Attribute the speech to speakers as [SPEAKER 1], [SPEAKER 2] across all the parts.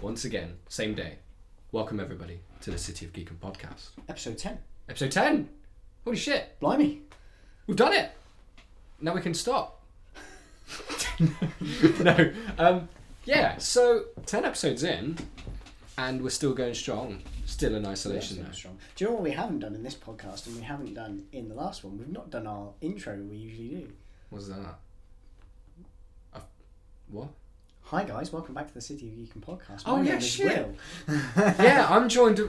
[SPEAKER 1] once again, same day. Welcome everybody to the City of Geekum podcast,
[SPEAKER 2] Episode 10.
[SPEAKER 1] episode ten. Holy shit,
[SPEAKER 2] Blimey.
[SPEAKER 1] we've done it! Now we can stop. no, um, yeah. So ten episodes in, and we're still going strong. Still in isolation
[SPEAKER 2] That's
[SPEAKER 1] now.
[SPEAKER 2] strong. Do you know what we haven't done in this podcast and we haven't done in the last one? We've not done our intro we usually do.
[SPEAKER 1] What's that? i what?
[SPEAKER 2] Hi guys, welcome back to the City of Geek and Podcast.
[SPEAKER 1] Oh,
[SPEAKER 2] My
[SPEAKER 1] yeah,
[SPEAKER 2] name is
[SPEAKER 1] shit.
[SPEAKER 2] Will.
[SPEAKER 1] yeah, I'm joined.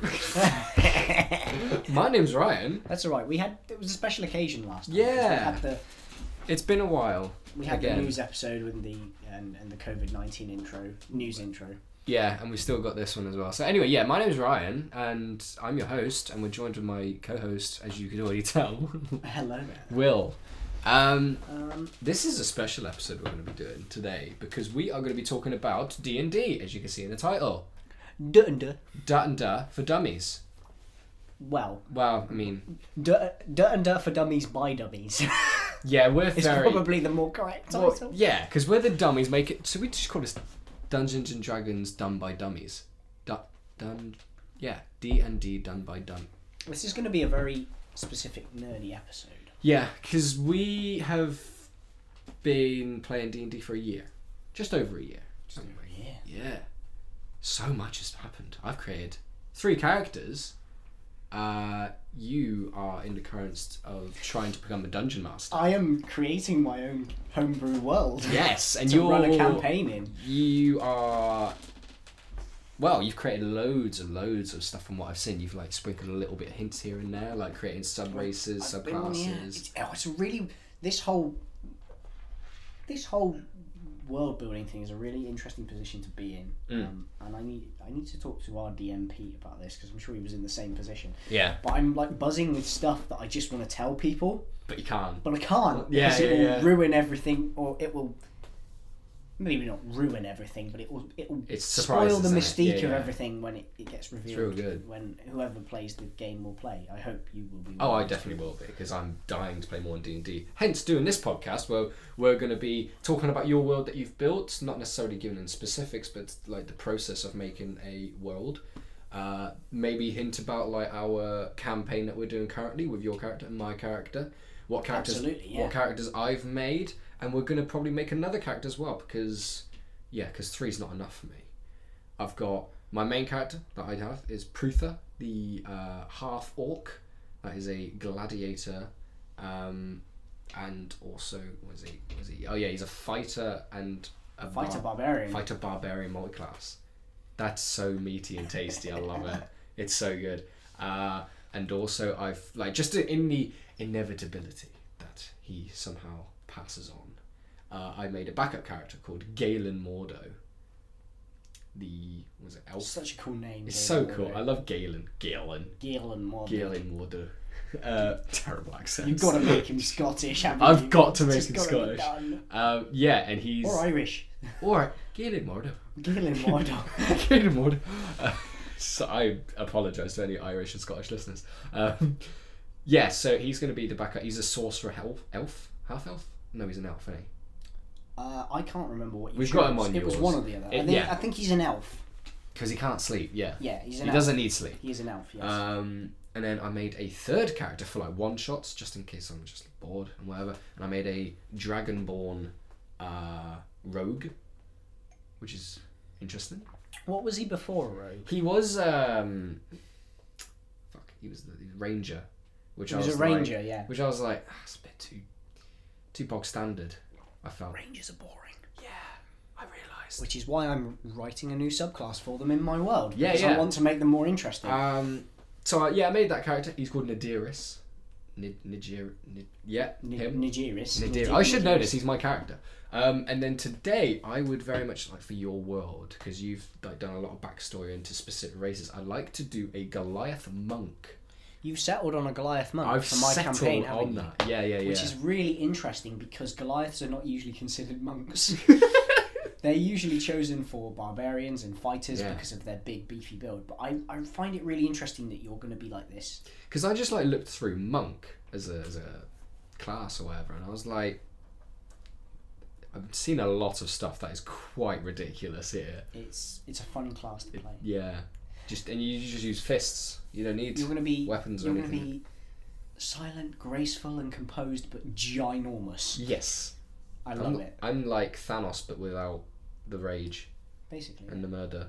[SPEAKER 1] My name's Ryan.
[SPEAKER 2] That's alright. We had it was a special occasion last time.
[SPEAKER 1] Yeah.
[SPEAKER 2] 'cause We had
[SPEAKER 1] It's been a while.
[SPEAKER 2] the we had
[SPEAKER 1] Again.
[SPEAKER 2] the news episode with the and, and the COVID nineteen intro news intro.
[SPEAKER 1] Yeah, and we still got this one as well. So anyway, yeah, my name's Ryan, and I'm your host, and we're joined with my co-host, as you could already tell,
[SPEAKER 2] Hello there.
[SPEAKER 1] Will. Um,
[SPEAKER 2] Um,
[SPEAKER 1] this is a special episode we're going to be doing today because we are going to be talking about D and D, as you can see in the title,
[SPEAKER 2] duh and duh.
[SPEAKER 1] Da and Da for Dummies.
[SPEAKER 2] Well,
[SPEAKER 1] Well, I mean,
[SPEAKER 2] duh, duh and duh for dummies by dummies.
[SPEAKER 1] yeah, we're
[SPEAKER 2] it's
[SPEAKER 1] very
[SPEAKER 2] probably the more correct
[SPEAKER 1] well,
[SPEAKER 2] title.
[SPEAKER 1] yeah, because we're the dummies. Make it. So we just call this Dungeons and Dragons done by dummies. Du- dun, yeah, D and D done by dummies.
[SPEAKER 2] This is going to be a very specific nerdy episode.
[SPEAKER 1] Yeah, because we have been playing D and D for a year, just over a year.
[SPEAKER 2] Yeah.
[SPEAKER 1] Yeah, so much has happened. I've created three characters. Uh, you are in the currents of trying to become a dungeon master.
[SPEAKER 2] I am creating my own homebrew world.
[SPEAKER 1] Yes, and
[SPEAKER 2] Oh. to
[SPEAKER 1] you're
[SPEAKER 2] run a campaign in.
[SPEAKER 1] You are. Well, you've created loads and loads of stuff from what I've seen. You've like sprinkled a little bit of hints here and there, like creating sub races,
[SPEAKER 2] I've
[SPEAKER 1] sub
[SPEAKER 2] been on- yeah,
[SPEAKER 1] classes.
[SPEAKER 2] It's, oh, it's a really this whole this whole world building thing is a really interesting position to be in. Um, and I need I need to talk to our DMP about this because I'm sure he was in the same position.
[SPEAKER 1] Yeah,
[SPEAKER 2] But I'm like buzzing with stuff that I just want to tell people,
[SPEAKER 1] but you can't.
[SPEAKER 2] but I can't
[SPEAKER 1] Yeah,
[SPEAKER 2] because it
[SPEAKER 1] yeah,
[SPEAKER 2] will
[SPEAKER 1] yeah.
[SPEAKER 2] ruin everything, or it will maybe not ruin everything, but it will it will
[SPEAKER 1] It's
[SPEAKER 2] spoil the
[SPEAKER 1] surprises, isn't it?
[SPEAKER 2] mystique
[SPEAKER 1] Yeah,
[SPEAKER 2] of
[SPEAKER 1] yeah.
[SPEAKER 2] everything when it, it gets revealed.
[SPEAKER 1] real good.
[SPEAKER 2] When whoever plays the game will play. I hope you will be.
[SPEAKER 1] Oh,
[SPEAKER 2] one
[SPEAKER 1] I
[SPEAKER 2] of those
[SPEAKER 1] definitely will be because I'm dying to play more in D and D. Hence, doing this podcast where we're going to be talking about your world that you've built, not necessarily giving in specifics, but like the process of making a world. Uh, maybe hint about like our campaign that we're doing currently with your character and my character. What characters?
[SPEAKER 2] Absolutely, yeah.
[SPEAKER 1] What characters I've made, and we're going to probably make another character as well because, yeah, because three's not enough for me. I've got my main character that I have is Prutha, the uh, half orc. That is a gladiator, um, and also was he? Was he? Oh yeah, he's a fighter and a bar-
[SPEAKER 2] Fighter Barbarian.
[SPEAKER 1] fighter barbarian multiclass. That's so meaty and tasty. I love it. It's so good. Uh, and also, I've like just in the inevitability that he somehow passes on. Uh, I made a backup character called Galen Mordo. The was it elf?
[SPEAKER 2] Such a cool name.
[SPEAKER 1] It's so
[SPEAKER 2] Galen
[SPEAKER 1] cool. I
[SPEAKER 2] Mordo.
[SPEAKER 1] love Galen. Galen.
[SPEAKER 2] Galen Mordo.
[SPEAKER 1] Galen Mordo. Uh, terrible accent.
[SPEAKER 2] You've got to make him Scottish, haven't
[SPEAKER 1] I've
[SPEAKER 2] you?
[SPEAKER 1] got to
[SPEAKER 2] It's
[SPEAKER 1] make him
[SPEAKER 2] gotta be
[SPEAKER 1] Scottish.
[SPEAKER 2] done.
[SPEAKER 1] Um, yeah, and he's
[SPEAKER 2] Or Irish.
[SPEAKER 1] or Galen Mordo.
[SPEAKER 2] Galen Mordo.
[SPEAKER 1] Galen Ward. Uh, so I apologise to any Irish and Scottish listeners. Um, yeah, so he's going to be the backup. He's a sorcerer elf, elf, half elf. No, he's an elf, isn't he?
[SPEAKER 2] Uh, I can't remember what you
[SPEAKER 1] We've got him
[SPEAKER 2] chose.
[SPEAKER 1] on
[SPEAKER 2] It was
[SPEAKER 1] yours.
[SPEAKER 2] one or the other. I
[SPEAKER 1] It-
[SPEAKER 2] think,
[SPEAKER 1] yeah.
[SPEAKER 2] I think he's an elf.
[SPEAKER 1] Because he can't sleep. Yeah,
[SPEAKER 2] Yeah, he's an
[SPEAKER 1] he
[SPEAKER 2] elf.
[SPEAKER 1] doesn't need sleep.
[SPEAKER 2] He is an elf, yes.
[SPEAKER 1] Um, and then I made a third character for like one shots, just in case I'm just bored and whatever. And I made a dragonborn uh, rogue, which is interesting.
[SPEAKER 2] what was he before a rogue?
[SPEAKER 1] He was um, fuck. He was the, the ranger, which
[SPEAKER 2] He
[SPEAKER 1] I
[SPEAKER 2] was,
[SPEAKER 1] was,
[SPEAKER 2] a
[SPEAKER 1] like-
[SPEAKER 2] ranger, yeah.
[SPEAKER 1] which I was like, "Ah, it's a bit too, too bog standard. I felt.
[SPEAKER 2] Rangers are boring.
[SPEAKER 1] Yeah, I realised.
[SPEAKER 2] Which is why I'm writing a new subclass for them in my world.
[SPEAKER 1] Yeah,
[SPEAKER 2] because I
[SPEAKER 1] yeah.
[SPEAKER 2] want to make them more interesting.
[SPEAKER 1] Um, so I, yeah, I made that character. He's called Nadiris. Nid Niger. Nid, yeah,
[SPEAKER 2] Ni-
[SPEAKER 1] him.
[SPEAKER 2] Nigeris.
[SPEAKER 1] Nadir.
[SPEAKER 2] Nige-
[SPEAKER 1] I should know
[SPEAKER 2] Nigeris.
[SPEAKER 1] this. He's my character. Um, and then today, I would very much like for your world because you've like done a lot of backstory into specific races. I'd like to do a Goliath monk.
[SPEAKER 2] You've settled on a Goliath monk
[SPEAKER 1] I've
[SPEAKER 2] Oh, for my
[SPEAKER 1] settled
[SPEAKER 2] campaign, haven't
[SPEAKER 1] on
[SPEAKER 2] you?
[SPEAKER 1] that. Yeah, yeah, yeah.
[SPEAKER 2] Which is really interesting because Goliaths are not usually considered monks. They're usually chosen for barbarians and fighters
[SPEAKER 1] Yeah.
[SPEAKER 2] because of their big, beefy build. But I, I find it really interesting that you're going to be like this.
[SPEAKER 1] because I just like looked through monk as a, as a class or whatever, and I was like, I've seen a lot of stuff that is quite ridiculous here.
[SPEAKER 2] It's it's a fun class to play.
[SPEAKER 1] Yeah, just and you just use fists. You don't need
[SPEAKER 2] You're going to be
[SPEAKER 1] weapons or
[SPEAKER 2] you're going to
[SPEAKER 1] anything.
[SPEAKER 2] be silent, graceful, and composed, but ginormous.
[SPEAKER 1] Yes,
[SPEAKER 2] I
[SPEAKER 1] I'm,
[SPEAKER 2] love it.
[SPEAKER 1] I'm like Thanos, but without the rage
[SPEAKER 2] Basically,
[SPEAKER 1] and the murder.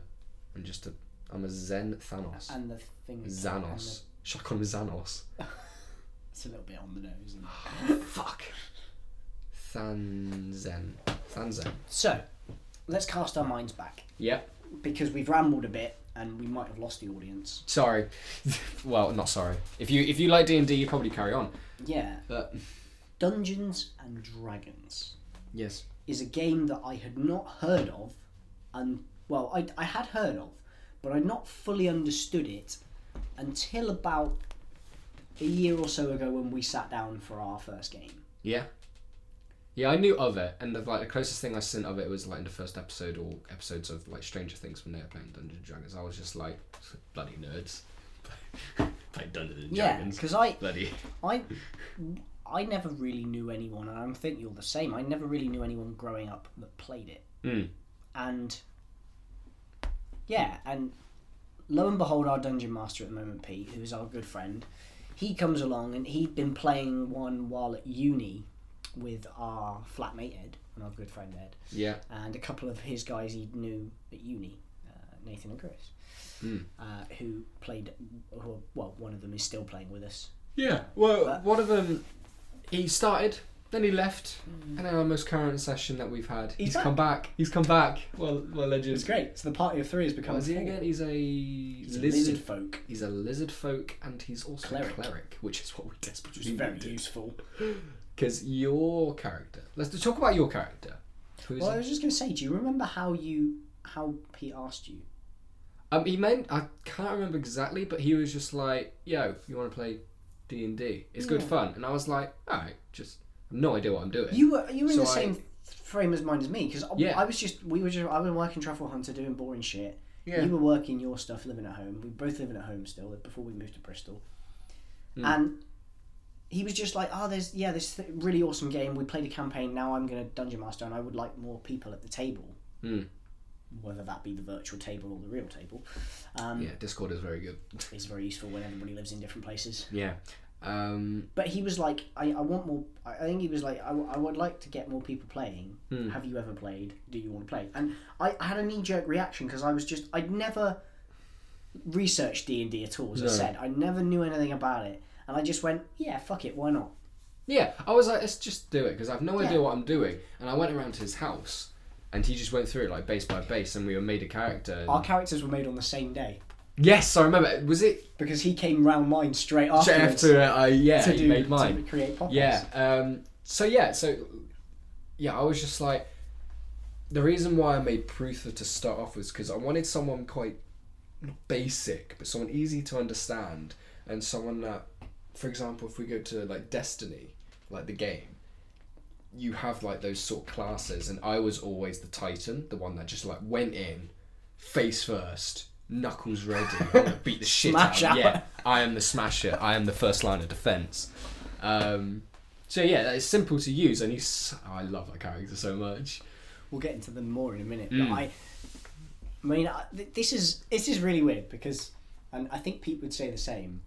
[SPEAKER 1] I'm just a I'm a Zen Thanos.
[SPEAKER 2] and the thing and
[SPEAKER 1] Xanos.
[SPEAKER 2] the-
[SPEAKER 1] Should I call him Xanos?
[SPEAKER 2] It's a little bit on the nose. Isn't it?
[SPEAKER 1] Fuck. Thanzen. Thanzen.
[SPEAKER 2] So, let's cast our minds back
[SPEAKER 1] Yep.
[SPEAKER 2] because we've rambled a bit and we might have lost the audience.
[SPEAKER 1] Sorry. well, not sorry. If you if you like D and D, you probably carry on.
[SPEAKER 2] Yeah,
[SPEAKER 1] But
[SPEAKER 2] Dungeons and Dragons
[SPEAKER 1] yes.
[SPEAKER 2] is a game that I had not heard of, and well, I I had heard of, but I'd not fully understood it until about a year or so ago when we sat down for our first game.
[SPEAKER 1] Yeah. Yeah, I knew of it, and the, like the closest thing I seen of it was like in the first episode or episodes of like Stranger Things when they were playing Dungeons and Dragons. I was just like, bloody nerds, play Dungeons and
[SPEAKER 2] Yeah,
[SPEAKER 1] Dragons.
[SPEAKER 2] because I
[SPEAKER 1] bloody.
[SPEAKER 2] I I never really knew anyone, and I think you're the same. I never really knew anyone growing up that played it.
[SPEAKER 1] Mm.
[SPEAKER 2] and yeah, and lo and behold, our dungeon master at the moment, Pete, who is our good friend, he comes along and he'd been playing one while at uni with our flatmate Ed and our good friend Ed,
[SPEAKER 1] Yeah.
[SPEAKER 2] and a couple of his guys he knew at uni, uh, Nathan and Chris,
[SPEAKER 1] Mm.
[SPEAKER 2] uh, who played. Who, are- well, one of them is still playing with us.
[SPEAKER 1] Yeah. Well, one of them, he started, then he left, and in our most current session that we've had,
[SPEAKER 2] Mm. He's
[SPEAKER 1] he's come back. He's come back. Well, well, legend.
[SPEAKER 2] It's great. So the party of three has become.
[SPEAKER 1] What is he
[SPEAKER 2] four.
[SPEAKER 1] again? He's a
[SPEAKER 2] He's a
[SPEAKER 1] lizard.
[SPEAKER 2] lizard folk.
[SPEAKER 1] He's a lizard folk, and he's also
[SPEAKER 2] Cleric.
[SPEAKER 1] a cleric, which is what we desperately
[SPEAKER 2] It's very
[SPEAKER 1] needed.
[SPEAKER 2] useful.
[SPEAKER 1] Because your character. Let's talk about your character. Who's
[SPEAKER 2] Well, I was just going to say, do you remember how you how Pete asked you?
[SPEAKER 1] Um, he meant I can't remember exactly, but he was just like, "Yo, you want to play D and D? It's good
[SPEAKER 2] Yeah.
[SPEAKER 1] fun." And I was like, "All right, just no idea what I'm doing."
[SPEAKER 2] You were you were in
[SPEAKER 1] So
[SPEAKER 2] the
[SPEAKER 1] I-
[SPEAKER 2] same frame as mine as me because
[SPEAKER 1] Yeah.
[SPEAKER 2] I was just we were just I was working Travel Hunter doing boring shit.
[SPEAKER 1] yeah,
[SPEAKER 2] You were working your stuff, living at home. We were both living at home still before we moved to Bristol,
[SPEAKER 1] Mm.
[SPEAKER 2] and he was just like, "Oh, there's yeah, this th- really awesome game. We played a campaign. Now I'm going to dungeon master, and I would like more people at the table,
[SPEAKER 1] Mm.
[SPEAKER 2] whether that be the virtual table or the real table. Um,
[SPEAKER 1] yeah. Discord is very good.
[SPEAKER 2] It's very useful when everybody lives in different places.
[SPEAKER 1] Yeah. Um,
[SPEAKER 2] But he was like, I, I want more. I I think he was like, I, w- I would like to get more people playing.
[SPEAKER 1] Hmm.
[SPEAKER 2] Have you ever played? Do you want to play? And I, I had a knee jerk reaction because I was just, I'd never researched D and D at all. As I
[SPEAKER 1] No.
[SPEAKER 2] said, I never knew anything about it, and I just went, yeah, fuck it, why not?
[SPEAKER 1] yeah, I was like, let's just do it because I've no
[SPEAKER 2] Yeah.
[SPEAKER 1] idea what I'm doing. And I went around to his house, and he just went through it like base by base, and we were made a character. and-
[SPEAKER 2] Our characters were made on the same day
[SPEAKER 1] yes, I remember. Was it
[SPEAKER 2] because he came round mine straight afterwards
[SPEAKER 1] after I yeah
[SPEAKER 2] to
[SPEAKER 1] he
[SPEAKER 2] do
[SPEAKER 1] made mine?
[SPEAKER 2] to create poppers.
[SPEAKER 1] Yeah. Um, so yeah. So yeah, I was just like, the reason why I made Pruther to start off was because I wanted someone quite not basic, but someone easy to understand, and someone that, for example, if we go to like Destiny, like the game, you have like those sort of classes, and I was always the Titan, the one that just like went in, face first. Knuckles ready, I'm gonna beat the shit
[SPEAKER 2] Smash
[SPEAKER 1] out.
[SPEAKER 2] out.
[SPEAKER 1] Yeah, I am the smasher. I am the first line of defense. Um, so yeah, it's simple to use, and he's. oh, I love that character so much.
[SPEAKER 2] We'll get into them more in a minute.
[SPEAKER 1] Mm.
[SPEAKER 2] But I, I mean, I, th- this is this is really weird because, and I think Pete would say the same.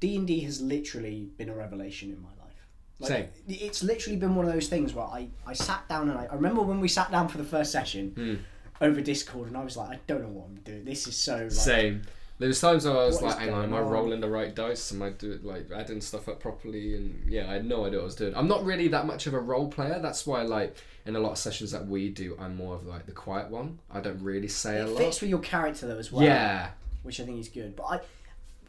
[SPEAKER 2] D and D has literally been a revelation in my life.
[SPEAKER 1] Same.
[SPEAKER 2] It's literally been one of those things where I I sat down and I, I remember when we sat down for the first session
[SPEAKER 1] Mm.
[SPEAKER 2] over Discord and I was like, I don't know what I'm doing. This is so like,
[SPEAKER 1] Same. There was times where I was
[SPEAKER 2] What
[SPEAKER 1] like,
[SPEAKER 2] is
[SPEAKER 1] "Hang on, am I
[SPEAKER 2] going on?"
[SPEAKER 1] rolling the right dice? Am I do like adding stuff up properly?" And yeah, I had no idea what I was doing. I'm not really that much of a role player. That's why, like, in a lot of sessions that we do, I'm more of like the quiet one. I don't really say a
[SPEAKER 2] It
[SPEAKER 1] lot.
[SPEAKER 2] fits with your character though as well.
[SPEAKER 1] Yeah.
[SPEAKER 2] which I think is good. But I,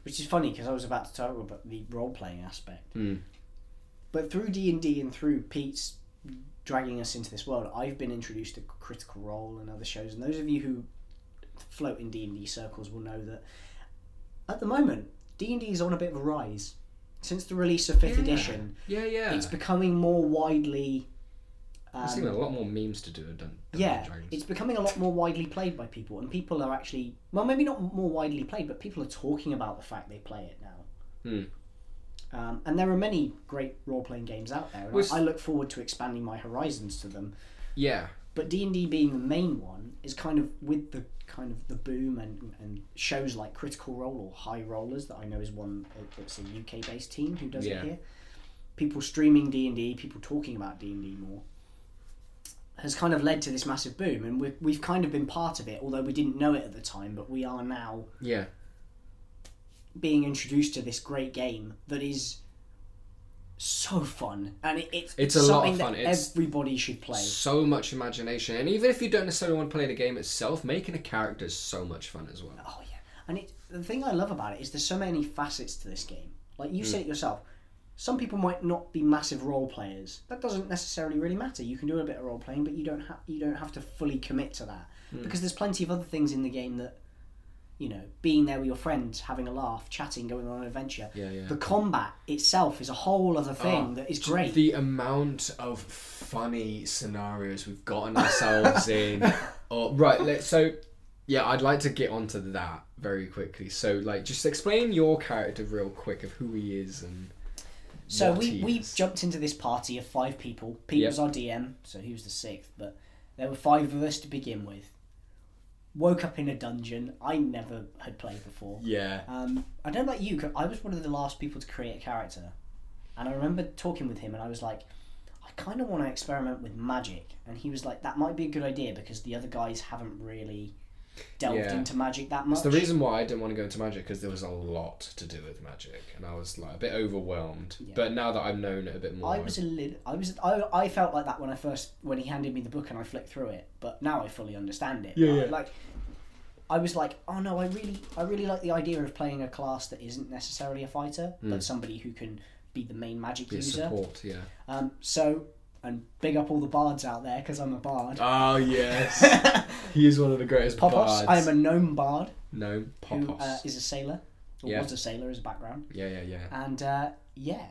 [SPEAKER 2] which is funny because I was about to talk about the role playing aspect.
[SPEAKER 1] Mm.
[SPEAKER 2] But through D and D and through Pete's dragging us into this world, I've been introduced to Critical Role and other shows. And those of you who float in D and D circles will know that at the moment D and D is on a bit of a rise since the release of Fifth
[SPEAKER 1] Yeah.
[SPEAKER 2] Edition.
[SPEAKER 1] Yeah, yeah.
[SPEAKER 2] It's becoming more widely.
[SPEAKER 1] I've seen a
[SPEAKER 2] Um,
[SPEAKER 1] lot more memes to do than Dungeons and
[SPEAKER 2] yeah,
[SPEAKER 1] Dragons.
[SPEAKER 2] it's becoming a lot more widely played by people, and people are actually well, maybe not more widely played, but people are talking about the fact they play it now.
[SPEAKER 1] Hmm.
[SPEAKER 2] Um, and there are many great role playing games out there, and
[SPEAKER 1] Was-
[SPEAKER 2] I, I look forward to expanding my horizons to them.
[SPEAKER 1] Yeah.
[SPEAKER 2] But D and D being the main one is kind of with the kind of the boom and, and shows like Critical Role or High Rollers that I know is one that's a UK based team who does
[SPEAKER 1] Yeah.
[SPEAKER 2] it here. People streaming D and D, people talking about D and D more, has kind of led to this massive boom, and we've we've kind of been part of it, although we didn't know it at the time. But we are now
[SPEAKER 1] Yeah.
[SPEAKER 2] being introduced to this great game that is so fun and it, it's
[SPEAKER 1] It's a lot of
[SPEAKER 2] something
[SPEAKER 1] fun.
[SPEAKER 2] that
[SPEAKER 1] It's-
[SPEAKER 2] everybody should play
[SPEAKER 1] So much imagination, and even if you don't necessarily want to play the game itself, making a character is so much fun as well.
[SPEAKER 2] oh yeah and it, the thing i love about it is there's so many facets to this game like
[SPEAKER 1] Mm.
[SPEAKER 2] you said it yourself some people might not be massive role players that doesn't necessarily really matter you can do a bit of role playing but you don't have you don't have to fully commit to that
[SPEAKER 1] Mm.
[SPEAKER 2] because there's plenty of other things in the game that you know being there with your friends having a laugh chatting going on an adventure
[SPEAKER 1] Yeah, yeah.
[SPEAKER 2] the combat itself is a whole other thing
[SPEAKER 1] Oh,
[SPEAKER 2] that is
[SPEAKER 1] j-
[SPEAKER 2] great
[SPEAKER 1] The amount of funny scenarios we've gotten ourselves in. Oh, right, let's, so yeah, I'd like to get onto that very quickly. So, like, just explain your character real quick of who he is and
[SPEAKER 2] So
[SPEAKER 1] what
[SPEAKER 2] we,
[SPEAKER 1] he
[SPEAKER 2] we
[SPEAKER 1] is.
[SPEAKER 2] jumped into this party of five people. Pete
[SPEAKER 1] Yep.
[SPEAKER 2] was our DM, so he was the sixth, but there were five of us to begin with. Woke up in a dungeon I never had played before.
[SPEAKER 1] yeah,
[SPEAKER 2] Um, I don't know about you, 'cause I was one of the last people to create a character. And I remember talking with him, and I was like, I kind of want to experiment with magic. And he was like, that might be a good idea because the other guys haven't really delved
[SPEAKER 1] Yeah.
[SPEAKER 2] into magic that much.
[SPEAKER 1] It's the reason why I didn't want to go into magic because there was a lot to do with magic, and I was like a bit overwhelmed.
[SPEAKER 2] Yeah.
[SPEAKER 1] But now that I've known it a bit more,
[SPEAKER 2] I was a little. I was. I, I felt like that when I first when he handed me the book and I flicked through it. But now I fully understand it.
[SPEAKER 1] Yeah,
[SPEAKER 2] I-
[SPEAKER 1] yeah.
[SPEAKER 2] Like, I was like, oh no, I really, I really like the idea of playing a class that isn't necessarily a fighter, but somebody who can be the main magic
[SPEAKER 1] Bit of
[SPEAKER 2] user.
[SPEAKER 1] Hmm. support. Yeah.
[SPEAKER 2] Um. So, and big up all the bards out there because I'm a bard.
[SPEAKER 1] Oh yes, he is one of the greatest
[SPEAKER 2] Popos. I am a gnome bard
[SPEAKER 1] no
[SPEAKER 2] who
[SPEAKER 1] Popos.
[SPEAKER 2] uh, is a sailor, or
[SPEAKER 1] Yeah.
[SPEAKER 2] was a sailor as a background,
[SPEAKER 1] yeah, yeah, yeah.
[SPEAKER 2] and uh, yeah,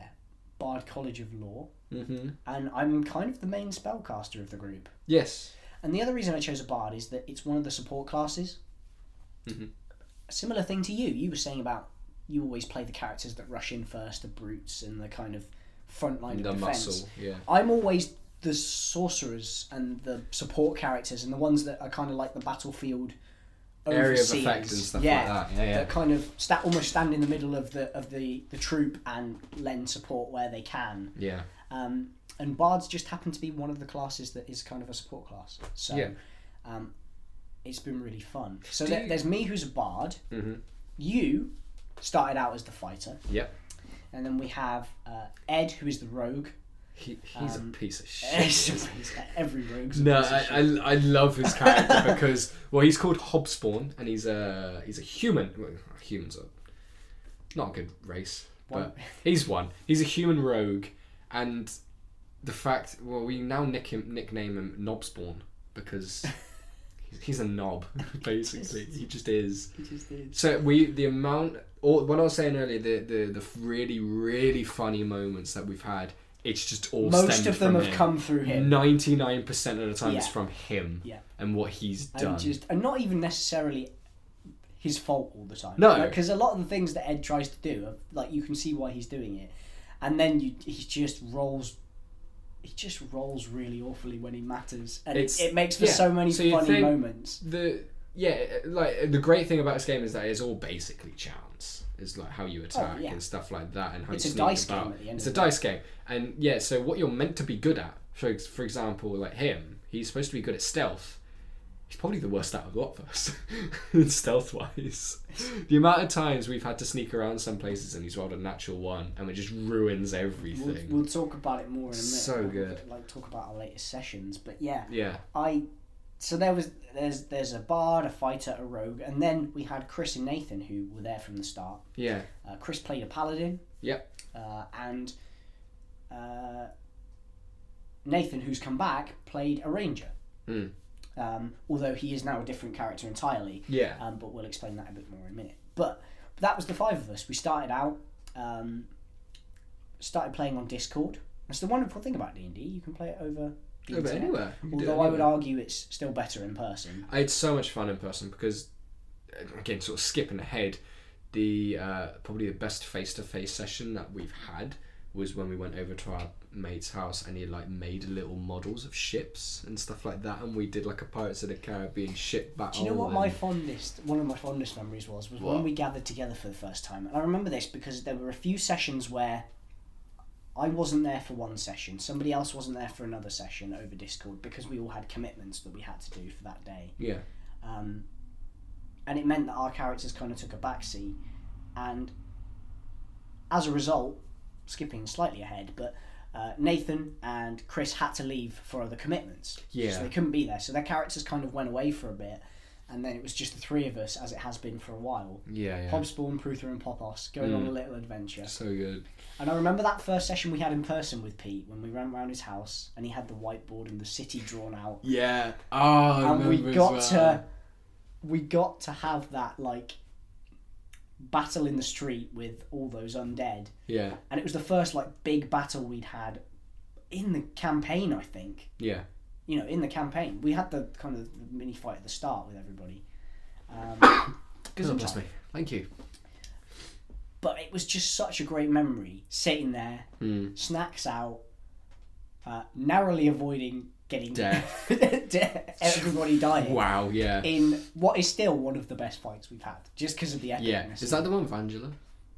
[SPEAKER 2] bard college of law,
[SPEAKER 1] Mm-hmm.
[SPEAKER 2] and I'm kind of the main spellcaster of the group.
[SPEAKER 1] Yes.
[SPEAKER 2] And the other reason I chose a bard is that it's one of the support classes.
[SPEAKER 1] Mhm.
[SPEAKER 2] A similar thing to you. You were saying about you always play the characters that rush in first, the brutes and the kind of front line
[SPEAKER 1] The
[SPEAKER 2] of defense.
[SPEAKER 1] muscle. Yeah.
[SPEAKER 2] I'm always the sorcerers and the support characters and the ones that are kind of like the battlefield
[SPEAKER 1] Area of
[SPEAKER 2] overseers.
[SPEAKER 1] effect and stuff like that. Yeah, yeah.
[SPEAKER 2] That kind of sta almost stand in the middle of the of the the troop and lend support where they can.
[SPEAKER 1] Yeah.
[SPEAKER 2] Um, and bards just happen to be one of the classes that is kind of a support class. So
[SPEAKER 1] Yeah.
[SPEAKER 2] um, it's been really fun. So
[SPEAKER 1] Do
[SPEAKER 2] there,
[SPEAKER 1] you-
[SPEAKER 2] there's me who's a bard.
[SPEAKER 1] Mhm.
[SPEAKER 2] You started out as the fighter.
[SPEAKER 1] Yep.
[SPEAKER 2] And then we have uh, Ed, who is the rogue.
[SPEAKER 1] He, he's
[SPEAKER 2] Um,
[SPEAKER 1] a piece of shit.
[SPEAKER 2] Every rogue's a
[SPEAKER 1] No,
[SPEAKER 2] piece of shit.
[SPEAKER 1] I, I, I love his character because well he's called Hobspawn and he's a he's a human. Well, humans are not a good race, but
[SPEAKER 2] One.
[SPEAKER 1] he's one. He's a human rogue, and the fact well we now nick him, nickname him Knobspawn because he's, he's a knob basically. he just is.
[SPEAKER 2] He just did.
[SPEAKER 1] So we the amount or what I was saying earlier the the, the really really funny moments that we've had. It's just all
[SPEAKER 2] Most
[SPEAKER 1] stemmed
[SPEAKER 2] of them
[SPEAKER 1] from
[SPEAKER 2] have
[SPEAKER 1] him.
[SPEAKER 2] come through him.
[SPEAKER 1] Ninety nine percent of the time it's
[SPEAKER 2] Yeah.
[SPEAKER 1] from him
[SPEAKER 2] Yeah.
[SPEAKER 1] and what he's done.
[SPEAKER 2] and just and not even necessarily his fault all the time.
[SPEAKER 1] No.
[SPEAKER 2] because a lot of the things that Ed tries to do, are- like you can see why he's doing it, and then you he just rolls. He just rolls really awfully when he matters, and it,
[SPEAKER 1] It's-
[SPEAKER 2] it makes for
[SPEAKER 1] yeah.
[SPEAKER 2] so many
[SPEAKER 1] So you
[SPEAKER 2] funny
[SPEAKER 1] think-
[SPEAKER 2] moments.
[SPEAKER 1] the yeah, like the great thing about this game is that it's all basically chance. Is like how you attack
[SPEAKER 2] Oh, yeah.
[SPEAKER 1] and stuff like that, and how
[SPEAKER 2] It's
[SPEAKER 1] you
[SPEAKER 2] a
[SPEAKER 1] sneak
[SPEAKER 2] dice game
[SPEAKER 1] about.
[SPEAKER 2] at the end
[SPEAKER 1] It's
[SPEAKER 2] of
[SPEAKER 1] a dice game, and yeah. So what you're meant to be good at, for ex- for example, like him, he's supposed to be good at stealth. He's probably the worst out of the lot of us, stealth wise. The amount of times we've had to sneak around some places and he's rolled a natural one, and it just ruins everything.
[SPEAKER 2] We'll, we'll talk about it more in a minute.
[SPEAKER 1] So
[SPEAKER 2] when we
[SPEAKER 1] good.
[SPEAKER 2] get- Like talk about our latest sessions, but yeah,
[SPEAKER 1] yeah,
[SPEAKER 2] I. So there was there's there's a bard, a fighter, a rogue, and then we had Chris and Nathan who were there from the start.
[SPEAKER 1] yeah,
[SPEAKER 2] Uh, Chris played a paladin.
[SPEAKER 1] Yep.
[SPEAKER 2] Uh, and uh, Nathan, who's come back, played a ranger.
[SPEAKER 1] Hmm.
[SPEAKER 2] Um, although he is now a different character entirely,
[SPEAKER 1] yeah.
[SPEAKER 2] um, but we'll explain that a bit more in a minute. But that was the five of us. We started out, um, started playing on Discord. That's the wonderful thing about D and D. You can play it over. The
[SPEAKER 1] Yeah, but
[SPEAKER 2] internet.
[SPEAKER 1] anywhere. You can do it
[SPEAKER 2] Although I would
[SPEAKER 1] anywhere.
[SPEAKER 2] argue it's still better in person.
[SPEAKER 1] I had so much fun in person because, again, sort of skipping ahead, the uh, probably the best face to face session that we've had was when we went over to our mate's house and he like made little models of ships and stuff like that, and we did like a Pirates of the Caribbean ship battle.
[SPEAKER 2] Do you know what my
[SPEAKER 1] and-
[SPEAKER 2] fondest, one of my fondest memories was, was
[SPEAKER 1] oh, What?
[SPEAKER 2] when we gathered together for the first time. And I remember this because there were a few sessions where I wasn't there for one session, somebody else wasn't there for another session over Discord because we all had commitments that we had to do for that day.
[SPEAKER 1] Yeah.
[SPEAKER 2] Um, and it meant that our characters kind of took a backseat, and as a result, skipping slightly ahead, but uh, Nathan and Chris had to leave for other commitments.
[SPEAKER 1] Yeah.
[SPEAKER 2] So they couldn't be there. So their characters kind of went away for a bit, and then it was just the three of us, as it has been for a while.
[SPEAKER 1] Yeah. Yeah.
[SPEAKER 2] Hobsbawm, Pruther, and Popos going on
[SPEAKER 1] Mm.
[SPEAKER 2] a little adventure.
[SPEAKER 1] so good.
[SPEAKER 2] And I remember that first session we had in person with Pete when we ran round his house and he had the whiteboard and the city drawn out
[SPEAKER 1] Yeah. Oh, I
[SPEAKER 2] and we
[SPEAKER 1] remember as
[SPEAKER 2] got
[SPEAKER 1] well.
[SPEAKER 2] to we got to have that like battle in the street with all those undead
[SPEAKER 1] Yeah.
[SPEAKER 2] and it was the first like big battle we'd had in the campaign i think
[SPEAKER 1] Yeah.
[SPEAKER 2] you know in the campaign we had the kind of mini fight at the start with everybody um,
[SPEAKER 1] Good
[SPEAKER 2] Oh,
[SPEAKER 1] me. Thank you.
[SPEAKER 2] but it was just such a great memory sitting there
[SPEAKER 1] Mm.
[SPEAKER 2] snacks out uh, narrowly avoiding getting
[SPEAKER 1] Death.
[SPEAKER 2] death, everybody dying
[SPEAKER 1] Wow. Yeah.
[SPEAKER 2] in what is still one of the best fights we've had, just because of the epicness.
[SPEAKER 1] Yeah. Is that the one with Angela?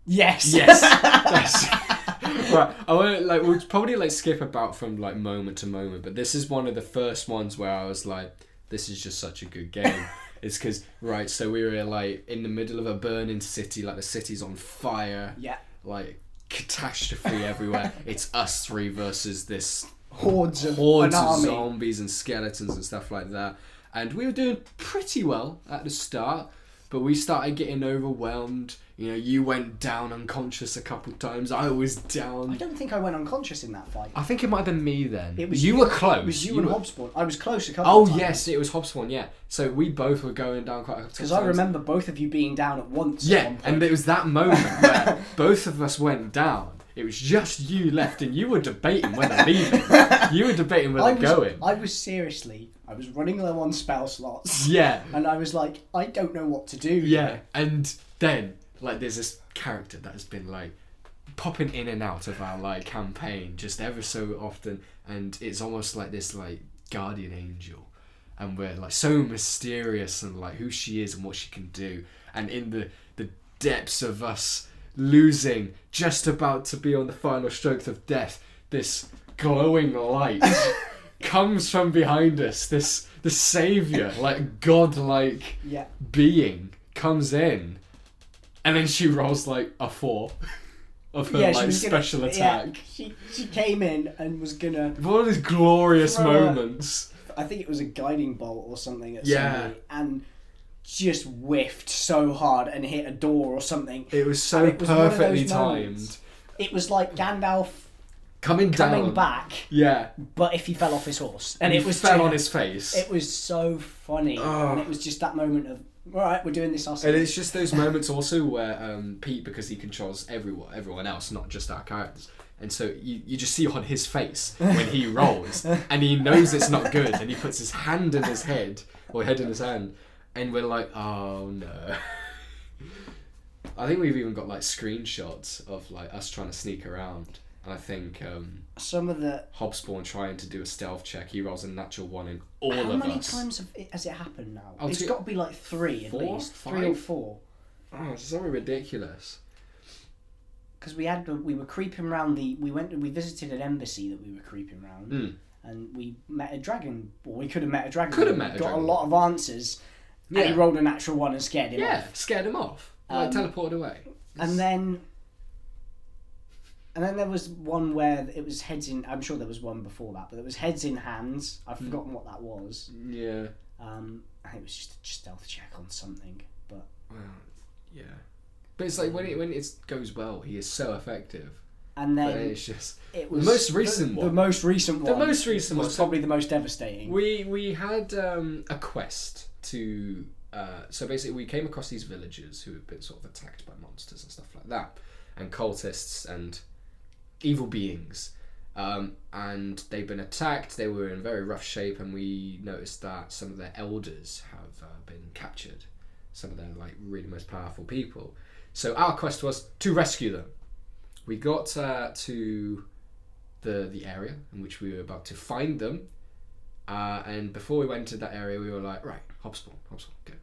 [SPEAKER 2] Yes.
[SPEAKER 1] Yes. That's- right. I want to like we'll probably like skip about from like moment to moment, but this is one of the first ones where I was like, this is just such a good game. it's because right, so we were like in the middle of a burning city, like the city's on fire,
[SPEAKER 2] yeah.
[SPEAKER 1] like catastrophe everywhere. it's us three versus this
[SPEAKER 2] Hordes of
[SPEAKER 1] hordes
[SPEAKER 2] an
[SPEAKER 1] of
[SPEAKER 2] army.
[SPEAKER 1] zombies and skeletons and stuff like that. And we were doing pretty well at the start, but we started getting overwhelmed. You know, you went down unconscious a couple times. I was
[SPEAKER 2] I
[SPEAKER 1] down.
[SPEAKER 2] don't think I went unconscious in that fight.
[SPEAKER 1] I think it might have been me then.
[SPEAKER 2] It was
[SPEAKER 1] you,
[SPEAKER 2] you-
[SPEAKER 1] were close.
[SPEAKER 2] It was you,
[SPEAKER 1] You
[SPEAKER 2] and
[SPEAKER 1] were-
[SPEAKER 2] Hobsbawm. I was close a couple.
[SPEAKER 1] Oh
[SPEAKER 2] of times.
[SPEAKER 1] yes, it was Hobsbawm. Yeah. So we both were going down quite a couple
[SPEAKER 2] Because
[SPEAKER 1] times.
[SPEAKER 2] I remember both of you being down at once. At
[SPEAKER 1] Yeah,
[SPEAKER 2] one point.
[SPEAKER 1] and it was that moment where both of us went down. It was just you left, and you were debating whether leaving. You were debating whether
[SPEAKER 2] I was,
[SPEAKER 1] going.
[SPEAKER 2] I was seriously. I was running low on spell slots.
[SPEAKER 1] Yeah.
[SPEAKER 2] And I was like, I don't know what to do.
[SPEAKER 1] Yeah, and then like there's this character that has been like popping in and out of our like campaign just ever so often, and it's almost like this like guardian angel, and we're like so mysterious and like who she is and what she can do, and in the the depths of us losing, just about to be on the final strokes of death, this glowing light. comes from behind us this the savior like god-like
[SPEAKER 2] Yeah.
[SPEAKER 1] being comes in, and then she rolls like a four of her
[SPEAKER 2] Yeah, she
[SPEAKER 1] like
[SPEAKER 2] was gonna-
[SPEAKER 1] special
[SPEAKER 2] yeah,
[SPEAKER 1] attack.
[SPEAKER 2] she she came in and was gonna.
[SPEAKER 1] One of these glorious
[SPEAKER 2] Throw her-
[SPEAKER 1] moments.
[SPEAKER 2] I think it was a guiding bolt or something at
[SPEAKER 1] Yeah.
[SPEAKER 2] somebody and just whiffed so hard and hit a door or something.
[SPEAKER 1] It was so
[SPEAKER 2] And it was one of
[SPEAKER 1] perfectly
[SPEAKER 2] those
[SPEAKER 1] timed.
[SPEAKER 2] moments. It was like Gandalf
[SPEAKER 1] Coming down.
[SPEAKER 2] coming back,
[SPEAKER 1] Yeah.
[SPEAKER 2] but if he fell off his horse, and
[SPEAKER 1] He
[SPEAKER 2] it was
[SPEAKER 1] fell
[SPEAKER 2] too-
[SPEAKER 1] on his face.
[SPEAKER 2] It was so funny,
[SPEAKER 1] Oh.
[SPEAKER 2] and it was just that moment of all right, we're doing this
[SPEAKER 1] and
[SPEAKER 2] ourselves.
[SPEAKER 1] it's just those moments also where um, Pete, because he controls everyone, everyone else, not just our characters, and so you, you just see on his face when he rolls, and he knows it's not good, and he puts his hand in his head or head in his hand, and we're like, oh no. I think we've even got like screenshots of like us trying to sneak around, and I think um,
[SPEAKER 2] Some of the
[SPEAKER 1] Hobsbawm trying to do a stealth check, he rolls a natural one in all
[SPEAKER 2] how
[SPEAKER 1] of
[SPEAKER 2] many
[SPEAKER 1] us.
[SPEAKER 2] times have it, has it happened now?
[SPEAKER 1] Oh,
[SPEAKER 2] it's
[SPEAKER 1] two-
[SPEAKER 2] got to be like three
[SPEAKER 1] four?
[SPEAKER 2] at least, three or
[SPEAKER 1] Five?
[SPEAKER 2] four,
[SPEAKER 1] Oh, it's something ridiculous.
[SPEAKER 2] because we had we were creeping round the we went we visited an embassy that we were creeping round.
[SPEAKER 1] Hmm.
[SPEAKER 2] and we met a dragon. Well, we could have met a dragon.
[SPEAKER 1] Could have
[SPEAKER 2] We
[SPEAKER 1] met a
[SPEAKER 2] Got
[SPEAKER 1] dragon.
[SPEAKER 2] a lot of answers, and
[SPEAKER 1] Yeah.
[SPEAKER 2] he rolled a natural one and scared him
[SPEAKER 1] Yeah,
[SPEAKER 2] off.
[SPEAKER 1] scared him off. Like
[SPEAKER 2] Um,
[SPEAKER 1] teleported away.
[SPEAKER 2] And then, and then there was one where it was heads in. I'm sure there was one before that, but it was heads in hands. I've
[SPEAKER 1] Hmm.
[SPEAKER 2] forgotten what that was.
[SPEAKER 1] Yeah.
[SPEAKER 2] Um, I think it was just a stealth check on something. But
[SPEAKER 1] Well, yeah. But it's like when it when it goes well, he is so effective.
[SPEAKER 2] and
[SPEAKER 1] But
[SPEAKER 2] then
[SPEAKER 1] it's just
[SPEAKER 2] it
[SPEAKER 1] the
[SPEAKER 2] was
[SPEAKER 1] most recent
[SPEAKER 2] the,
[SPEAKER 1] one.
[SPEAKER 2] The most recent
[SPEAKER 1] the
[SPEAKER 2] one.
[SPEAKER 1] most recent one.
[SPEAKER 2] was probably the most devastating.
[SPEAKER 1] We we had um, a quest to. Uh, so basically, we came across these villagers who had been sort of attacked by monsters and stuff like that, and cultists and evil beings. Um, and they've been attacked. They were in very rough shape, and we noticed that some of their elders have uh, been captured. Some of their like really most powerful people. So our quest was to rescue them. We got uh, to the the area in which we were about to find them, uh, and before we went to that area, we were like, right, hopspawn, hopspawn, go,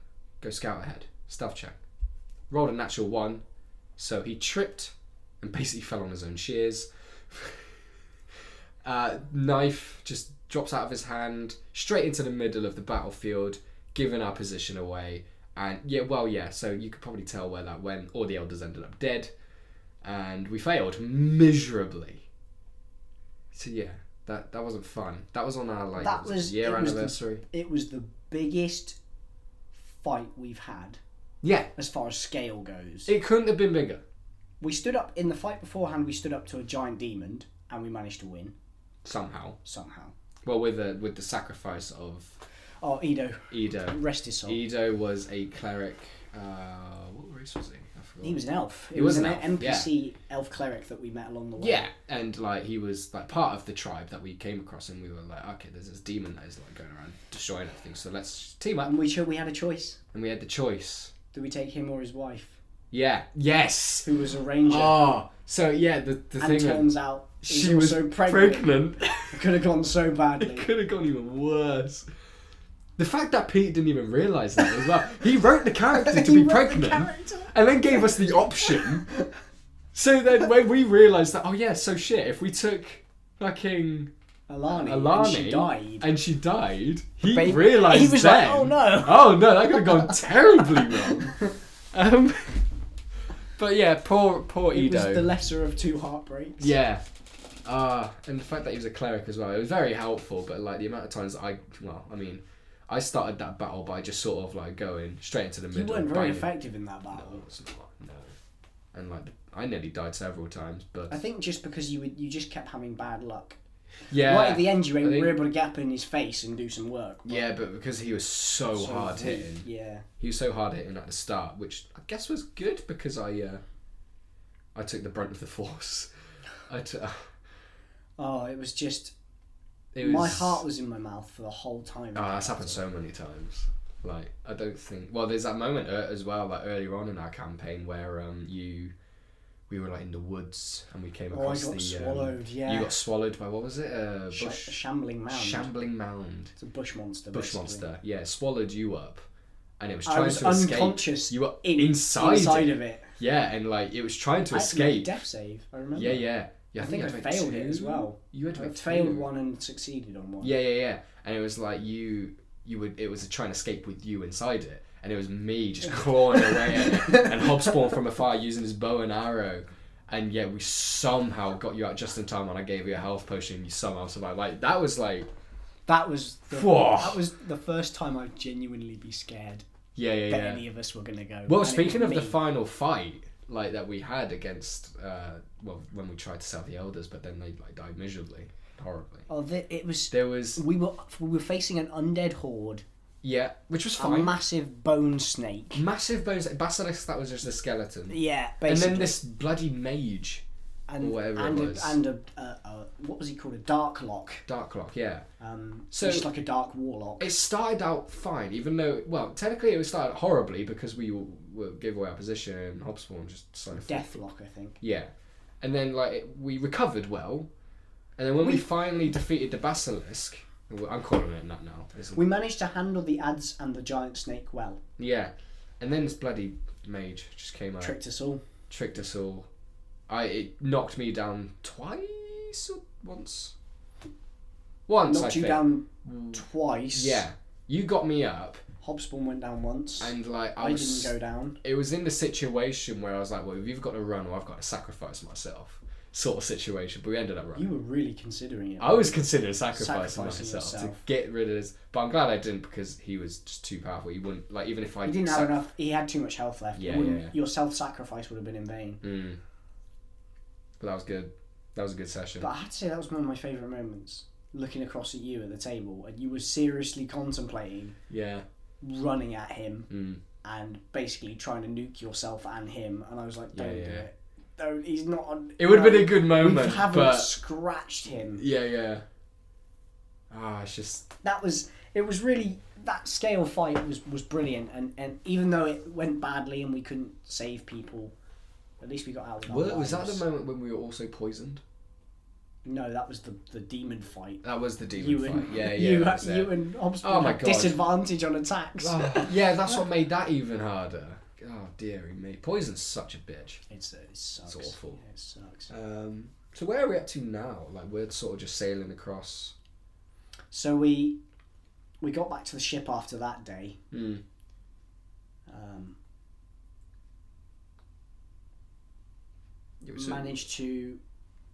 [SPEAKER 1] go scout ahead, stealth check. Rolled a natural one, so he tripped and basically fell on his own shears. uh, knife just drops out of his hand straight into the middle of the battlefield, giving our position away. And yeah, well, yeah, so you could probably tell where that went. All the elders ended up dead, and we failed miserably. So yeah, that that wasn't fun. That was on our like
[SPEAKER 2] That
[SPEAKER 1] it was
[SPEAKER 2] was-
[SPEAKER 1] year
[SPEAKER 2] it was the-
[SPEAKER 1] anniversary.
[SPEAKER 2] It was the biggest fight we've had
[SPEAKER 1] Yeah,
[SPEAKER 2] as far as scale goes.
[SPEAKER 1] it couldn't have been bigger.
[SPEAKER 2] we stood up in the fight beforehand. We stood up to a giant demon, and we managed to win
[SPEAKER 1] somehow.
[SPEAKER 2] somehow.
[SPEAKER 1] Well, with the with the sacrifice of
[SPEAKER 2] Oh, Edo,
[SPEAKER 1] Edo.
[SPEAKER 2] rest his soul.
[SPEAKER 1] Edo was a cleric. Uh, what race was he? I forgot.
[SPEAKER 2] He was an elf. It
[SPEAKER 1] He
[SPEAKER 2] was,
[SPEAKER 1] was an
[SPEAKER 2] an,
[SPEAKER 1] elf,
[SPEAKER 2] NPC elf cleric that we met along the way.
[SPEAKER 1] yeah, and like he was like part of the tribe that we came across, and we were like, okay, there's this demon that is like going around destroying everything, so let's team up.
[SPEAKER 2] And we cho- we had a choice.
[SPEAKER 1] And we had the choice.
[SPEAKER 2] Do we take him or his wife,
[SPEAKER 1] Yeah. Yes.
[SPEAKER 2] who was a ranger?
[SPEAKER 1] Oh, so yeah, the the
[SPEAKER 2] Ah.
[SPEAKER 1] thing.
[SPEAKER 2] and turns out she's
[SPEAKER 1] she was
[SPEAKER 2] also
[SPEAKER 1] pregnant.
[SPEAKER 2] pregnant. Could have gone so
[SPEAKER 1] it
[SPEAKER 2] badly.
[SPEAKER 1] could have gone even worse. The fact that Pete didn't even realise that as well. He wrote the character to
[SPEAKER 2] He
[SPEAKER 1] be
[SPEAKER 2] wrote the
[SPEAKER 1] pregnant.
[SPEAKER 2] character.
[SPEAKER 1] and then gave us the option. So then, when we realised that, oh yeah, so shit, if we took fucking
[SPEAKER 2] Alani.
[SPEAKER 1] Alani
[SPEAKER 2] And she died.
[SPEAKER 1] and she died, he
[SPEAKER 2] Baby-
[SPEAKER 1] realised
[SPEAKER 2] he was
[SPEAKER 1] then,
[SPEAKER 2] like, "Oh, no."
[SPEAKER 1] oh no, that could have gone terribly wrong. Um, but yeah, poor poor
[SPEAKER 2] It was
[SPEAKER 1] Edo.
[SPEAKER 2] the lesser of two heartbreaks.
[SPEAKER 1] yeah. Uh, and the fact that he was a cleric as well, it was very helpful. But like the amount of times I, well, I mean, I started that battle by just sort of like going straight into the
[SPEAKER 2] You
[SPEAKER 1] middle.
[SPEAKER 2] weren't very
[SPEAKER 1] banging
[SPEAKER 2] effective in that battle.
[SPEAKER 1] no, it's not. No. And like, I nearly died several times,
[SPEAKER 2] I
[SPEAKER 1] but
[SPEAKER 2] think just because you would, you just kept having bad luck.
[SPEAKER 1] yeah,
[SPEAKER 2] Right at the end, you
[SPEAKER 1] I think-
[SPEAKER 2] were able to get up in his face and do some work.
[SPEAKER 1] yeah, but because he was so,
[SPEAKER 2] So
[SPEAKER 1] hard
[SPEAKER 2] we-
[SPEAKER 1] hitting,
[SPEAKER 2] Yeah.
[SPEAKER 1] he was so hard hitting at the start, which I guess was good because I, uh, I took the brunt of the force. I t- uh,
[SPEAKER 2] Oh, it was just
[SPEAKER 1] it was,
[SPEAKER 2] my heart was in my mouth for the whole time.
[SPEAKER 1] Oh, that's happened so many times. Like, I don't think. Well, there's that moment uh, as well, like earlier on in our campaign where um you, we were like in the woods and we came
[SPEAKER 2] Oh, I
[SPEAKER 1] across
[SPEAKER 2] got
[SPEAKER 1] the. um,
[SPEAKER 2] swallowed. yeah.
[SPEAKER 1] You got swallowed by what was it? A
[SPEAKER 2] Sh-
[SPEAKER 1] bush.
[SPEAKER 2] a shambling mound.
[SPEAKER 1] Shambling mound.
[SPEAKER 2] it's a bush monster.
[SPEAKER 1] Bush
[SPEAKER 2] basically.
[SPEAKER 1] monster. Yeah, swallowed you up. And it was
[SPEAKER 2] I
[SPEAKER 1] trying
[SPEAKER 2] was
[SPEAKER 1] to escape.
[SPEAKER 2] unconscious.
[SPEAKER 1] You were
[SPEAKER 2] in-
[SPEAKER 1] inside.
[SPEAKER 2] inside
[SPEAKER 1] it.
[SPEAKER 2] of it.
[SPEAKER 1] Yeah, and like it was trying to
[SPEAKER 2] I had to make a
[SPEAKER 1] escape.
[SPEAKER 2] death save. I remember.
[SPEAKER 1] yeah, yeah. yeah
[SPEAKER 2] I think
[SPEAKER 1] you
[SPEAKER 2] I
[SPEAKER 1] had to make
[SPEAKER 2] failed it as
[SPEAKER 1] two.
[SPEAKER 2] well.
[SPEAKER 1] You had to
[SPEAKER 2] I
[SPEAKER 1] make
[SPEAKER 2] failed
[SPEAKER 1] two.
[SPEAKER 2] one and succeeded on one.
[SPEAKER 1] Yeah, yeah, yeah. And it was like you, you would. It was trying to escape with you inside it, and it was me just clawing away at it, and Hobspawn from afar using his bow and arrow. And yeah, we somehow got you out just in time, and I gave you a health potion. and You somehow survived. Like that was like,
[SPEAKER 2] That was the,
[SPEAKER 1] Whoa.
[SPEAKER 2] that was the first time I'd genuinely be scared
[SPEAKER 1] yeah, yeah,
[SPEAKER 2] that
[SPEAKER 1] yeah.
[SPEAKER 2] any of us were gonna go.
[SPEAKER 1] Well,
[SPEAKER 2] And it
[SPEAKER 1] speaking
[SPEAKER 2] was
[SPEAKER 1] of the
[SPEAKER 2] me.
[SPEAKER 1] final fight, like that we had against, uh, well, when we tried to sell the elders, but then they like died miserably, horribly.
[SPEAKER 2] oh, the, it was
[SPEAKER 1] There was
[SPEAKER 2] we were we were facing an undead horde,
[SPEAKER 1] yeah, which was
[SPEAKER 2] a
[SPEAKER 1] fine.
[SPEAKER 2] massive bone snake.
[SPEAKER 1] Massive bones. Basilisk that was just a skeleton,
[SPEAKER 2] Yeah,
[SPEAKER 1] and
[SPEAKER 2] basically.
[SPEAKER 1] then this bloody mage,
[SPEAKER 2] and,
[SPEAKER 1] whatever
[SPEAKER 2] and
[SPEAKER 1] it
[SPEAKER 2] a,
[SPEAKER 1] was.
[SPEAKER 2] and a, a, a what was he called? A dark lock.
[SPEAKER 1] Dark Lock. Yeah,
[SPEAKER 2] Um,
[SPEAKER 1] So-
[SPEAKER 2] so just like a dark warlock.
[SPEAKER 1] it started out fine, even though well, technically it was started horribly because we all- were gave away our position and Hobspawn just decided. to-
[SPEAKER 2] Deathlock, I think.
[SPEAKER 1] Yeah, and then like it, we recovered well, and then when we, finally defeated the basilisk, I'm calling it that now. It's
[SPEAKER 2] We managed to handle the ads and the giant snake well.
[SPEAKER 1] Yeah, and then this bloody mage just came out,
[SPEAKER 2] Tricked us all.
[SPEAKER 1] tricked us all. I it knocked me down twice or once. Once
[SPEAKER 2] Knocked
[SPEAKER 1] I
[SPEAKER 2] you
[SPEAKER 1] think.
[SPEAKER 2] down twice.
[SPEAKER 1] Mm. Yeah, you got me up,
[SPEAKER 2] Hobsbawm went down once.
[SPEAKER 1] and like I,
[SPEAKER 2] I
[SPEAKER 1] was.
[SPEAKER 2] didn't go down.
[SPEAKER 1] It was in the situation where I was like, "Well, if you've got to run, or I've got to sacrifice myself," sort of situation. But we ended up running.
[SPEAKER 2] You were really considering it.
[SPEAKER 1] I was considering sacrificing,
[SPEAKER 2] Sacrificing
[SPEAKER 1] myself to
[SPEAKER 2] yourself.
[SPEAKER 1] get rid of this, but I'm glad I didn't because he was just too powerful. He wouldn't like even if I
[SPEAKER 2] He didn't have
[SPEAKER 1] sac-
[SPEAKER 2] enough. He had too much health left. It
[SPEAKER 1] Yeah,
[SPEAKER 2] wouldn't-
[SPEAKER 1] yeah, yeah.
[SPEAKER 2] Your self-sacrifice would have been in vain.
[SPEAKER 1] Mm. But that was good. That was a good session.
[SPEAKER 2] But I had to say that was one of my favourite moments. Looking across at you at the table, and you were seriously contemplating
[SPEAKER 1] yeah.
[SPEAKER 2] running at him
[SPEAKER 1] Mm.
[SPEAKER 2] and basically trying to nuke yourself and him. And I was like,
[SPEAKER 1] Yeah,
[SPEAKER 2] "Don't do
[SPEAKER 1] yeah.
[SPEAKER 2] it. Don't. He's not on.
[SPEAKER 1] It would have
[SPEAKER 2] no,
[SPEAKER 1] been a good moment,
[SPEAKER 2] We haven't
[SPEAKER 1] but
[SPEAKER 2] scratched him.
[SPEAKER 1] yeah, yeah. Ah, it's just
[SPEAKER 2] that was it was really that scale fight was was brilliant and and even though it went badly and we couldn't save people At least we got out. With our
[SPEAKER 1] Were, was that the
[SPEAKER 2] lives.
[SPEAKER 1] moment when we were also poisoned?
[SPEAKER 2] No, that was the the demon fight.
[SPEAKER 1] That was the demon
[SPEAKER 2] you
[SPEAKER 1] fight.
[SPEAKER 2] and
[SPEAKER 1] yeah, yeah.
[SPEAKER 2] you,
[SPEAKER 1] that was it.
[SPEAKER 2] you and Hobsbawm
[SPEAKER 1] Oh my
[SPEAKER 2] had
[SPEAKER 1] God.
[SPEAKER 2] disadvantage on attacks.
[SPEAKER 1] Oh, yeah, that's what made that even harder. Oh dearie me, poison's such a bitch.
[SPEAKER 2] It's it sucks.
[SPEAKER 1] awful.
[SPEAKER 2] Yeah, it sucks.
[SPEAKER 1] Um, so where are we up to now? Like we're sort of just sailing across.
[SPEAKER 2] So we we got back to the ship after that day.
[SPEAKER 1] Hmm.
[SPEAKER 2] Um,
[SPEAKER 1] It was a-
[SPEAKER 2] managed to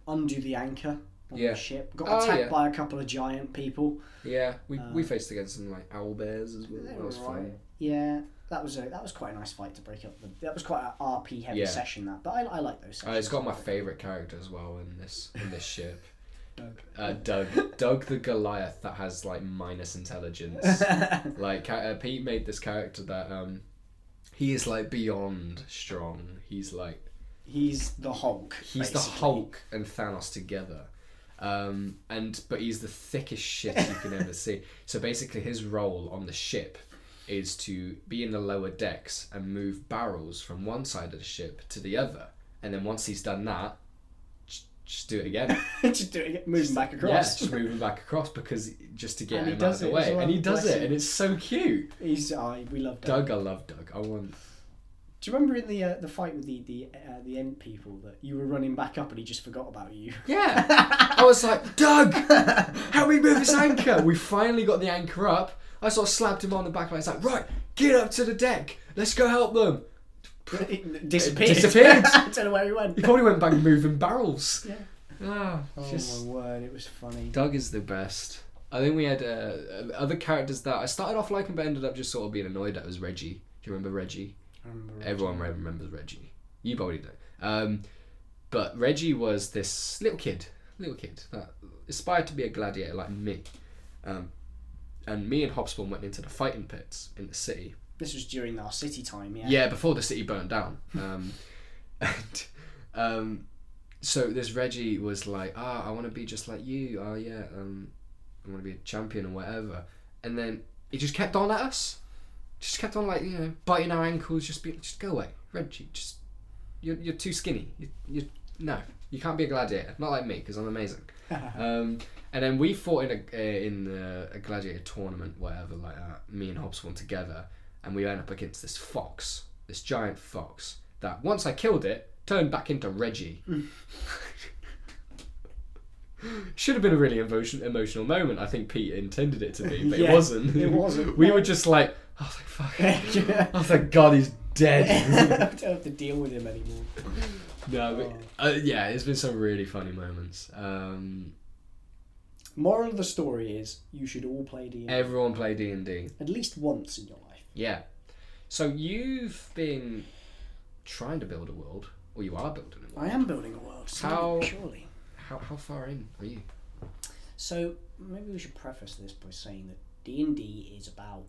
[SPEAKER 2] undo the anchor on
[SPEAKER 1] Yeah.
[SPEAKER 2] the ship. Got
[SPEAKER 1] Oh,
[SPEAKER 2] attacked
[SPEAKER 1] yeah.
[SPEAKER 2] by a couple of giant people.
[SPEAKER 1] yeah, we, we
[SPEAKER 2] Um,
[SPEAKER 1] faced against some like owl bears as well.
[SPEAKER 2] They
[SPEAKER 1] That
[SPEAKER 2] were
[SPEAKER 1] was fun.
[SPEAKER 2] alright. Yeah, that was a that was quite a nice fight to break up. The, that was quite a RP heavy
[SPEAKER 1] Yeah.
[SPEAKER 2] session. That, but I, I like those.
[SPEAKER 1] Uh,
[SPEAKER 2] Sessions.
[SPEAKER 1] it's got my favourite character as well in this in this ship.
[SPEAKER 2] Doug.
[SPEAKER 1] Uh, Doug, Doug the Goliath that has like minus intelligence. like ca- uh, Pete made this character that um, he is like beyond strong. He's like
[SPEAKER 2] he's the Hulk.
[SPEAKER 1] he's the
[SPEAKER 2] basically.
[SPEAKER 1] Hulk and Thanos together. Um, and but he's the thickest shit you can ever see. So basically, his role on the ship is to be in the lower decks and move barrels from one side of the ship to the other. And then once he's done that, j- just do it again.
[SPEAKER 2] just doing it, moving back
[SPEAKER 1] Yeah,
[SPEAKER 2] across.
[SPEAKER 1] just moving back across because just to get
[SPEAKER 2] And he
[SPEAKER 1] him out of
[SPEAKER 2] does
[SPEAKER 1] the
[SPEAKER 2] it
[SPEAKER 1] way,
[SPEAKER 2] as well,
[SPEAKER 1] and he does
[SPEAKER 2] bless
[SPEAKER 1] it,
[SPEAKER 2] him.
[SPEAKER 1] and it's so cute.
[SPEAKER 2] He's uh, we love Doug.
[SPEAKER 1] Doug, I love Doug. I want.
[SPEAKER 2] Do you remember in the uh, the fight with the the uh, the end people that you were running back up and he just forgot about you?
[SPEAKER 1] Yeah, I was like, Doug, help me move this anchor. We finally got the anchor up. I sort of slapped him on the back. And I was like, right, get up to the deck. Let's go help them.
[SPEAKER 2] It disappeared.
[SPEAKER 1] disappeared.
[SPEAKER 2] I don't know where he went.
[SPEAKER 1] He probably went back moving barrels.
[SPEAKER 2] Yeah.
[SPEAKER 1] Ah,
[SPEAKER 2] Oh
[SPEAKER 1] just
[SPEAKER 2] my word, it was funny.
[SPEAKER 1] Doug is the best. I think we had uh, other characters that I started off liking, but ended up just sort of being annoyed at. Was Reggie? Do you remember Reggie?
[SPEAKER 2] I remember
[SPEAKER 1] Everyone re- remembers Reggie. You probably don't. Um, but Reggie was this little kid, little kid that aspired to be a gladiator like me. Um, and me and Hobsbawm went into the fighting pits in the city.
[SPEAKER 2] this was during our city time. Yeah.
[SPEAKER 1] Yeah, before the city burned down. Um, and um, so this Reggie was like, "Ah, I want to be just like you. Oh yeah, um, I want to be a champion or whatever." And then he just kept on at us, just kept on like you know biting our ankles, just be just go away, Reggie. Just you're you're too skinny. You you no, you can't be a gladiator. Not like me because I'm amazing. um, and then we fought in a uh, in the, a gladiator tournament, whatever like that. Me and Hobbs won together, and we went up against this fox, this giant fox that once I killed it turned back into Reggie. Should have been a really emotion, emotional moment. I think Pete intended it to be, but
[SPEAKER 2] Yeah,
[SPEAKER 1] it wasn't.
[SPEAKER 2] it wasn't.
[SPEAKER 1] we were just like, oh thank fuck,
[SPEAKER 2] Yeah.
[SPEAKER 1] oh thank God he's
[SPEAKER 2] I
[SPEAKER 1] dead.
[SPEAKER 2] don't have to deal with him anymore. Oh.
[SPEAKER 1] no, but, uh, yeah, there's been some really funny moments. Um,
[SPEAKER 2] Moral of the story is you should all play D at
[SPEAKER 1] everyone play D and D.
[SPEAKER 2] least once in your life.
[SPEAKER 1] Yeah. So you've been trying to build a world, or you are building a world.
[SPEAKER 2] I am building a world. So
[SPEAKER 1] How-
[SPEAKER 2] surely?
[SPEAKER 1] How, how far in are you?
[SPEAKER 2] So maybe we should preface this by saying that D and D is about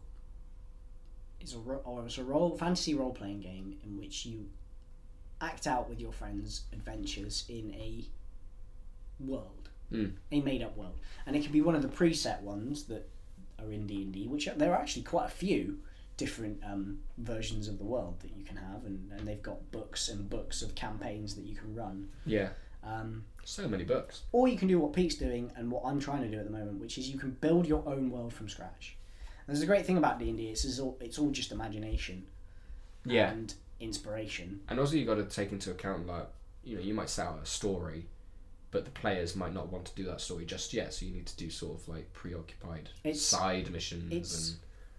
[SPEAKER 2] is a ro- or it's a role fantasy role playing game in which you act out with your friends adventures in a world,
[SPEAKER 1] Mm.
[SPEAKER 2] a made up world, and it can be one of the preset ones that are in D and D, which are, there are actually quite a few different um, versions of the world that you can have, and, and they've got books and books of campaigns that you can run.
[SPEAKER 1] Yeah.
[SPEAKER 2] Um,
[SPEAKER 1] So many books.
[SPEAKER 2] or you can do what Pete's doing and what I'm trying to do at the moment, which is you can build your own world from scratch. And there's a great thing about D and D. It's all it's all just imagination
[SPEAKER 1] Yeah.
[SPEAKER 2] and inspiration.
[SPEAKER 1] And also you got to take into account like you know you might set out a story, but the players might not want to do that story just yet. So you need to do sort of like preoccupied
[SPEAKER 2] It's-
[SPEAKER 1] side missions.
[SPEAKER 2] it's-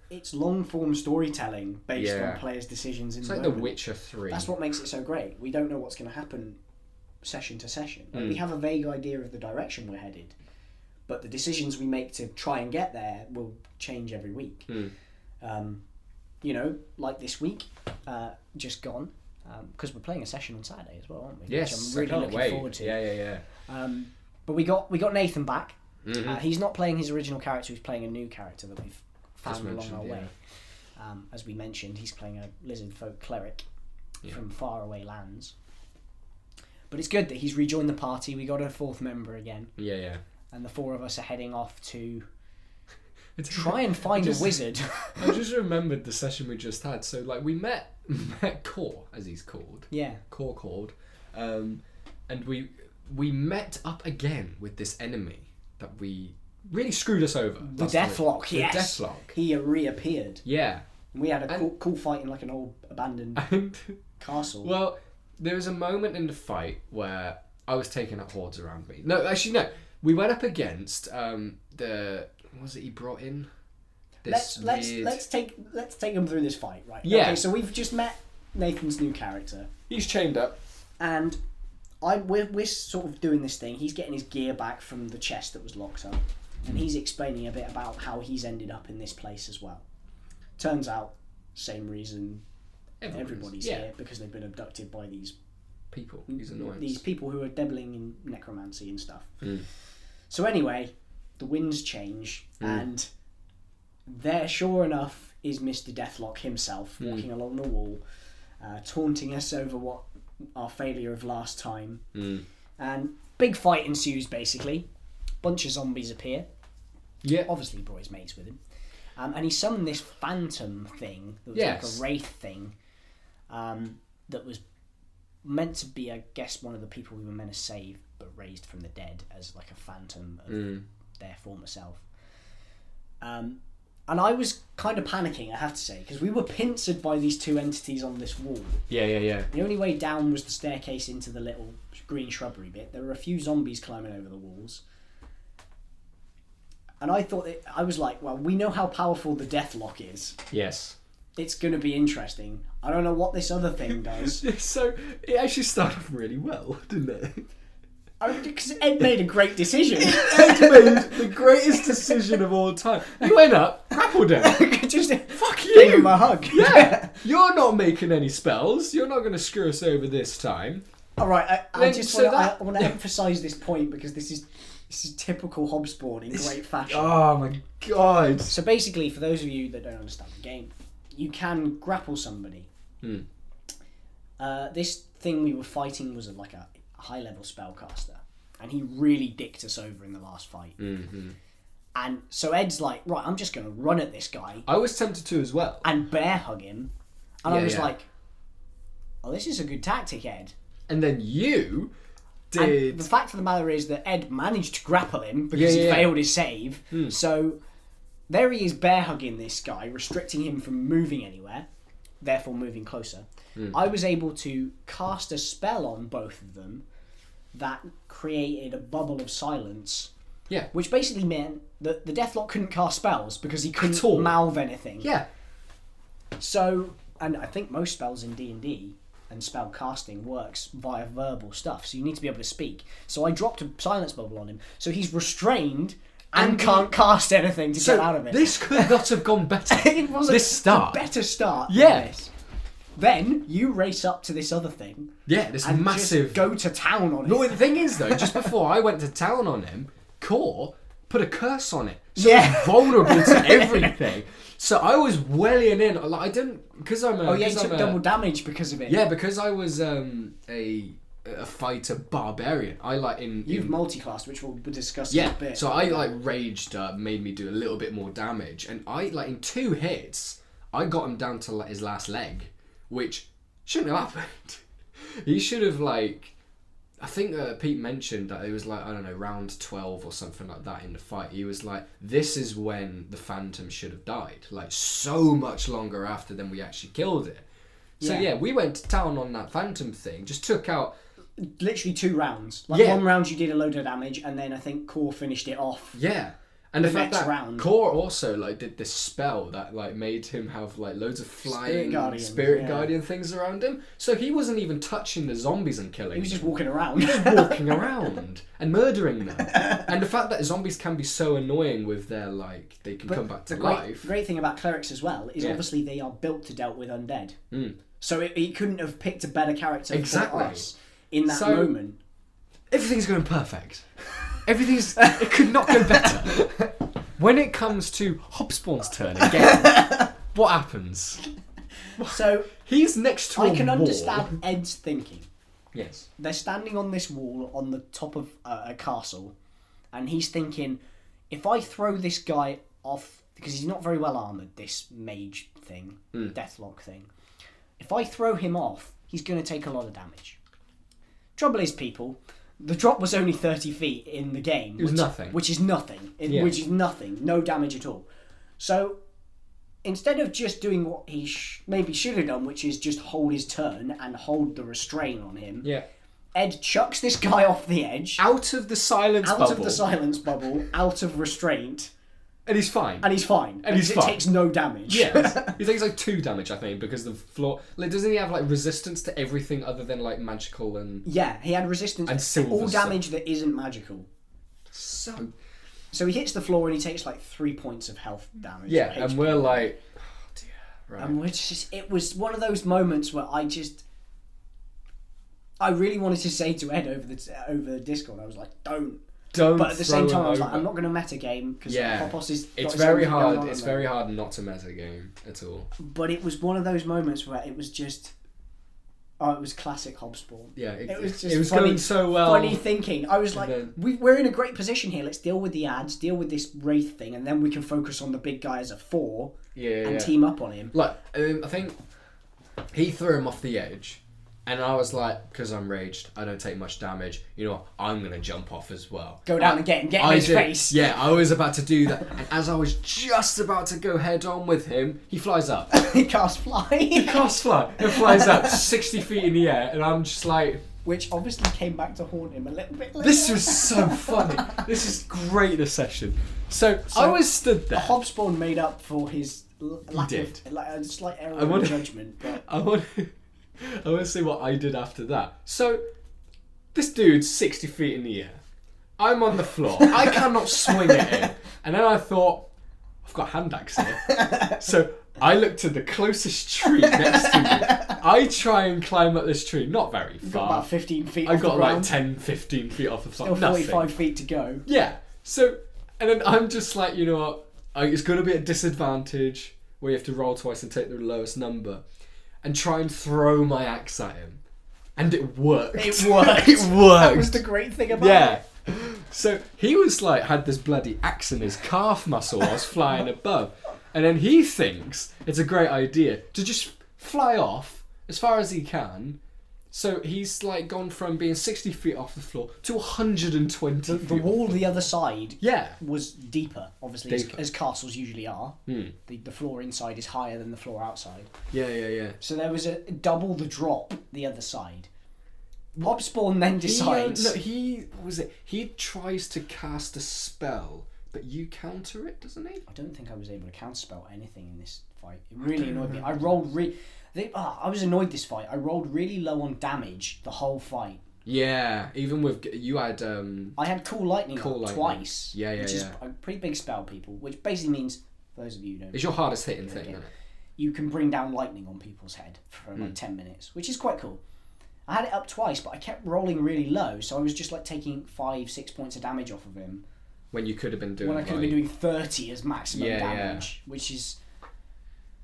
[SPEAKER 1] and
[SPEAKER 2] It's long form storytelling based
[SPEAKER 1] Yeah.
[SPEAKER 2] on players' decisions in
[SPEAKER 1] it's
[SPEAKER 2] the
[SPEAKER 1] like The
[SPEAKER 2] moment.
[SPEAKER 1] Witcher Three.
[SPEAKER 2] That's what makes it so great. We don't know what's going to happen session to session. Like,
[SPEAKER 1] Mm.
[SPEAKER 2] We have a vague idea of the direction we're headed, but the decisions we make to try and get there will change every week.
[SPEAKER 1] Mm.
[SPEAKER 2] Um, you know, like this week, uh, just gone, because we're playing a session on Saturday as well, aren't we?
[SPEAKER 1] Yes,
[SPEAKER 2] Which I'm really
[SPEAKER 1] I can't
[SPEAKER 2] looking
[SPEAKER 1] wait.
[SPEAKER 2] forward to.
[SPEAKER 1] Yeah, yeah, yeah. Mm-hmm.
[SPEAKER 2] Um, but we got we got Nathan back. Uh,
[SPEAKER 1] Hmm.
[SPEAKER 2] he's not playing his original character. He's playing a new character that we've found along
[SPEAKER 1] mentioned,
[SPEAKER 2] our way. Um, as we mentioned, he's playing a lizard folk cleric
[SPEAKER 1] Yeah.
[SPEAKER 2] from faraway lands. But it's good that he's rejoined the party. We got a fourth member again,
[SPEAKER 1] Yeah, yeah.
[SPEAKER 2] and the four of us are heading off to
[SPEAKER 1] It's
[SPEAKER 2] Try and find
[SPEAKER 1] Just-
[SPEAKER 2] a wizard.
[SPEAKER 1] I just remembered the session we just had. So like we met met Core as he's called,
[SPEAKER 2] yeah.
[SPEAKER 1] Core called, um, and we we met up again with this enemy that we really screwed us over.
[SPEAKER 2] The
[SPEAKER 1] last week.
[SPEAKER 2] Deathlock,
[SPEAKER 1] The
[SPEAKER 2] yes.
[SPEAKER 1] Deathlock.
[SPEAKER 2] He reappeared.
[SPEAKER 1] Yeah.
[SPEAKER 2] And we had a
[SPEAKER 1] And-
[SPEAKER 2] cool, cool fight in like an old abandoned
[SPEAKER 1] And
[SPEAKER 2] castle.
[SPEAKER 1] well, there was a moment in the fight where I was taking up hordes around me. No, actually no. We went up against um, the what was it he brought in?
[SPEAKER 2] let's
[SPEAKER 1] This
[SPEAKER 2] let's
[SPEAKER 1] weird-
[SPEAKER 2] let's take let's take him through this fight, right?
[SPEAKER 1] Yeah.
[SPEAKER 2] Okay, so we've just met Nathan's new character,
[SPEAKER 1] He's chained up.
[SPEAKER 2] and I we're, we're sort of doing this thing. He's getting his gear back from the chest that was locked up, and he's explaining a bit about how he's ended up in this place as well. Turns out, same reason everybody's
[SPEAKER 1] yeah.
[SPEAKER 2] here because they've been abducted by these
[SPEAKER 1] People. He's annoying.
[SPEAKER 2] Mm, Mm-hmm. these people who are dabbling in necromancy and stuff. So anyway, the winds change, and there, sure enough, is Mister Deathlock himself walking along the wall, uh, taunting us over what our failure of last time. And big fight ensues. Basically, bunch of zombies appear.
[SPEAKER 1] Yeah.
[SPEAKER 2] Obviously, he brought his mates with him, um, and he summoned this phantom thing that was
[SPEAKER 1] Yes.
[SPEAKER 2] like a wraith thing um, that was meant to be, I guess, one of the people we were meant to save, but raised from the dead as like a phantom of their former self. Um, and I was kind of panicking, I have to say, because we were pincered by these two entities on this wall.
[SPEAKER 1] Yeah, yeah, yeah.
[SPEAKER 2] The only way down was the staircase into the little green shrubbery bit. There were a few zombies climbing over the walls. And I thought, it, I was like, well, we know how powerful the Deathlock is.
[SPEAKER 1] Yes.
[SPEAKER 2] It's going to be interesting. I don't know what this other thing does.
[SPEAKER 1] So it actually started off really well, didn't it?
[SPEAKER 2] Because Ed made a great decision.
[SPEAKER 1] Ed made the greatest decision of all time. You went up, grappled him.
[SPEAKER 2] Just
[SPEAKER 1] Fuck
[SPEAKER 2] gave him
[SPEAKER 1] you!
[SPEAKER 2] a hug.
[SPEAKER 1] Yeah, you're not making any spells. You're not going to screw us over this time.
[SPEAKER 2] All right, I, I
[SPEAKER 1] Then-
[SPEAKER 2] just
[SPEAKER 1] so
[SPEAKER 2] wanna,
[SPEAKER 1] that-
[SPEAKER 2] I want to emphasise this point because this is this is typical Hobsbawm in great fashion.
[SPEAKER 1] Oh my god.
[SPEAKER 2] So basically, for those of you that don't understand the game, you can grapple somebody.
[SPEAKER 1] Hmm.
[SPEAKER 2] Uh, this thing we were fighting was a, like a high level spellcaster, and he really dicked us over in the last fight.
[SPEAKER 1] Mm-hmm.
[SPEAKER 2] And so Ed's like, right, I'm just going to run at this guy
[SPEAKER 1] I was tempted to as well.
[SPEAKER 2] and bear hug him, and I
[SPEAKER 1] Yeah,
[SPEAKER 2] was
[SPEAKER 1] yeah.
[SPEAKER 2] like, oh, this is a good tactic, Ed.
[SPEAKER 1] And then you
[SPEAKER 2] And
[SPEAKER 1] did.
[SPEAKER 2] the fact of the matter is that Ed managed to grapple him
[SPEAKER 1] Yeah,
[SPEAKER 2] because he
[SPEAKER 1] yeah, Hmm. yeah.
[SPEAKER 2] failed his save. So there he is, bear hugging this guy, restricting him from moving anywhere, therefore moving closer.
[SPEAKER 1] Hmm.
[SPEAKER 2] I was able to cast a spell on both of them that created a bubble of silence.
[SPEAKER 1] Yeah.
[SPEAKER 2] Which basically meant that the Deathlock couldn't cast spells because he couldn't
[SPEAKER 1] all.
[SPEAKER 2] mouth anything.
[SPEAKER 1] Yeah.
[SPEAKER 2] So, and I think most spells in D and D and spell casting works via verbal stuff. So you need to be able to speak. So I dropped a silence bubble on him, so he's restrained and,
[SPEAKER 1] And he-
[SPEAKER 2] can't cast anything to
[SPEAKER 1] So
[SPEAKER 2] get out of it.
[SPEAKER 1] this could not have gone better.
[SPEAKER 2] it was
[SPEAKER 1] this
[SPEAKER 2] a,
[SPEAKER 1] start.
[SPEAKER 2] a better start. than
[SPEAKER 1] Yeah.
[SPEAKER 2] this. Then you race up to this other thing
[SPEAKER 1] Yeah, this
[SPEAKER 2] and
[SPEAKER 1] massive
[SPEAKER 2] just go to town on
[SPEAKER 1] Well,
[SPEAKER 2] it.
[SPEAKER 1] the thing is, though, just before I went to town on him, Core put a curse on it. So
[SPEAKER 2] Yeah.
[SPEAKER 1] it's vulnerable to everything. So I was welling in. Like, I didn't because I'm a.
[SPEAKER 2] Oh yeah, he
[SPEAKER 1] because
[SPEAKER 2] took
[SPEAKER 1] I'm a-
[SPEAKER 2] double damage because of it.
[SPEAKER 1] Yeah, because I was um, a a fighter barbarian. I like in
[SPEAKER 2] You've
[SPEAKER 1] in-
[SPEAKER 2] multiclassed, which we'll discuss in
[SPEAKER 1] yeah.
[SPEAKER 2] a bit.
[SPEAKER 1] So I like raged up, made me do a little bit more damage, and I like in two hits, I got him down to like his last leg, which shouldn't have happened. he should have like I think uh, Pete mentioned that it was like I don't know round twelve or something like that in the fight. He was like, "This is when the Phantom should have died, like so much longer after than we actually killed it." So
[SPEAKER 2] Yeah.
[SPEAKER 1] yeah, we went to town on that Phantom thing. Just took out
[SPEAKER 2] literally two rounds. Like
[SPEAKER 1] Yeah.
[SPEAKER 2] one round you did a load of damage, and then I think Core finished it off.
[SPEAKER 1] yeah, and the, fact
[SPEAKER 2] next
[SPEAKER 1] that
[SPEAKER 2] round.
[SPEAKER 1] Core also like did this spell that like made him have like loads of flying
[SPEAKER 2] guardians,
[SPEAKER 1] spirit
[SPEAKER 2] yeah.
[SPEAKER 1] guardian things around him. So he wasn't even touching the zombies and killing.
[SPEAKER 2] He was
[SPEAKER 1] them.
[SPEAKER 2] just walking around.
[SPEAKER 1] walking around and murdering them. And the fact that zombies can be so annoying with their like they can come back to
[SPEAKER 2] the great,
[SPEAKER 1] life.
[SPEAKER 2] great thing about clerics as well is
[SPEAKER 1] Yeah. Hmm.
[SPEAKER 2] obviously they are built to dealt with undead. So it, it couldn't have picked a better character
[SPEAKER 1] Exactly.
[SPEAKER 2] for us in that
[SPEAKER 1] So-
[SPEAKER 2] moment.
[SPEAKER 1] Everything's going perfect. Everything's it could not go better. When it comes to Hobsbawm's turn again, what happens?
[SPEAKER 2] So
[SPEAKER 1] He's next to a
[SPEAKER 2] I can
[SPEAKER 1] wall.
[SPEAKER 2] understand Ed's thinking.
[SPEAKER 1] Yes.
[SPEAKER 2] They're standing on this wall on the top of a, a castle, and he's thinking, if I throw this guy off because he's not very well armored. This mage thing,
[SPEAKER 1] Mm.
[SPEAKER 2] deathlock thing. If I throw him off, he's going to take a lot of damage. Trouble is, people, the drop was only thirty feet in the game.
[SPEAKER 1] was
[SPEAKER 2] which,
[SPEAKER 1] nothing.
[SPEAKER 2] Which is nothing. in-
[SPEAKER 1] Yeah.
[SPEAKER 2] Which is nothing. No damage at all. So instead of just doing what he sh- maybe should have done, which is just hold his turn and hold the restraint on him,
[SPEAKER 1] Yeah.
[SPEAKER 2] Ed chucks this guy off the edge, out,
[SPEAKER 1] Out of the silence bubble,
[SPEAKER 2] of the silence bubble, out of restraint,
[SPEAKER 1] and he's fine.
[SPEAKER 2] and he's fine. And
[SPEAKER 1] he's
[SPEAKER 2] it
[SPEAKER 1] fine.
[SPEAKER 2] takes no damage.
[SPEAKER 1] yeah, he takes like two damage, I think, because the floor. Like, doesn't he have like resistance to everything other than like magical and
[SPEAKER 2] yeah, he had resistance
[SPEAKER 1] And
[SPEAKER 2] to all
[SPEAKER 1] silver
[SPEAKER 2] damage that isn't magical.
[SPEAKER 1] so?
[SPEAKER 2] So he hits the floor and he takes like three points of health damage.
[SPEAKER 1] Yeah,
[SPEAKER 2] HP.
[SPEAKER 1] and we're like, oh dear, right?
[SPEAKER 2] And we're just, it was one of those moments where I just. I really wanted to say to Ed over the over Discord, I was like, "Don't,"
[SPEAKER 1] Don't.
[SPEAKER 2] but at the same
[SPEAKER 1] throw
[SPEAKER 2] time,
[SPEAKER 1] him
[SPEAKER 2] I was like,
[SPEAKER 1] over.
[SPEAKER 2] "I'm not going to meta game because
[SPEAKER 1] Yeah.
[SPEAKER 2] Popos is." got
[SPEAKER 1] It's
[SPEAKER 2] his own
[SPEAKER 1] very
[SPEAKER 2] thing going on
[SPEAKER 1] hard.
[SPEAKER 2] at
[SPEAKER 1] It's
[SPEAKER 2] the moment.
[SPEAKER 1] very hard not to meta game at all.
[SPEAKER 2] but it was one of those moments where it was just oh it was classic hobsbawm
[SPEAKER 1] Yeah, it,
[SPEAKER 2] It was
[SPEAKER 1] it-
[SPEAKER 2] just
[SPEAKER 1] it was
[SPEAKER 2] funny-
[SPEAKER 1] going so well.
[SPEAKER 2] funny thinking i was like
[SPEAKER 1] Oh. then-
[SPEAKER 2] we, we're in a great position here let's deal with the ads deal with this wraith thing and then we can focus on the big guy as a four
[SPEAKER 1] yeah, yeah.
[SPEAKER 2] and team up on him
[SPEAKER 1] Like, um, I think he threw him off the edge, and I was like, because I'm raged, I don't take much damage. You know, I'm gonna jump off as well.
[SPEAKER 2] go down and get him get in
[SPEAKER 1] I
[SPEAKER 2] his
[SPEAKER 1] did-
[SPEAKER 2] face
[SPEAKER 1] Yeah, I was about to do that, and as I was just about to go head on with him, he flies up.
[SPEAKER 2] he cast fly
[SPEAKER 1] Crossfly. It flies up sixty feet in the air, and I'm just like,
[SPEAKER 2] which obviously came back to haunt him a little bit later.
[SPEAKER 1] this was so funny. This is great. This session. So, I was stood there.
[SPEAKER 2] hobsbawm made up for his l- lack
[SPEAKER 1] did.
[SPEAKER 2] of like, a slight error
[SPEAKER 1] I
[SPEAKER 2] of
[SPEAKER 1] wonder-
[SPEAKER 2] judgment but
[SPEAKER 1] I want. I want to see what I did after that. So, this dude's sixty feet in the air. I'm on the floor. I cannot swing at him. And then I thought, I've got hand axe here. So I look to the closest tree next to me. I try and climb up this tree, not very far.
[SPEAKER 2] about 15 feet
[SPEAKER 1] I
[SPEAKER 2] off
[SPEAKER 1] got
[SPEAKER 2] the
[SPEAKER 1] like
[SPEAKER 2] ground
[SPEAKER 1] 10, 15 feet off of
[SPEAKER 2] still
[SPEAKER 1] something.
[SPEAKER 2] 45
[SPEAKER 1] Nothing.
[SPEAKER 2] feet to go
[SPEAKER 1] Yeah. So, and then I'm just like, you know what? I, it's going to be a disadvantage where you have to roll twice and take the lowest number and try and throw my axe at him. And it worked.
[SPEAKER 2] It worked.
[SPEAKER 1] it
[SPEAKER 2] that was
[SPEAKER 1] worked.
[SPEAKER 2] the great thing about it
[SPEAKER 1] yeah. So he was like, had this bloody axe in his calf muscle while I was flying above. And then he thinks it's a great idea to just fly off as far as he can. So he's like gone from being 60 feet off the floor to 120 feet
[SPEAKER 2] the wall the other side
[SPEAKER 1] yeah.
[SPEAKER 2] was deeper, obviously, as-
[SPEAKER 1] Deeper. Hmm.
[SPEAKER 2] As, castles usually are. The, the floor inside is higher than the floor outside.
[SPEAKER 1] Yeah, yeah, yeah.
[SPEAKER 2] So there was a double the drop the other side. Hobspawn then decides.
[SPEAKER 1] He, uh, no, he what was it. He tries to cast a spell, but you counter it, doesn't he?
[SPEAKER 2] I don't think I was able to counterspell anything in this fight. It really annoyed me. I rolled re. They, ah, I was annoyed this fight. I rolled really low on damage the whole fight.
[SPEAKER 1] Yeah. Even with you had um.
[SPEAKER 2] I had cool lightning
[SPEAKER 1] Cool lightning.
[SPEAKER 2] up twice.
[SPEAKER 1] Yeah, yeah,
[SPEAKER 2] which is
[SPEAKER 1] yeah.
[SPEAKER 2] a pretty big spell, people. Which basically means, for those of you who don't
[SPEAKER 1] It's your hardest hitting thing, isn't it?
[SPEAKER 2] you can bring down lightning on people's head for like
[SPEAKER 1] Hmm.
[SPEAKER 2] 10 minutes, which is quite cool. I had it up twice, but I kept rolling really low, so I was just like taking five, six points of damage off of him
[SPEAKER 1] When you could have been doing.
[SPEAKER 2] when I could have
[SPEAKER 1] like-
[SPEAKER 2] been doing 30 as maximum
[SPEAKER 1] Yeah, yeah.
[SPEAKER 2] damage, which is.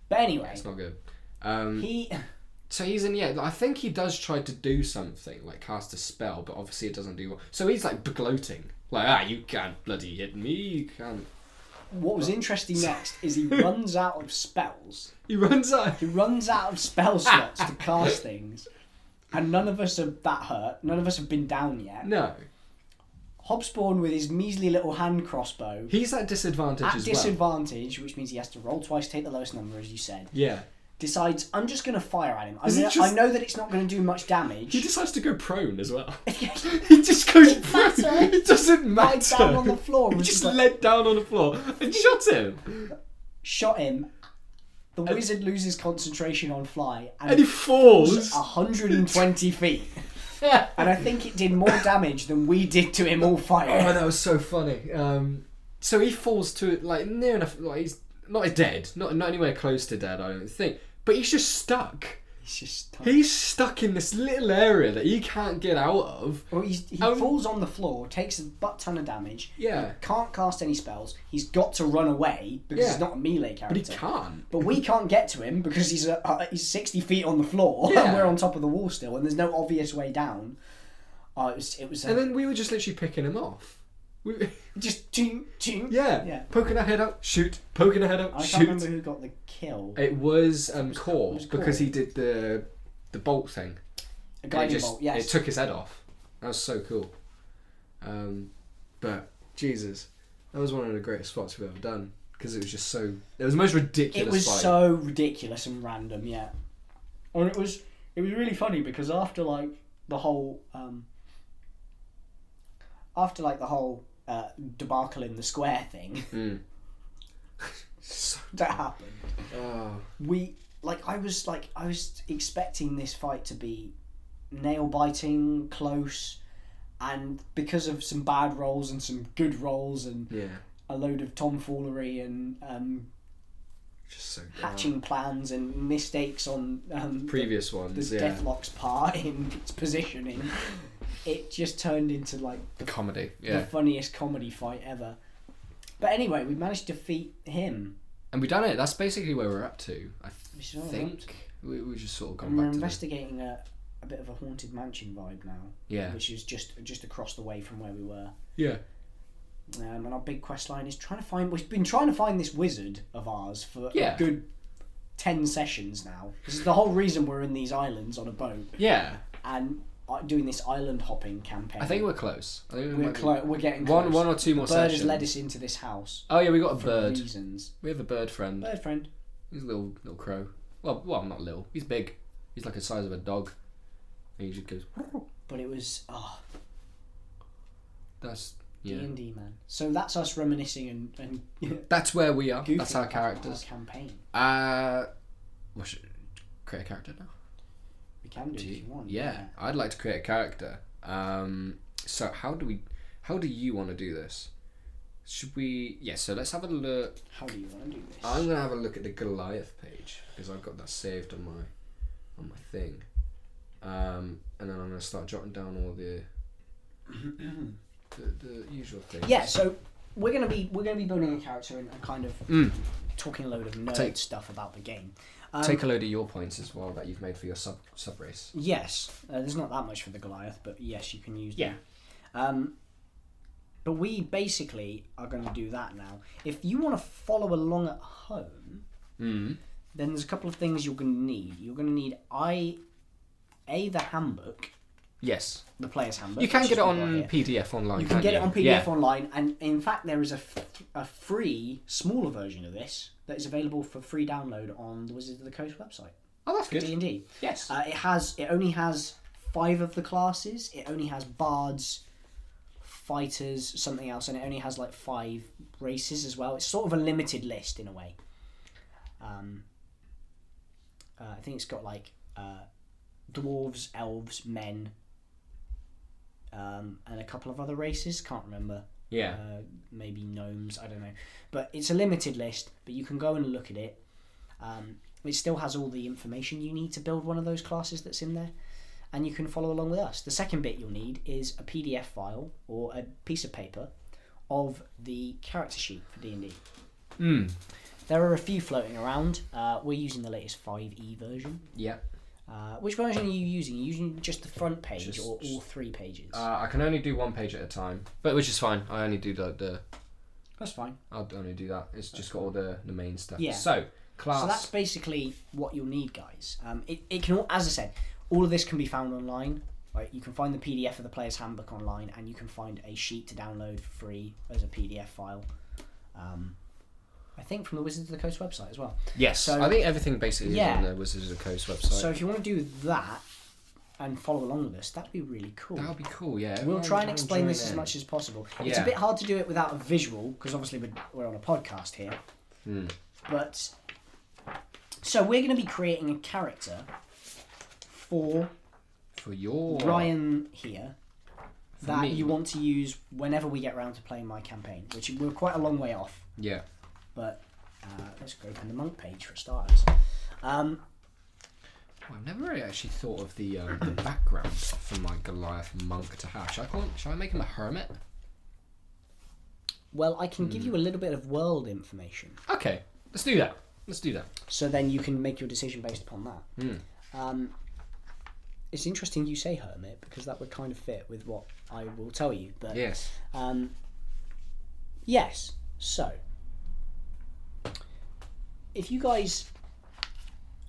[SPEAKER 2] But anyway,
[SPEAKER 1] It's not good. Um.
[SPEAKER 2] he.
[SPEAKER 1] so he's in. Yeah, I think he does try to do something like cast a spell, but obviously it doesn't do. Well. So he's like gloating, like ah, you can't bloody hit me, you can't.
[SPEAKER 2] What was interesting next is he runs out of spells.
[SPEAKER 1] He runs out.
[SPEAKER 2] He runs out of spell slots to cast things, and none of us are that hurt. None of us have been down yet.
[SPEAKER 1] No,
[SPEAKER 2] Hobspawn with his measly little hand crossbow
[SPEAKER 1] he's at disadvantage
[SPEAKER 2] at
[SPEAKER 1] as well.
[SPEAKER 2] disadvantage, which means he has to roll twice, take the lowest number, as you said.
[SPEAKER 1] Yeah.
[SPEAKER 2] Decides, I'm just going to fire at him. I,
[SPEAKER 1] Is he
[SPEAKER 2] know, I
[SPEAKER 1] just-
[SPEAKER 2] know that it's not going to do much damage.
[SPEAKER 1] He decides to go prone as well. he just goes prone.
[SPEAKER 2] matter.
[SPEAKER 1] It doesn't
[SPEAKER 2] Lied
[SPEAKER 1] matter.
[SPEAKER 2] down on the floor.
[SPEAKER 1] He
[SPEAKER 2] was
[SPEAKER 1] just
[SPEAKER 2] like-
[SPEAKER 1] led down on the floor and shot him.
[SPEAKER 2] shot him. The wizard loses concentration on fly and,
[SPEAKER 1] And he falls.
[SPEAKER 2] 120 feet.
[SPEAKER 1] oh,
[SPEAKER 2] And I think it did more damage than we did to him all fire.
[SPEAKER 1] that was so funny. Um, so he falls to like near enough. Like he's not dead. Not not anywhere close to dead. I don't think. But he's just stuck.
[SPEAKER 2] He's just.
[SPEAKER 1] He's stuck in this little area that he can't get out of.
[SPEAKER 2] Well, he's, he
[SPEAKER 1] Um,
[SPEAKER 2] falls on the floor, takes a butt ton of damage.
[SPEAKER 1] Yeah.
[SPEAKER 2] Can't cast any spells. He's got to run away because
[SPEAKER 1] Yeah.
[SPEAKER 2] he's not a melee character.
[SPEAKER 1] But he can't.
[SPEAKER 2] But we can't get to him because he's uh, uh, he's sixty feet on the floor
[SPEAKER 1] Yeah.
[SPEAKER 2] and we're on top of the wall still, and there's no obvious way down. Oh, it was it was. uh
[SPEAKER 1] And then we were just literally picking him off. We,
[SPEAKER 2] Just ting ting.
[SPEAKER 1] yeah.
[SPEAKER 2] Yeah.
[SPEAKER 1] Poking her head out, shoot. Poking her head out,
[SPEAKER 2] I can't
[SPEAKER 1] shoot.
[SPEAKER 2] remember who got the kill.
[SPEAKER 1] It was um
[SPEAKER 2] was-
[SPEAKER 1] Core
[SPEAKER 2] it was
[SPEAKER 1] because
[SPEAKER 2] Core.
[SPEAKER 1] he did the the bolt thing. And
[SPEAKER 2] A
[SPEAKER 1] it
[SPEAKER 2] guiding
[SPEAKER 1] just
[SPEAKER 2] bolt. Yes.
[SPEAKER 1] it took his head off. That was so cool. Um, but Jesus, that was one of the greatest spots we've ever done because it was just so. It was the most ridiculous.
[SPEAKER 2] it was
[SPEAKER 1] fight.
[SPEAKER 2] so ridiculous and random. Yeah. Or it was. It was really funny because after like the whole. Um, after like the whole uh, debacle in the square thing
[SPEAKER 1] Mm. so
[SPEAKER 2] that happened,
[SPEAKER 1] oh,
[SPEAKER 2] we like I was like I was expecting this fight to be nail biting, close, and because of some bad rolls and some good rolls and
[SPEAKER 1] yeah,
[SPEAKER 2] a load of tomfoolery and um,
[SPEAKER 1] just so bad.
[SPEAKER 2] hatching plans and mistakes on um,
[SPEAKER 1] previous
[SPEAKER 2] the,
[SPEAKER 1] ones.
[SPEAKER 2] the
[SPEAKER 1] Yeah,
[SPEAKER 2] Deathlock's part in its positioning, it just turned into like
[SPEAKER 1] the comedy.
[SPEAKER 2] the
[SPEAKER 1] Yeah,
[SPEAKER 2] funniest comedy fight ever. But anyway, we managed to defeat him.
[SPEAKER 1] and we done it. That's basically where we're up to. I
[SPEAKER 2] Which is all
[SPEAKER 1] think
[SPEAKER 2] Oh,
[SPEAKER 1] we
[SPEAKER 2] right.
[SPEAKER 1] we just sort of gone
[SPEAKER 2] And we're
[SPEAKER 1] back to the,
[SPEAKER 2] investigating a, a bit of a haunted mansion vibe now.
[SPEAKER 1] yeah
[SPEAKER 2] which is just just across the way from where we were.
[SPEAKER 1] yeah
[SPEAKER 2] Um, and our big quest line is trying to find. We've been trying to find this wizard of ours for
[SPEAKER 1] Yeah.
[SPEAKER 2] a good ten sessions now. This is the whole reason we're in these islands on a boat
[SPEAKER 1] yeah.
[SPEAKER 2] and uh, doing this island hopping campaign.
[SPEAKER 1] I think we're close. I think we
[SPEAKER 2] we're
[SPEAKER 1] might be-
[SPEAKER 2] clo- we're getting close.
[SPEAKER 1] One one or two more
[SPEAKER 2] Bird has
[SPEAKER 1] sessions.
[SPEAKER 2] led us into this house
[SPEAKER 1] Oh yeah, we got a
[SPEAKER 2] for
[SPEAKER 1] bird.
[SPEAKER 2] reasons.
[SPEAKER 1] We have a bird friend.
[SPEAKER 2] Bird friend.
[SPEAKER 1] He's a little little crow. Well, well, not little. He's big. He's like the size of a dog. And he just goes.
[SPEAKER 2] But it was oh
[SPEAKER 1] That's
[SPEAKER 2] D
[SPEAKER 1] yeah.
[SPEAKER 2] and D man. So that's us reminiscing and and
[SPEAKER 1] That's where we are.
[SPEAKER 2] goofing
[SPEAKER 1] That's our
[SPEAKER 2] about
[SPEAKER 1] characters.
[SPEAKER 2] campaign.
[SPEAKER 1] Uh, we should create a character now.
[SPEAKER 2] We can
[SPEAKER 1] Do
[SPEAKER 2] do it if
[SPEAKER 1] you-
[SPEAKER 2] you want.
[SPEAKER 1] Yeah, I'd like to create a character. Um, so how do we? How do you want to do this? Should we? Yeah. So let's have a look.
[SPEAKER 2] How do you want to do this?
[SPEAKER 1] I'm gonna have a look at the Goliath page because I've got that saved on my on my thing, um, and then I'm gonna start jotting down all the the, the usual things.
[SPEAKER 2] yeah so we're gonna be we're gonna be building a character and, and kind of
[SPEAKER 1] Mm.
[SPEAKER 2] talking a load of nerd
[SPEAKER 1] Take-
[SPEAKER 2] stuff about the game um,
[SPEAKER 1] Take a load of your points as well that you've made for your sub sub race.
[SPEAKER 2] yes uh, there's not that much for the goliath but yes you can use
[SPEAKER 1] Yeah.
[SPEAKER 2] them. um but we basically are going to do that now if you want to follow along at home
[SPEAKER 1] Mm.
[SPEAKER 2] then there's a couple of things you're going to need you're going to need i a the handbook
[SPEAKER 1] Yes,
[SPEAKER 2] the player's handbook
[SPEAKER 1] you can
[SPEAKER 2] which
[SPEAKER 1] get
[SPEAKER 2] is
[SPEAKER 1] it
[SPEAKER 2] what we've got
[SPEAKER 1] on
[SPEAKER 2] here.
[SPEAKER 1] PDF online.
[SPEAKER 2] you can
[SPEAKER 1] can't
[SPEAKER 2] get it on PDF
[SPEAKER 1] Yeah.
[SPEAKER 2] online, and in fact, there is a, f- a free, smaller version of this that is available for free download on the Wizards of the Coast website.
[SPEAKER 1] Oh, that's
[SPEAKER 2] D
[SPEAKER 1] good.
[SPEAKER 2] and D.
[SPEAKER 1] Yes.
[SPEAKER 2] Uh, It has. It only has five of the classes. It only has bards, fighters, something else, and it only has like five races as well. It's sort of a limited list in a way. Um, uh, I think it's got like uh, dwarves, elves, men, um, and a couple of other races. Can't remember
[SPEAKER 1] Yeah.
[SPEAKER 2] uh, maybe gnomes. I don't know, but it's a limited list. But you can go and look at it. Um, it still has all the information you need to build one of those classes that's in there, and you can follow along with us. The second bit you'll need is a PDF file or a piece of paper of the character sheet for D and D.
[SPEAKER 1] Mm.
[SPEAKER 2] There are a few floating around. Uh, we're using the latest 5e version.
[SPEAKER 1] Yeah.
[SPEAKER 2] Uh, which version are you using? Are you using just the front page
[SPEAKER 1] Just-
[SPEAKER 2] or all three pages?
[SPEAKER 1] Uh, I can only do one page at a time, but which is fine. I only do the the
[SPEAKER 2] that's fine.
[SPEAKER 1] I'll only do that. It's just got all the, the main stuff.
[SPEAKER 2] Yeah.
[SPEAKER 1] So class.
[SPEAKER 2] So that's basically what you'll need, guys. Um, it, it can, all, as I said, all of this can be found online. Right, you can find the PDF of the player's handbook online, and you can find a sheet to download for free as a PDF file. Um, I think from the Wizards of the Coast website as well.
[SPEAKER 1] yes.
[SPEAKER 2] so-
[SPEAKER 1] I think everything basically
[SPEAKER 2] Yeah.
[SPEAKER 1] is on the Wizards of the Coast website.
[SPEAKER 2] So if you want to do that and follow along with us, that'd be really cool.
[SPEAKER 1] that would be cool. Yeah.
[SPEAKER 2] We'll
[SPEAKER 1] Everyone
[SPEAKER 2] try and
[SPEAKER 1] can
[SPEAKER 2] explain
[SPEAKER 1] join
[SPEAKER 2] this as
[SPEAKER 1] in.
[SPEAKER 2] much as possible. It's a
[SPEAKER 1] Yeah.
[SPEAKER 2] bit hard to do it without a visual because obviously we're, we're on a podcast here.
[SPEAKER 1] Hmm.
[SPEAKER 2] But so we're going to be creating a character for
[SPEAKER 1] for your
[SPEAKER 2] Ryan here that
[SPEAKER 1] me.
[SPEAKER 2] you want to use whenever we get round to playing my campaign, which we're quite a long way off.
[SPEAKER 1] Yeah.
[SPEAKER 2] But uh, let's go open the monk page for starters. Um,
[SPEAKER 1] Well, I've never really actually thought of the um, the background for my Goliath monk to have. Shall I call him, Shall I make him a hermit?
[SPEAKER 2] well, I can
[SPEAKER 1] Hmm.
[SPEAKER 2] give you a little bit of world information,
[SPEAKER 1] Okay. Let's do that. Let's do that.
[SPEAKER 2] so then you can make your decision based upon that.
[SPEAKER 1] Hmm.
[SPEAKER 2] Um, it's interesting you say hermit because that would kind of fit with what I will tell you. But
[SPEAKER 1] Yes.
[SPEAKER 2] um, Yes. So, if you guys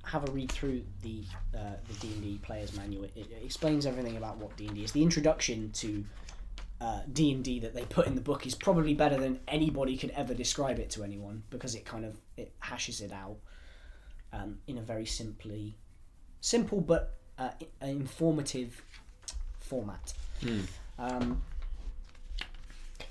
[SPEAKER 2] have a read through the uh, the D and D player's manual, it, it explains everything about what D and D is. The introduction to uh, D and D that they put in the book is probably better than anybody could ever describe it to anyone because it kind of it hashes it out um, in a very simply simple but uh, i- informative format. Um,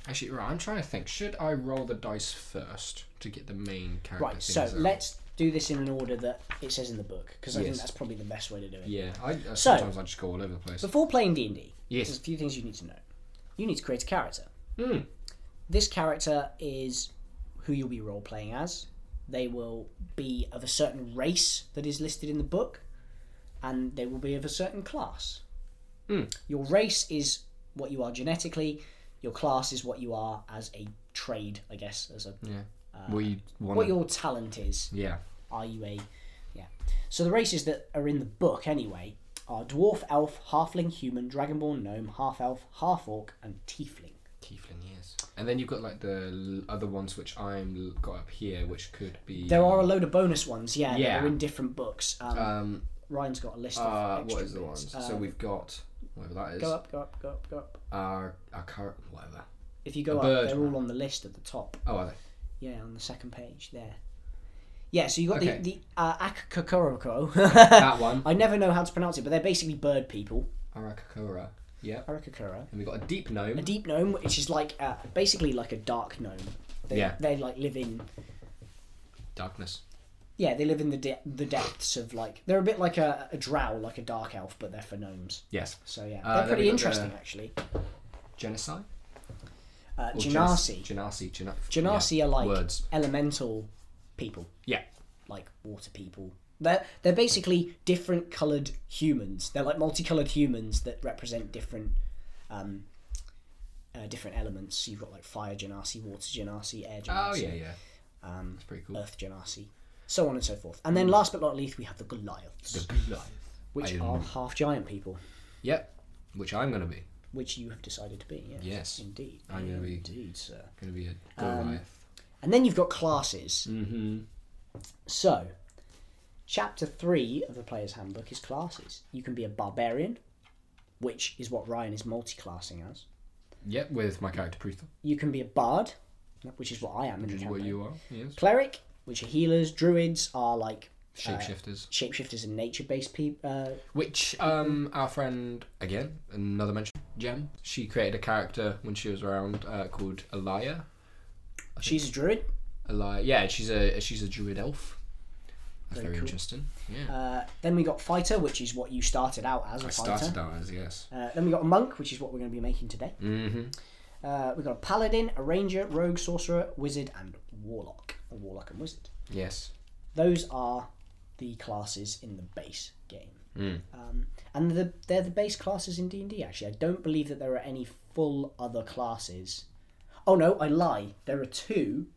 [SPEAKER 1] Actually, right, I'm trying to think. Should I roll the dice first to get the main character?
[SPEAKER 2] right, so
[SPEAKER 1] things out?
[SPEAKER 2] let's do this in an order that it says in the book because I think
[SPEAKER 1] Yes.
[SPEAKER 2] that's probably the best way to do it.
[SPEAKER 1] Yeah, I, uh,
[SPEAKER 2] So-
[SPEAKER 1] sometimes I just go all over the place.
[SPEAKER 2] Before playing D and D,
[SPEAKER 1] Yes.
[SPEAKER 2] there's a few things you need to know. You need to create a character.
[SPEAKER 1] Hmm.
[SPEAKER 2] This character is who you'll be role playing as. They will be of a certain race that is listed in the book, and they will be of a certain class.
[SPEAKER 1] Hmm.
[SPEAKER 2] Your race is what you are genetically. Your class is what you are as a trade, I guess, as a
[SPEAKER 1] Yeah. what you
[SPEAKER 2] uh, what
[SPEAKER 1] want?
[SPEAKER 2] your talent is.
[SPEAKER 1] yeah.
[SPEAKER 2] Are you a yeah? So the races that are in the book anyway are dwarf, elf, halfling, human, dragonborn, gnome, half elf, half orc, and tiefling.
[SPEAKER 1] Tiefling, yes. And then you've got like the l- other ones which I'm l- got up here, which could be.
[SPEAKER 2] There are a load of bonus ones, yeah, that
[SPEAKER 1] Yeah.
[SPEAKER 2] are in different books. Um,
[SPEAKER 1] Um.
[SPEAKER 2] Ryan's got a list
[SPEAKER 1] Uh.
[SPEAKER 2] of extra
[SPEAKER 1] What is the
[SPEAKER 2] bits.
[SPEAKER 1] ones?
[SPEAKER 2] Uh,
[SPEAKER 1] so we've got whatever that is.
[SPEAKER 2] go up, go up, go up, go up.
[SPEAKER 1] Our our current whatever.
[SPEAKER 2] If you go up,
[SPEAKER 1] bird.
[SPEAKER 2] they're all on the list at the top.
[SPEAKER 1] Oh, are they?
[SPEAKER 2] Yeah, on the second page there. Yeah, so you got
[SPEAKER 1] Okay.
[SPEAKER 2] the the uh, Akakoroko.
[SPEAKER 1] that one.
[SPEAKER 2] I never know how to pronounce it, but they're basically bird people.
[SPEAKER 1] Arakakura. Yeah.
[SPEAKER 2] Arakakura.
[SPEAKER 1] And we got a deep gnome.
[SPEAKER 2] a deep gnome, which is like uh, basically like a dark gnome. They,
[SPEAKER 1] Yeah.
[SPEAKER 2] They like live in
[SPEAKER 1] Darkness.
[SPEAKER 2] yeah they live in the de- the depths of like they're a bit like a, a drow like a dark elf but they're for gnomes.
[SPEAKER 1] Yes.
[SPEAKER 2] So yeah,
[SPEAKER 1] Uh,
[SPEAKER 2] they're
[SPEAKER 1] then we
[SPEAKER 2] pretty
[SPEAKER 1] got
[SPEAKER 2] interesting
[SPEAKER 1] the-
[SPEAKER 2] actually.
[SPEAKER 1] Genocide.
[SPEAKER 2] Uh,
[SPEAKER 1] Or
[SPEAKER 2] Genasi.
[SPEAKER 1] Gen- Genasi. Gena-
[SPEAKER 2] Genasi are like
[SPEAKER 1] words.
[SPEAKER 2] elemental people,
[SPEAKER 1] Yeah.
[SPEAKER 2] like water people. They're they're basically different coloured humans. They're like multicoloured humans that represent different. Um, uh, different elements. You've got like fire genasi, water genasi, air genasi.
[SPEAKER 1] Oh yeah, yeah.
[SPEAKER 2] Um,
[SPEAKER 1] That's pretty cool.
[SPEAKER 2] Earth Genasi, so on and so forth. And then last but not least, we have the Goliaths,
[SPEAKER 1] Hmm. The Goliath.
[SPEAKER 2] which
[SPEAKER 1] I-
[SPEAKER 2] are half giant people,
[SPEAKER 1] Yep. Which I'm gonna be.
[SPEAKER 2] which you have decided to be. Yes,
[SPEAKER 1] Yes.
[SPEAKER 2] indeed.
[SPEAKER 1] I'm gonna be-
[SPEAKER 2] Indeed, sir.
[SPEAKER 1] Gonna be a
[SPEAKER 2] Um,
[SPEAKER 1] Goliath.
[SPEAKER 2] And then you've got classes.
[SPEAKER 1] mm-hmm.
[SPEAKER 2] So, chapter three of the Player's Handbook is classes. You can be a barbarian, which is what Ryan is multi-classing as.
[SPEAKER 1] Yep. With my character Prutha,
[SPEAKER 2] You can be a bard, which is what I am in the
[SPEAKER 1] which is what
[SPEAKER 2] campaign.
[SPEAKER 1] you are. Yes.
[SPEAKER 2] Cleric, which are healers. Druids are like
[SPEAKER 1] Shapeshifters.
[SPEAKER 2] shapeshifters and nature-based people. Uh,
[SPEAKER 1] Which um, our friend again, another mention, Jem. She created a character when she was around uh, called Elia.
[SPEAKER 2] she's a druid.
[SPEAKER 1] Elia, yeah, she's a she's a druid elf. That's
[SPEAKER 2] Very
[SPEAKER 1] very,
[SPEAKER 2] cool.
[SPEAKER 1] interesting. Yeah,
[SPEAKER 2] Uh, then we got fighter, which is what you started out as a
[SPEAKER 1] I
[SPEAKER 2] fighter.
[SPEAKER 1] started out as yes.
[SPEAKER 2] Uh, then we got a monk, which is what we're going to be making today.
[SPEAKER 1] Mm-hmm.
[SPEAKER 2] Uh, we got a paladin, a ranger, rogue, sorcerer, wizard, and warlock. A warlock and wizard.
[SPEAKER 1] Yes.
[SPEAKER 2] Those are the classes in the base game,
[SPEAKER 1] Mm.
[SPEAKER 2] um, and the, they're the base classes in D and D. Actually, I don't believe that there are any full other classes. Oh no, I lie. There are two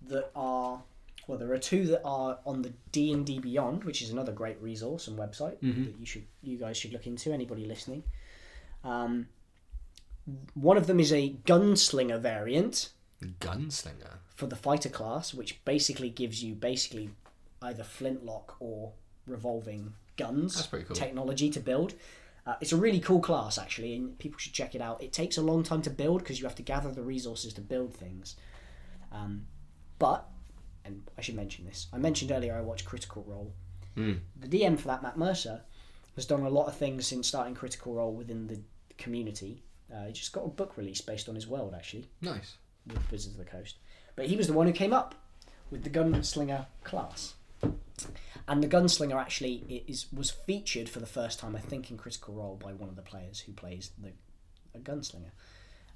[SPEAKER 2] that are well, there are two that are on the D and D Beyond, which is another great resource and website that you should you guys should look into. Anybody listening, um, one of them is a gunslinger variant
[SPEAKER 1] Gunslinger.
[SPEAKER 2] for the fighter class, which basically gives you basically either flintlock or revolving guns
[SPEAKER 1] That's pretty cool.
[SPEAKER 2] technology to build. Uh, it's a really cool class actually, and people should check it out. It takes a long time to build because you have to gather the resources to build things. Um, but, and I should mention this, I mentioned earlier I watched Critical Role.
[SPEAKER 1] Hmm.
[SPEAKER 2] The DM for that, Matt Mercer, has done a lot of things since starting Critical Role within the community. Uh, he just got a book release based on his world actually
[SPEAKER 1] Nice.
[SPEAKER 2] with Wizards of the Coast. But he was the one who came up with the gunslinger class. And the gunslinger actually i- is was featured for the first time, I think, in Critical Role by one of the players who plays the a gunslinger.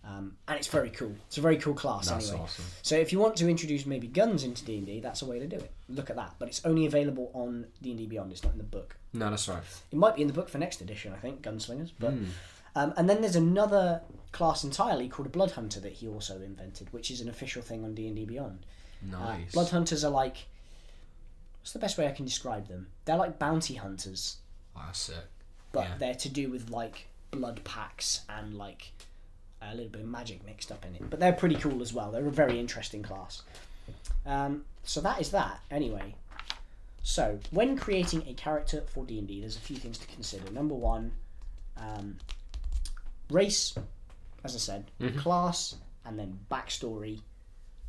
[SPEAKER 2] Um, and it's very cool. It's a very cool class.
[SPEAKER 1] That's
[SPEAKER 2] anyway.
[SPEAKER 1] awesome.
[SPEAKER 2] So if you want to introduce maybe guns into D and D, that's a way to do it. Look at that. But it's only available on D and D Beyond. It's not in the book.
[SPEAKER 1] No, that's right.
[SPEAKER 2] It might be in the book for next edition, I think, Gunslingers. But um, and then there's another class entirely called a Blood Hunter that he also invented, which is an official thing on D and D Beyond. Uh,
[SPEAKER 1] Nice.
[SPEAKER 2] Blood Hunters are like, what's the best way I can describe them? They're like bounty hunters,
[SPEAKER 1] Oh, that's sick.
[SPEAKER 2] but
[SPEAKER 1] Yeah.
[SPEAKER 2] they're to do with like blood packs and like a little bit of magic mixed up in it. But they're pretty cool as well. They're a very interesting class. Um, so that is that. Anyway, so when creating a character for D and D, there's a few things to consider. Number one, um, race, as I said, class, and then backstory,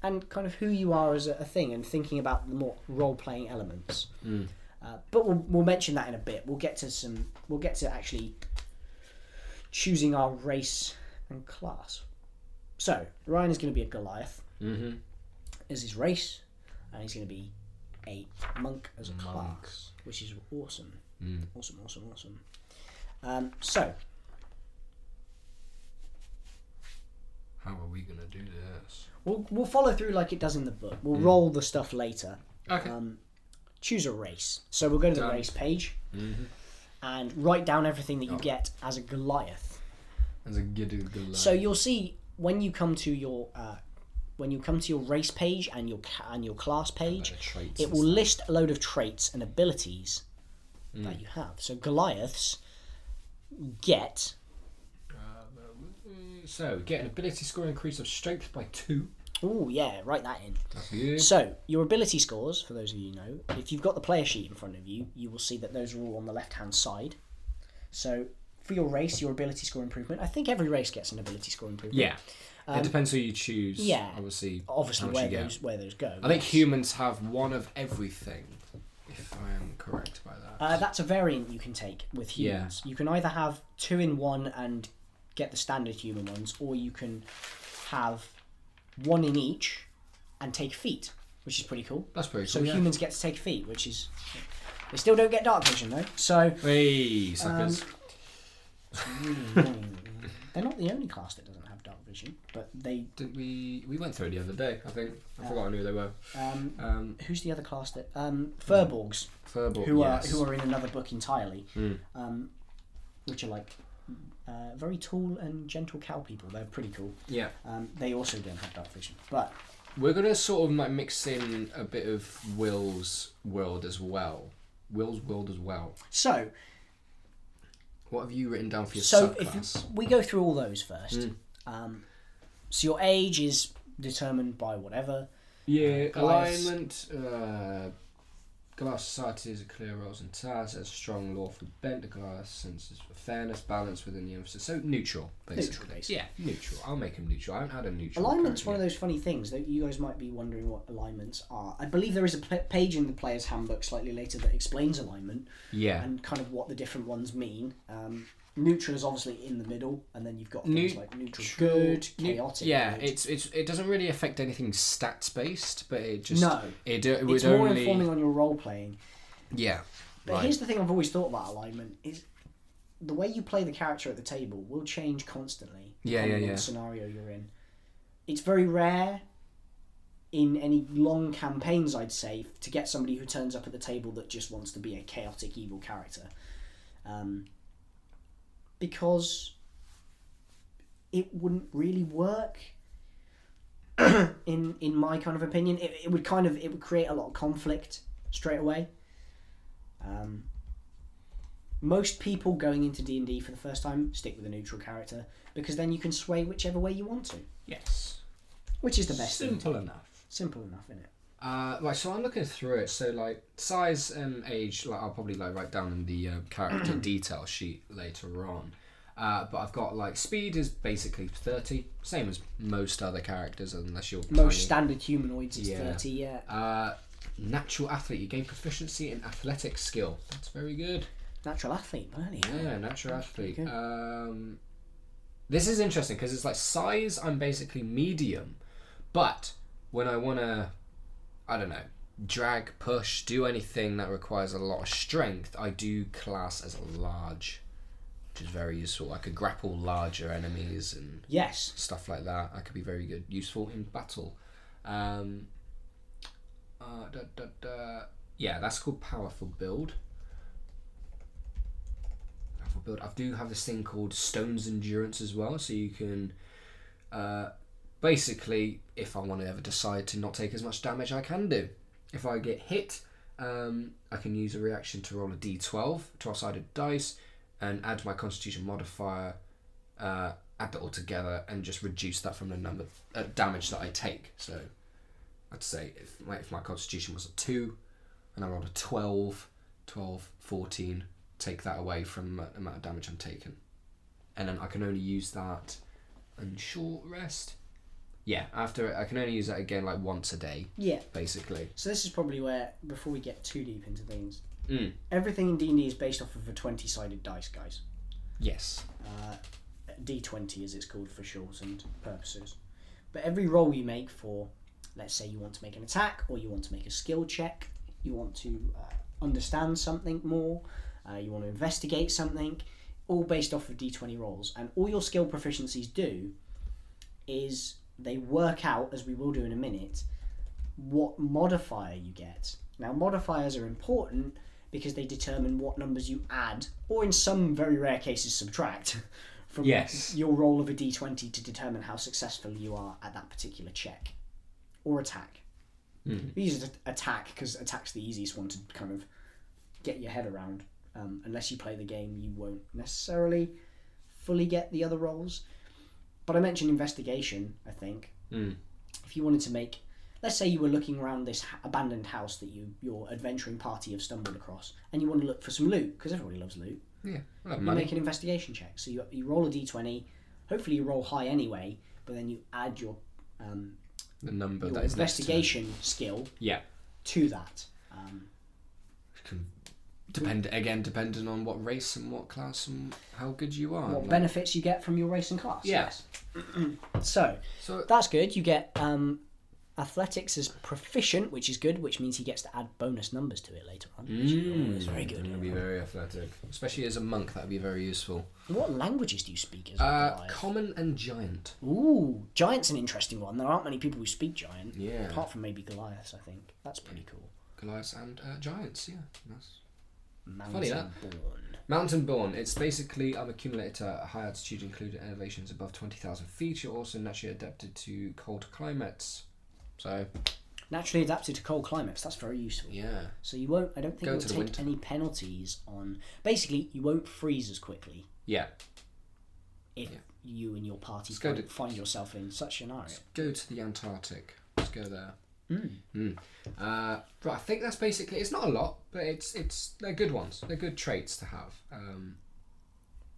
[SPEAKER 2] and kind of who you are as a, a thing, and thinking about the more role-playing elements. Uh, but we'll, we'll mention that in a bit. We'll get to some. We'll get to actually choosing our race and class. So Ryan is going to be a Goliath
[SPEAKER 1] Mm-hmm.
[SPEAKER 2] as his race, and he's going to be a monk as a class,
[SPEAKER 1] Monks.
[SPEAKER 2] which is awesome,
[SPEAKER 1] Mm.
[SPEAKER 2] awesome, awesome, awesome. Um, so
[SPEAKER 1] How are we gonna do this?
[SPEAKER 2] we'll we'll follow through like it does in the book. We'll roll the stuff later.
[SPEAKER 1] Okay.
[SPEAKER 2] Um, choose a race. So we'll go to the
[SPEAKER 1] Done.
[SPEAKER 2] race page
[SPEAKER 1] Mhm.
[SPEAKER 2] and write down everything that you
[SPEAKER 1] Oh.
[SPEAKER 2] get as a Goliath.
[SPEAKER 1] As a gidoo goliath.
[SPEAKER 2] So you'll see when you come to your uh, when you come to your race page and your ca- and your class page,
[SPEAKER 1] Better traits
[SPEAKER 2] it
[SPEAKER 1] and
[SPEAKER 2] will list a load of traits and abilities
[SPEAKER 1] Hmm.
[SPEAKER 2] that you have. So Goliaths get
[SPEAKER 1] Mm, So get an ability score increase of strength by two.
[SPEAKER 2] oh yeah, write that in.
[SPEAKER 1] That's good.
[SPEAKER 2] So your ability scores, for those of you who know, if you've got the player sheet in front of you, you will see that those are all on the left hand side. So for your race, your ability score improvement. I think every race gets an ability score improvement.
[SPEAKER 1] Yeah. it depends who you choose.
[SPEAKER 2] Um, yeah.
[SPEAKER 1] Obviously.
[SPEAKER 2] Obviously,
[SPEAKER 1] how much
[SPEAKER 2] where
[SPEAKER 1] you get.
[SPEAKER 2] those where those go.
[SPEAKER 1] I think humans have one of everything. If I am correct by that.
[SPEAKER 2] Uh, that's a variant you can take with
[SPEAKER 1] Yeah.
[SPEAKER 2] humans. You can either have two in one and get the standard human ones, or you can have one in each and take feet, which is pretty cool.
[SPEAKER 1] That's pretty cool.
[SPEAKER 2] So
[SPEAKER 1] yeah.
[SPEAKER 2] humans get to take feet, which is they still don't get dark vision though. So Um,
[SPEAKER 1] Hey, suckers.
[SPEAKER 2] really annoying. they're not the only class that doesn't have dark vision, but they.
[SPEAKER 1] Did we we went through the other day? I think
[SPEAKER 2] Uh,
[SPEAKER 1] I forgot who they were.
[SPEAKER 2] Um,
[SPEAKER 1] Um,
[SPEAKER 2] who's the other class that? Um, Furborgs.
[SPEAKER 1] Furball.
[SPEAKER 2] who
[SPEAKER 1] yes.
[SPEAKER 2] are who are in another book entirely, um, which are like uh, very tall and gentle cow people. They're pretty cool.
[SPEAKER 1] Yeah.
[SPEAKER 2] Um, they also don't have dark vision, but
[SPEAKER 1] We're gonna sort of like mix in a bit of Will's world as well. Will's world as well.
[SPEAKER 2] so
[SPEAKER 1] What have you written down for your
[SPEAKER 2] so if
[SPEAKER 1] subclass?
[SPEAKER 2] you- we go through all those first, um, so your age is determined by whatever.
[SPEAKER 1] Yeah,
[SPEAKER 2] Glass-
[SPEAKER 1] alignment. Uh, glass societies are clear roles and tasks. Has a strong lawful bent. The glass senses of fairness, balance within the emphasis. So neutral, basically.
[SPEAKER 2] Neutral, basically.
[SPEAKER 1] Yeah, neutral. I'll make him neutral. I haven't had a neutral.
[SPEAKER 2] Alignment's one
[SPEAKER 1] current
[SPEAKER 2] of those funny things that you guys might be wondering what alignments are. I believe there is a pl- page in the player's handbook slightly later that explains alignment.
[SPEAKER 1] yet. Yeah.
[SPEAKER 2] and kind of what the different ones mean. Um, neutral is obviously in the middle, and then you've got things like neutral good,
[SPEAKER 1] Neu-
[SPEAKER 2] chaotic.
[SPEAKER 1] Yeah,
[SPEAKER 2] good.
[SPEAKER 1] it's it's it doesn't really affect anything stats based, but it just
[SPEAKER 2] No.
[SPEAKER 1] It, do- it
[SPEAKER 2] it's
[SPEAKER 1] would
[SPEAKER 2] more
[SPEAKER 1] only
[SPEAKER 2] informing on your role playing.
[SPEAKER 1] yeah.
[SPEAKER 2] But
[SPEAKER 1] right.
[SPEAKER 2] here's the thing I've always thought about alignment is the way you play the character at the table will change constantly.
[SPEAKER 1] Yeah,
[SPEAKER 2] depending
[SPEAKER 1] yeah,
[SPEAKER 2] on
[SPEAKER 1] yeah.
[SPEAKER 2] The scenario you're in. It's very rare in any long campaigns, I'd say, to get somebody who turns up at the table that just wants to be a chaotic evil character, um, because it wouldn't really work. in in my kind of opinion, it, it would kind of it would create a lot of conflict straight away. Um, most people going into D and D for the first time stick with a neutral character because then you can sway whichever way you want to,
[SPEAKER 1] yes,
[SPEAKER 2] which is the best thing.
[SPEAKER 1] simple enough.
[SPEAKER 2] Simple enough, isn't it?
[SPEAKER 1] Uh, right, so I'm looking through it. So like size and age, like I'll probably like write down in the uh, character detail sheet later on. Uh, but I've got like speed is basically thirty, same as most other characters, unless you're
[SPEAKER 2] Most
[SPEAKER 1] tiny.
[SPEAKER 2] standard humanoids is
[SPEAKER 1] Oh, Yeah.
[SPEAKER 2] thirty. Yeah.
[SPEAKER 1] uh, natural athlete. You gain proficiency in athletic skill. That's very good.
[SPEAKER 2] Natural athlete, really.
[SPEAKER 1] Yeah, natural athlete.
[SPEAKER 2] good.
[SPEAKER 1] Um, this is interesting because it's like size. I'm basically medium, but when I want to, I don't know, drag, push, do anything that requires a lot of strength, I do class as a large, which is very useful. I could grapple larger enemies and
[SPEAKER 2] Yes.
[SPEAKER 1] stuff like that. I could be very good, useful in battle. Um, uh, da, da, da. Yeah, that's called powerful build. Powerful build. I do have this thing called stones endurance as well, so you can. Uh, basically, if I want to ever decide to not take as much damage, I can do. If I get hit, um, I can use a reaction to roll a d12, 12 sided dice, and add my constitution modifier uh, add it all together and just reduce that from the number uh, damage that I take. So I'd say if my, if my constitution was a 2 and I rolled a 12, 12, 14, take that away from the amount of damage I'm taking. And then I can only use that and short rest. Yeah, after I can only use that again like once a day,
[SPEAKER 2] Yeah.
[SPEAKER 1] basically.
[SPEAKER 2] So this is probably where before we get too deep into things,
[SPEAKER 1] Mm.
[SPEAKER 2] everything in D and D is based off of a twenty-sided dice, guys.
[SPEAKER 1] Yes.
[SPEAKER 2] Uh, D twenty, as it's called for shortened purposes. But every roll you make for, let's say you want to make an attack, or you want to make a skill check, you want to uh, understand something more, uh, you want to investigate something, all based off of D twenty rolls, and all your skill proficiencies do is they work out, as we will do in a minute, what modifier you get. Now, modifiers are important because they determine what numbers you add, or in some very rare cases, subtract from
[SPEAKER 1] Yes.
[SPEAKER 2] your roll of a d20 to determine how successful you are at that particular check or attack.
[SPEAKER 1] Mhm.
[SPEAKER 2] We use it at- attack because attack's the easiest one to kind of get your head around. Um, unless you play the game, you won't necessarily fully get the other roles. But I mentioned investigation, I think.
[SPEAKER 1] Mm.
[SPEAKER 2] If you wanted to make, let's say you were looking around this ha- abandoned house that you your adventuring party have stumbled across, and you want to look for some loot because everybody loves loot.
[SPEAKER 1] Yeah. I love
[SPEAKER 2] You
[SPEAKER 1] money.
[SPEAKER 2] make an investigation check. So you, you roll a d20. Hopefully you roll high anyway, but then you add your um,
[SPEAKER 1] the number
[SPEAKER 2] your
[SPEAKER 1] that is next to-
[SPEAKER 2] investigation skill
[SPEAKER 1] Yeah.
[SPEAKER 2] to that. Um,
[SPEAKER 1] Can, depend again, depending on what race and what class and how good you are.
[SPEAKER 2] what
[SPEAKER 1] Like-
[SPEAKER 2] benefits you get from your race and class.
[SPEAKER 1] Yeah.
[SPEAKER 2] Yes. so
[SPEAKER 1] so
[SPEAKER 2] that's good. You get um, athletics is proficient, which is good, which means he gets to add bonus numbers to it later on. which is
[SPEAKER 1] Mm.
[SPEAKER 2] always very
[SPEAKER 1] They're gonna
[SPEAKER 2] good.
[SPEAKER 1] be very athletic, especially as a monk. That'd be very useful.
[SPEAKER 2] What languages do you speak as a
[SPEAKER 1] Uh,
[SPEAKER 2] guy?
[SPEAKER 1] common and giant.
[SPEAKER 2] Ooh, giant's an interesting one. There aren't many people who speak giant,
[SPEAKER 1] Yeah.
[SPEAKER 2] apart from maybe Goliath. I think that's pretty cool.
[SPEAKER 1] Goliaths and uh, giants. Yeah. That's...
[SPEAKER 2] Mountain
[SPEAKER 1] that.
[SPEAKER 2] born.
[SPEAKER 1] Mountain born. It's basically I'm accumulated at a high altitude, including elevations above twenty thousand feet. You're also naturally adapted to cold climates. So
[SPEAKER 2] Naturally adapted to cold climates. That's very useful.
[SPEAKER 1] yeah.
[SPEAKER 2] So you won't. I don't think
[SPEAKER 1] Go
[SPEAKER 2] you'll
[SPEAKER 1] to the
[SPEAKER 2] take
[SPEAKER 1] winter.
[SPEAKER 2] any penalties on. Basically, you won't freeze as quickly
[SPEAKER 1] Yeah.
[SPEAKER 2] if
[SPEAKER 1] Yeah.
[SPEAKER 2] you and your party
[SPEAKER 1] go
[SPEAKER 2] find,
[SPEAKER 1] to-
[SPEAKER 2] find yourself in such a scenario.
[SPEAKER 1] Go to the Antarctic. Let's go there. Mm. Uh, right, I think that's basically. It's not a lot, but it's it's they're good ones. They're good traits to have. Um,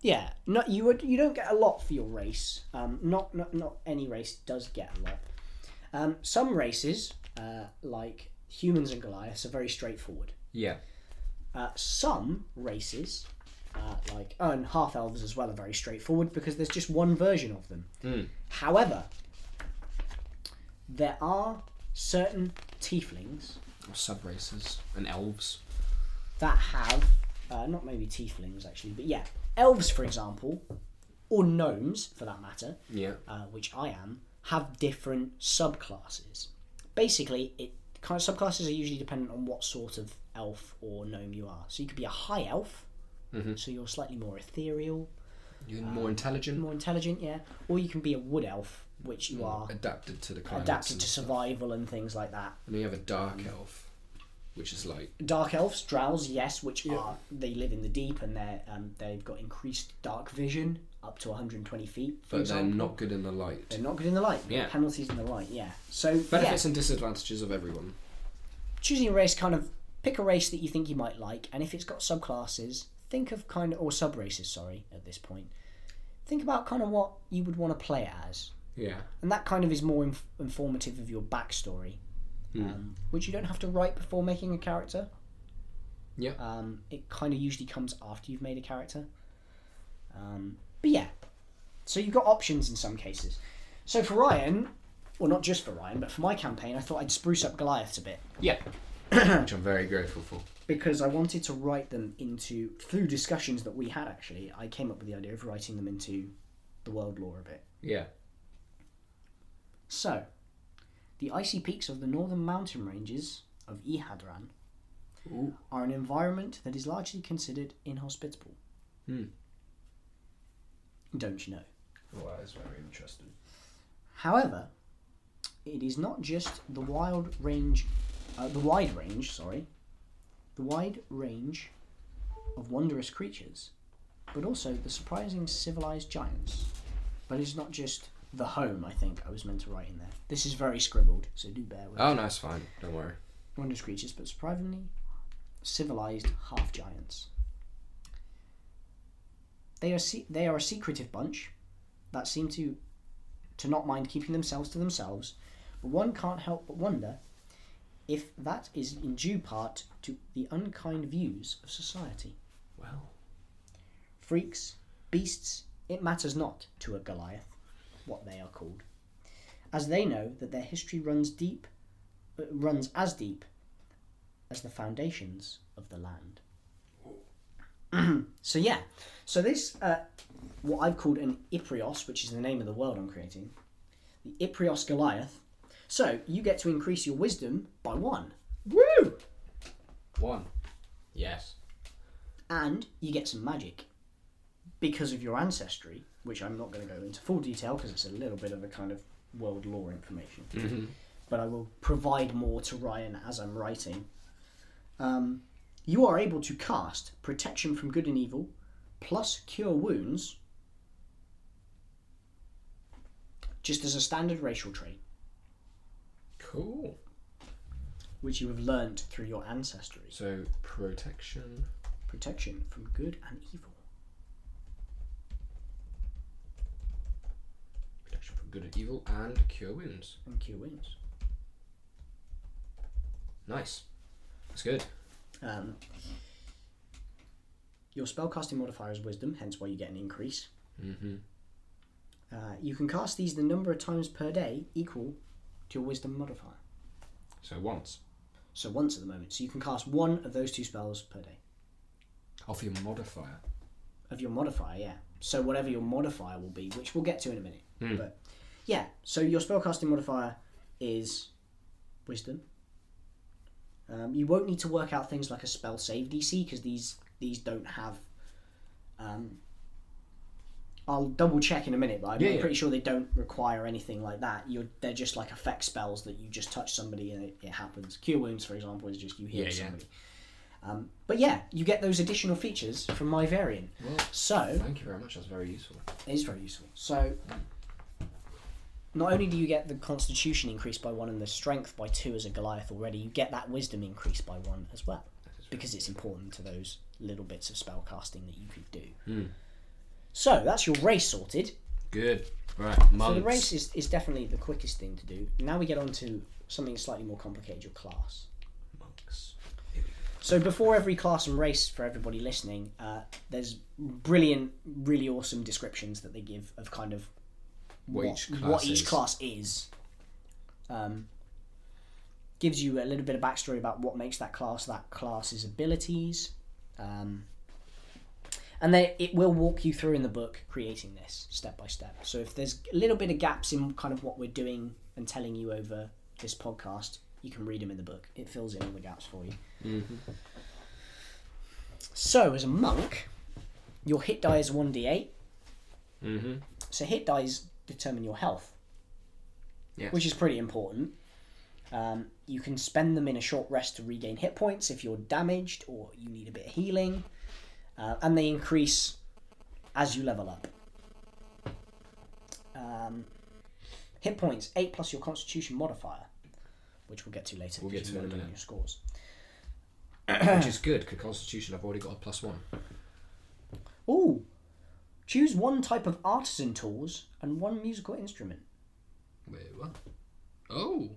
[SPEAKER 2] Yeah, not you would. You don't get a lot for your race. Um, not not not any race does get a lot. Um, some races, uh, like humans and Goliaths, are very straightforward.
[SPEAKER 1] yeah.
[SPEAKER 2] Uh, some races, uh, like oh, and half elves as well, are very straightforward because there's just one version of them.
[SPEAKER 1] Mm.
[SPEAKER 2] However, there are certain tieflings
[SPEAKER 1] Or sub races and elves.
[SPEAKER 2] that have uh, not maybe tieflings actually, but yeah, elves for example, or gnomes for that matter,
[SPEAKER 1] Yeah.
[SPEAKER 2] uh, which I am, have different subclasses. Basically, it kind of subclasses are usually dependent on what sort of elf or gnome you are. So you could be a high elf,
[SPEAKER 1] Mm-hmm.
[SPEAKER 2] so you're slightly more ethereal,
[SPEAKER 1] You're more intelligent,
[SPEAKER 2] more intelligent, yeah, or you can be a wood elf, which
[SPEAKER 1] Mm.
[SPEAKER 2] you are
[SPEAKER 1] adapted to the climates.
[SPEAKER 2] adapted
[SPEAKER 1] and
[SPEAKER 2] to
[SPEAKER 1] stuff.
[SPEAKER 2] survival and things like that.
[SPEAKER 1] And then you have a dark elf, which is like
[SPEAKER 2] Dark elves, drows, yes, which are they live in the deep and they um, they've got increased dark vision up to 120 feet. For
[SPEAKER 1] but
[SPEAKER 2] example.
[SPEAKER 1] they're not good in the light.
[SPEAKER 2] They're not good in the light.
[SPEAKER 1] Yeah.
[SPEAKER 2] Penalties in the light. Yeah. So yeah,
[SPEAKER 1] Benefits and disadvantages of everyone.
[SPEAKER 2] choosing a race, kind of pick a race that you think you might like, and if it's got subclasses, think of kind of or sub races. Sorry, at this point, think about kind of what you would want to play it as,
[SPEAKER 1] Yeah.
[SPEAKER 2] and that kind of is more inf- informative of your backstory, um, which you don't have to write before making a character.
[SPEAKER 1] Yeah.
[SPEAKER 2] Um, it kind of usually comes after you've made a character. Um, but yeah, so you've got options in some cases. So for Ryan, well, not just for Ryan, but for my campaign, I thought I'd spruce up Goliaths a bit
[SPEAKER 1] Yeah. which I'm very grateful for.
[SPEAKER 2] because I wanted to write them into through discussions that we had. Actually, I came up with the idea of writing them into the world lore a bit.
[SPEAKER 1] Yeah.
[SPEAKER 2] So, the icy peaks of the northern mountain ranges of Ehadran
[SPEAKER 1] Ooh.
[SPEAKER 2] are an environment that is largely considered inhospitable.
[SPEAKER 1] Hmm.
[SPEAKER 2] Don't you know?
[SPEAKER 1] Well, Oh, that is very interesting.
[SPEAKER 2] However, it is not just the wild range, uh, the wide range, sorry, the wide range of wondrous creatures, but also the surprising civilized giants But it's not just the home. I think I was meant to write in there. This is very scribbled, so do bear with.
[SPEAKER 1] Oh
[SPEAKER 2] me.
[SPEAKER 1] no, it's fine. Don't worry.
[SPEAKER 2] Wondrous creatures, but surprisingly civilized half giants. They are se- they are a secretive bunch that seem to to not mind keeping themselves to themselves, but one can't help but wonder if that is in due part to the unkind views of society.
[SPEAKER 1] Well,
[SPEAKER 2] Freaks, beasts, it matters not to a Goliath what they are called, as they know that their history runs deep, uh, runs as deep as the foundations of the land. so yeah, so this uh, what I've called an Iprios, which is the name of the world I'm creating, the Iprios Goliath. So you get to increase your wisdom by one,
[SPEAKER 1] woo. One. Yes.
[SPEAKER 2] and you get some magic because of your ancestry, which I'm not going to go into full detail because it's a little bit of a kind of world lore information. But I will provide more to Ryan as I'm writing. Um, you are able to cast protection from good and evil, plus cure wounds, just as a standard racial trait,
[SPEAKER 1] Cool.
[SPEAKER 2] which you have learnt through your ancestry.
[SPEAKER 1] So protection.
[SPEAKER 2] protection from good and evil.
[SPEAKER 1] Protection from good and evil and cure wounds.
[SPEAKER 2] And cure wounds.
[SPEAKER 1] Nice. That's good.
[SPEAKER 2] Um, your spellcasting modifier is wisdom, hence why you get an increase.
[SPEAKER 1] Mm-hmm.
[SPEAKER 2] Uh, you can cast these the number of times per day equal to your wisdom modifier.
[SPEAKER 1] So once.
[SPEAKER 2] So once at the moment. So you can cast one of those two spells per day.
[SPEAKER 1] Off your modifier.
[SPEAKER 2] Of your modifier, yeah. So whatever your modifier will be, which we'll get to in a minute.
[SPEAKER 1] Hmm.
[SPEAKER 2] But yeah, so your spellcasting modifier is wisdom. Um, you won't need to work out things like a spell save DC because these these don't have. Um, I'll double check in a minute, but I'm
[SPEAKER 1] Yeah, yeah.
[SPEAKER 2] pretty sure they don't require anything like that. You're, they're just like effect spells that you just touch somebody and it, it happens. Cure wounds, for example, is just you heal
[SPEAKER 1] Yeah, yeah.
[SPEAKER 2] somebody. Um, but yeah, you get those additional features from my variant.
[SPEAKER 1] Well,
[SPEAKER 2] So
[SPEAKER 1] thank you very much. That's very useful.
[SPEAKER 2] it is very useful. So, not only do you get the constitution increased by one and the strength by two as a Goliath already, you get that wisdom increased by one as well, because it's important to those little bits of spell casting that you could do. So that's your race sorted.
[SPEAKER 1] Good. Right.
[SPEAKER 2] So
[SPEAKER 1] Months.
[SPEAKER 2] the race is, is definitely the quickest thing to do. Now we get on to something slightly more complicated, your class.
[SPEAKER 1] Monks.
[SPEAKER 2] So before every class and race for everybody listening, uh, there's brilliant, really awesome descriptions that they give of kind of
[SPEAKER 1] What, each class
[SPEAKER 2] what each
[SPEAKER 1] is.
[SPEAKER 2] class is. Um, gives you a little bit of backstory about what makes that class that class's abilities. Um, and then it will walk you through in the book creating this step by step. So if there's a little bit of gaps in kind of what we're doing and telling you over this podcast, you can read them in the book. It fills in all the gaps for you.
[SPEAKER 1] Mm-hmm.
[SPEAKER 2] So as a monk, your hit die is 1d8.
[SPEAKER 1] Mm-hmm.
[SPEAKER 2] So hit dice determine your health,
[SPEAKER 1] Yes.
[SPEAKER 2] which is pretty important. Um, you can spend them in a short rest to regain hit points if you're damaged or you need a bit of healing, uh, and they increase as you level up. Um, hit points eight plus your Constitution modifier, which we'll get to later.
[SPEAKER 1] We'll get
[SPEAKER 2] because
[SPEAKER 1] to
[SPEAKER 2] you
[SPEAKER 1] in a
[SPEAKER 2] wanna do
[SPEAKER 1] minute.
[SPEAKER 2] Your scores.
[SPEAKER 1] Which is good. Cause Constitution. I've already got a plus one.
[SPEAKER 2] Ooh, choose one type of artisan tools and one musical instrument.
[SPEAKER 1] Wait, what? Oh,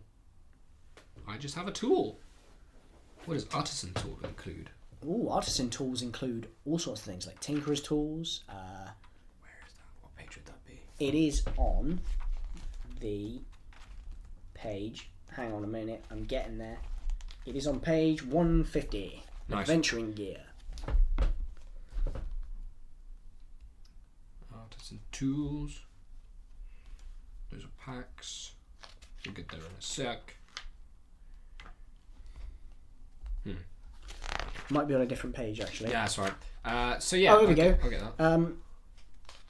[SPEAKER 1] I just have a tool. What does artisan tool include?
[SPEAKER 2] Ooh, artisan tools include all sorts of things like tinkerer's tools. Uh,
[SPEAKER 1] Where is that? What page would that be?
[SPEAKER 2] it is on the page. Hang on a minute, I'm getting there. It is on page 150.
[SPEAKER 1] Nice.
[SPEAKER 2] Adventuring gear.
[SPEAKER 1] Artisan tools. Those are packs. We'll get there in a sec.
[SPEAKER 2] Might be on a different page actually.
[SPEAKER 1] Yeah, that's right. Uh, so yeah.
[SPEAKER 2] Oh, there we
[SPEAKER 1] I'll get-
[SPEAKER 2] go.
[SPEAKER 1] I'll get that.
[SPEAKER 2] Um,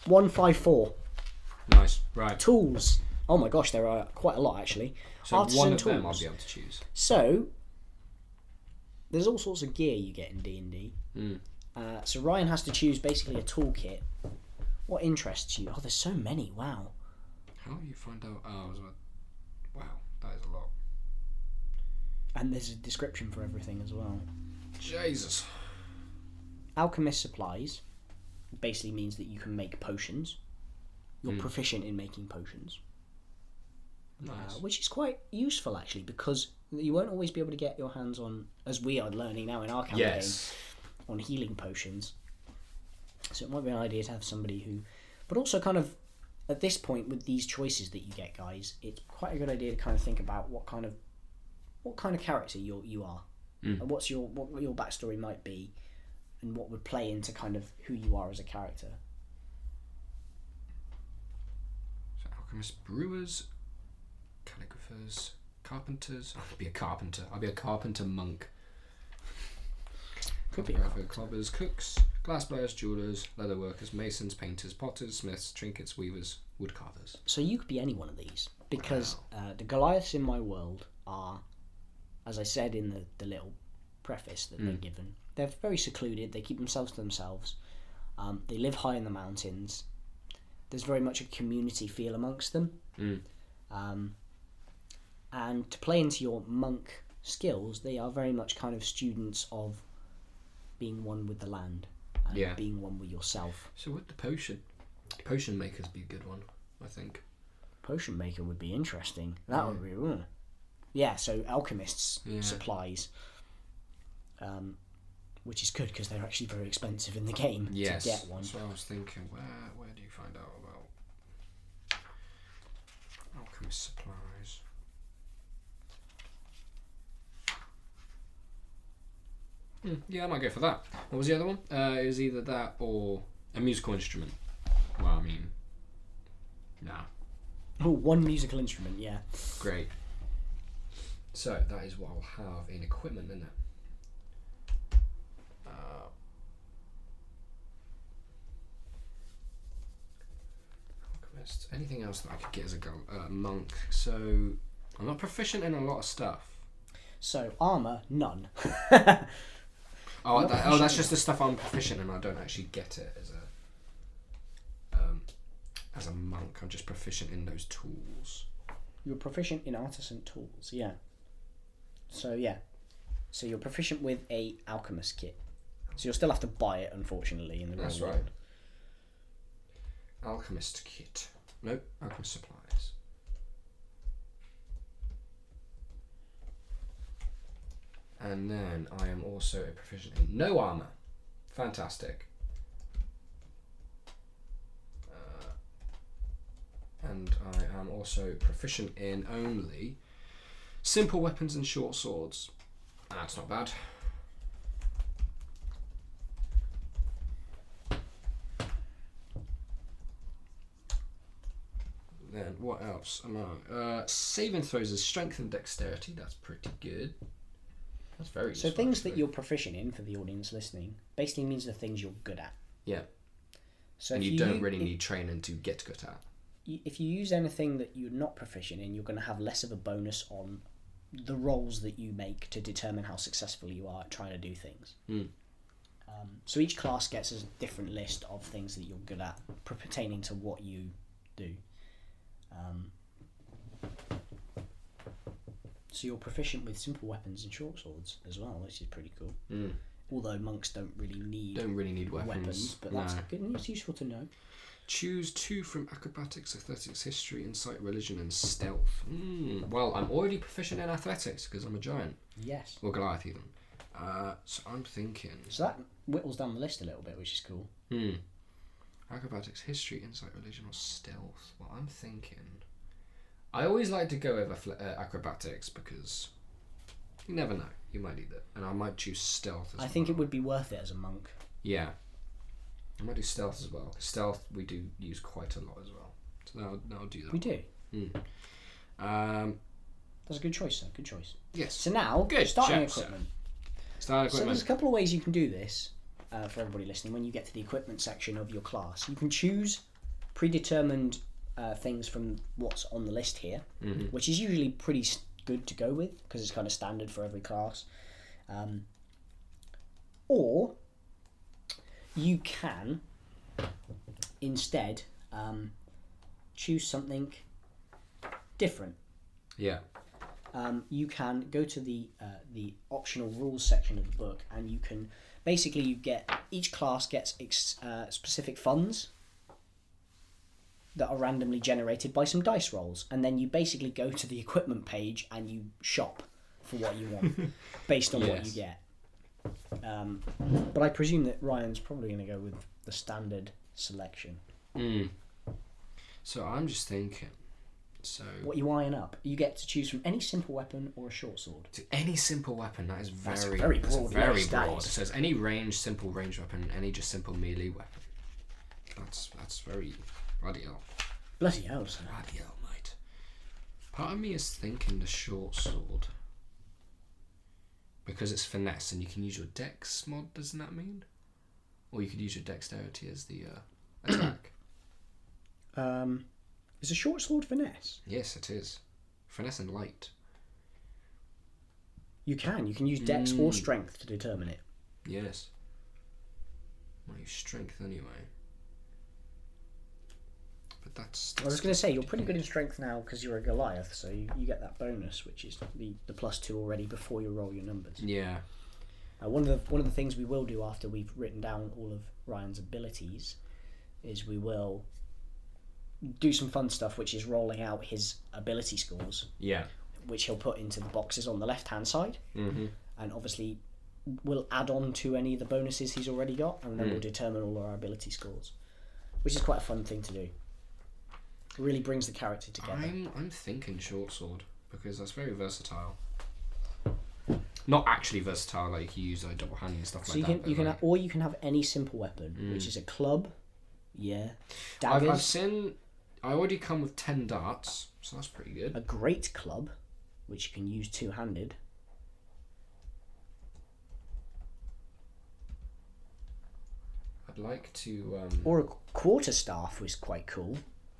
[SPEAKER 2] 154.
[SPEAKER 1] Nice. Right.
[SPEAKER 2] Tools. Oh my gosh, there are quite a lot actually.
[SPEAKER 1] So one of them I'll be able to choose.
[SPEAKER 2] So there's all sorts of gear you get in D Uh, and D.
[SPEAKER 1] Mm.
[SPEAKER 2] So Ryan has to choose basically a toolkit What interests you? Oh, there's so many. Wow.
[SPEAKER 1] How do you find out? Oh, I was like, wow, that is a lot.
[SPEAKER 2] And there's a description for everything as well.
[SPEAKER 1] Jesus.
[SPEAKER 2] Alchemist supplies basically means that you can make potions. You're
[SPEAKER 1] Mm.
[SPEAKER 2] proficient in making potions, uh,
[SPEAKER 1] Nice.
[SPEAKER 2] which is quite useful actually because you won't always be able to get your hands on, as we are learning now in our campaign,
[SPEAKER 1] yes.
[SPEAKER 2] on healing potions. So it might be an idea to have somebody who, but also kind of at this point with these choices that you get, guys, it's quite a good idea to kind of think about what kind of what kind of character you you are,
[SPEAKER 1] Mm.
[SPEAKER 2] and what's your what your backstory might be, and what would play into kind of who you are as a character.
[SPEAKER 1] So alchemists, brewers, calligraphers, carpenters. I'll be a carpenter. I'll be a carpenter monk.
[SPEAKER 2] Could be a
[SPEAKER 1] Cartographer, clubbers, cooks, glassblowers, jewelers, leather workers, masons, painters, potters, smiths, trinkets, weavers, woodcarvers.
[SPEAKER 2] So you could be any one of these because uh, the Goliaths in my world are, as I said in the, the little preface that they're given, they're very secluded. They keep themselves to themselves. Um, they live high in the mountains. There's very much a community feel amongst them.
[SPEAKER 1] Mm.
[SPEAKER 2] Um, and to play into your monk skills, they are very much kind of students of being one with the land and
[SPEAKER 1] Yeah.
[SPEAKER 2] being one with yourself.
[SPEAKER 1] So would the potion potion makers be a good one? I think.
[SPEAKER 2] Potion maker would be interesting. That would be ooh. Yeah, so alchemists
[SPEAKER 1] Yeah.
[SPEAKER 2] supplies, um, which is good because they're actually very expensive in the game
[SPEAKER 1] Yes.
[SPEAKER 2] to get one.
[SPEAKER 1] That's what I was thinking. Where where do you find out about alchemist supplies? Mm, yeah, I might go for that. What was the other one? Uh, it was either that or a musical instrument. Well, I mean, nah,
[SPEAKER 2] Oh, one musical instrument, yeah.
[SPEAKER 1] great. So that is what I'll have in equipment, isn't it? Uh, alchemist. Anything else that I could get as a gun, uh, monk? So I'm not proficient in a lot of stuff.
[SPEAKER 2] So armor, none.
[SPEAKER 1] Oh,
[SPEAKER 2] not
[SPEAKER 1] that, oh, that's
[SPEAKER 2] proficient.
[SPEAKER 1] just the stuff I'm proficient in. I don't actually get it as a um, as a monk. I'm just proficient in those tools.
[SPEAKER 2] you're proficient in artisan tools, yeah. So yeah, so you're proficient with a alchemist kit. So you'll still have to buy it, unfortunately, in the real
[SPEAKER 1] That's
[SPEAKER 2] world.
[SPEAKER 1] right. Alchemist kit. Nope. Alchemist supplies. And then I am also a proficient in no armor. Fantastic. Uh, and I am also proficient in only simple weapons and short swords. Ah, That's not bad. Then what else am I? Uh, saving throws is strength and dexterity. That's pretty good. That's very.
[SPEAKER 2] So
[SPEAKER 1] useful,
[SPEAKER 2] things that
[SPEAKER 1] actually.
[SPEAKER 2] you're proficient in for the audience listening basically means the things you're good at.
[SPEAKER 1] Yeah.
[SPEAKER 2] So
[SPEAKER 1] and
[SPEAKER 2] if
[SPEAKER 1] you, don't
[SPEAKER 2] u-
[SPEAKER 1] really
[SPEAKER 2] if-
[SPEAKER 1] need training to get good at.
[SPEAKER 2] you- if you use anything that you're not proficient in, you're going to have less of a bonus on the rolls that you make to determine how successful you are at trying to do things.
[SPEAKER 1] Mm.
[SPEAKER 2] Um, so each class gets a different list of things that you're good at per- pertaining to what you do. Um, so you're proficient with simple weapons and short swords as well, which is pretty cool.
[SPEAKER 1] Mm.
[SPEAKER 2] Although monks don't really need
[SPEAKER 1] Don't really need
[SPEAKER 2] weapons,
[SPEAKER 1] weapons.
[SPEAKER 2] but that's
[SPEAKER 1] no.
[SPEAKER 2] good and it's useful to know.
[SPEAKER 1] Choose two from acrobatics, athletics, history, insight, religion, and stealth. Mm. Well, I'm already proficient in athletics because I'm a giant
[SPEAKER 2] Yes.
[SPEAKER 1] or Goliath even. Uh, so I'm thinking.
[SPEAKER 2] So that whittles down the list a little bit, which is cool.
[SPEAKER 1] Hmm. Acrobatics, history, insight, religion, or stealth. Well, I'm thinking. I always like to go over fl- uh, acrobatics because you never know. You might need it, and I might choose stealth. as
[SPEAKER 2] I think
[SPEAKER 1] well.
[SPEAKER 2] it would be worth it as a monk.
[SPEAKER 1] Yeah. I might do stealth as well. 'cause Stealth we do use quite a lot as well. So now, now I'll do
[SPEAKER 2] We
[SPEAKER 1] that.
[SPEAKER 2] do.
[SPEAKER 1] Um,
[SPEAKER 2] That's a good choice, sir. Good choice.
[SPEAKER 1] yes.
[SPEAKER 2] So now,
[SPEAKER 1] Good
[SPEAKER 2] starting
[SPEAKER 1] job, sir.
[SPEAKER 2] equipment.
[SPEAKER 1] Starting
[SPEAKER 2] So there's
[SPEAKER 1] equipment.
[SPEAKER 2] a couple of ways you can do this uh, for everybody listening. When you get to the equipment section of your class, you can choose predetermined uh, things from what's on the list here, which is usually pretty s- good to go with because it's kind of standard for every class. Um, or you can instead um, choose something different.
[SPEAKER 1] Yeah.
[SPEAKER 2] um, you can go to the uh, the optional rules section of the book, and you can basically you get each class gets ex- uh, specific funds that are randomly generated by some dice rolls, and then you basically go to the equipment page and you shop for what you want based on what you
[SPEAKER 1] Yes.
[SPEAKER 2] get. Um, but I presume that Ryan's probably going to go with the standard selection.
[SPEAKER 1] Mm. So I'm just thinking. So
[SPEAKER 2] What you eyeing up? You get to choose from any simple weapon or a short sword.
[SPEAKER 1] to any simple weapon that is
[SPEAKER 2] That's
[SPEAKER 1] very
[SPEAKER 2] very
[SPEAKER 1] that's
[SPEAKER 2] broad
[SPEAKER 1] very
[SPEAKER 2] list, that
[SPEAKER 1] broad.
[SPEAKER 2] is.
[SPEAKER 1] So it's any range simple range weapon, and any just simple melee weapon. That's that's very bloody hell,
[SPEAKER 2] Bloody hell, son.
[SPEAKER 1] bloody hell, mate. Part of me is thinking the short sword because it's finesse, and you can use your dex mod. Doesn't that mean? Or you could use your dexterity as the uh, attack.
[SPEAKER 2] Um, is a short sword finesse?
[SPEAKER 1] yes, it is. Finesse and light.
[SPEAKER 2] You can. You can use dex or
[SPEAKER 1] Mm.
[SPEAKER 2] strength to determine it.
[SPEAKER 1] Yes. My strength, anyway. But that's.
[SPEAKER 2] I was going to say, you're pretty good in strength now because you're a Goliath, so you, you get that bonus, which is the, the plus two already before you roll your numbers.
[SPEAKER 1] Yeah.
[SPEAKER 2] Uh, one, of the, one of the things we will do after we've written down all of Ryan's abilities is we will do some fun stuff, which is rolling out his ability scores,
[SPEAKER 1] Yeah.
[SPEAKER 2] which he'll put into the boxes on the left hand side.
[SPEAKER 1] Mm-hmm.
[SPEAKER 2] and obviously we'll add on to any of the bonuses he's already got and then
[SPEAKER 1] Mm.
[SPEAKER 2] we'll determine all our ability scores which is quite a fun thing to do really brings the character together
[SPEAKER 1] I'm I'm thinking short sword because that's very versatile. Not actually versatile, like you use like double hand and stuff
[SPEAKER 2] so
[SPEAKER 1] like
[SPEAKER 2] you
[SPEAKER 1] that.
[SPEAKER 2] can
[SPEAKER 1] but
[SPEAKER 2] you can
[SPEAKER 1] like-
[SPEAKER 2] ha- or you can have any simple weapon which is a club yeah daggers
[SPEAKER 1] I've, I've seen. I already come with ten darts, so that's pretty good.
[SPEAKER 2] a great club which you can use two-handed
[SPEAKER 1] I'd like to um,
[SPEAKER 2] or a quarter staff was quite cool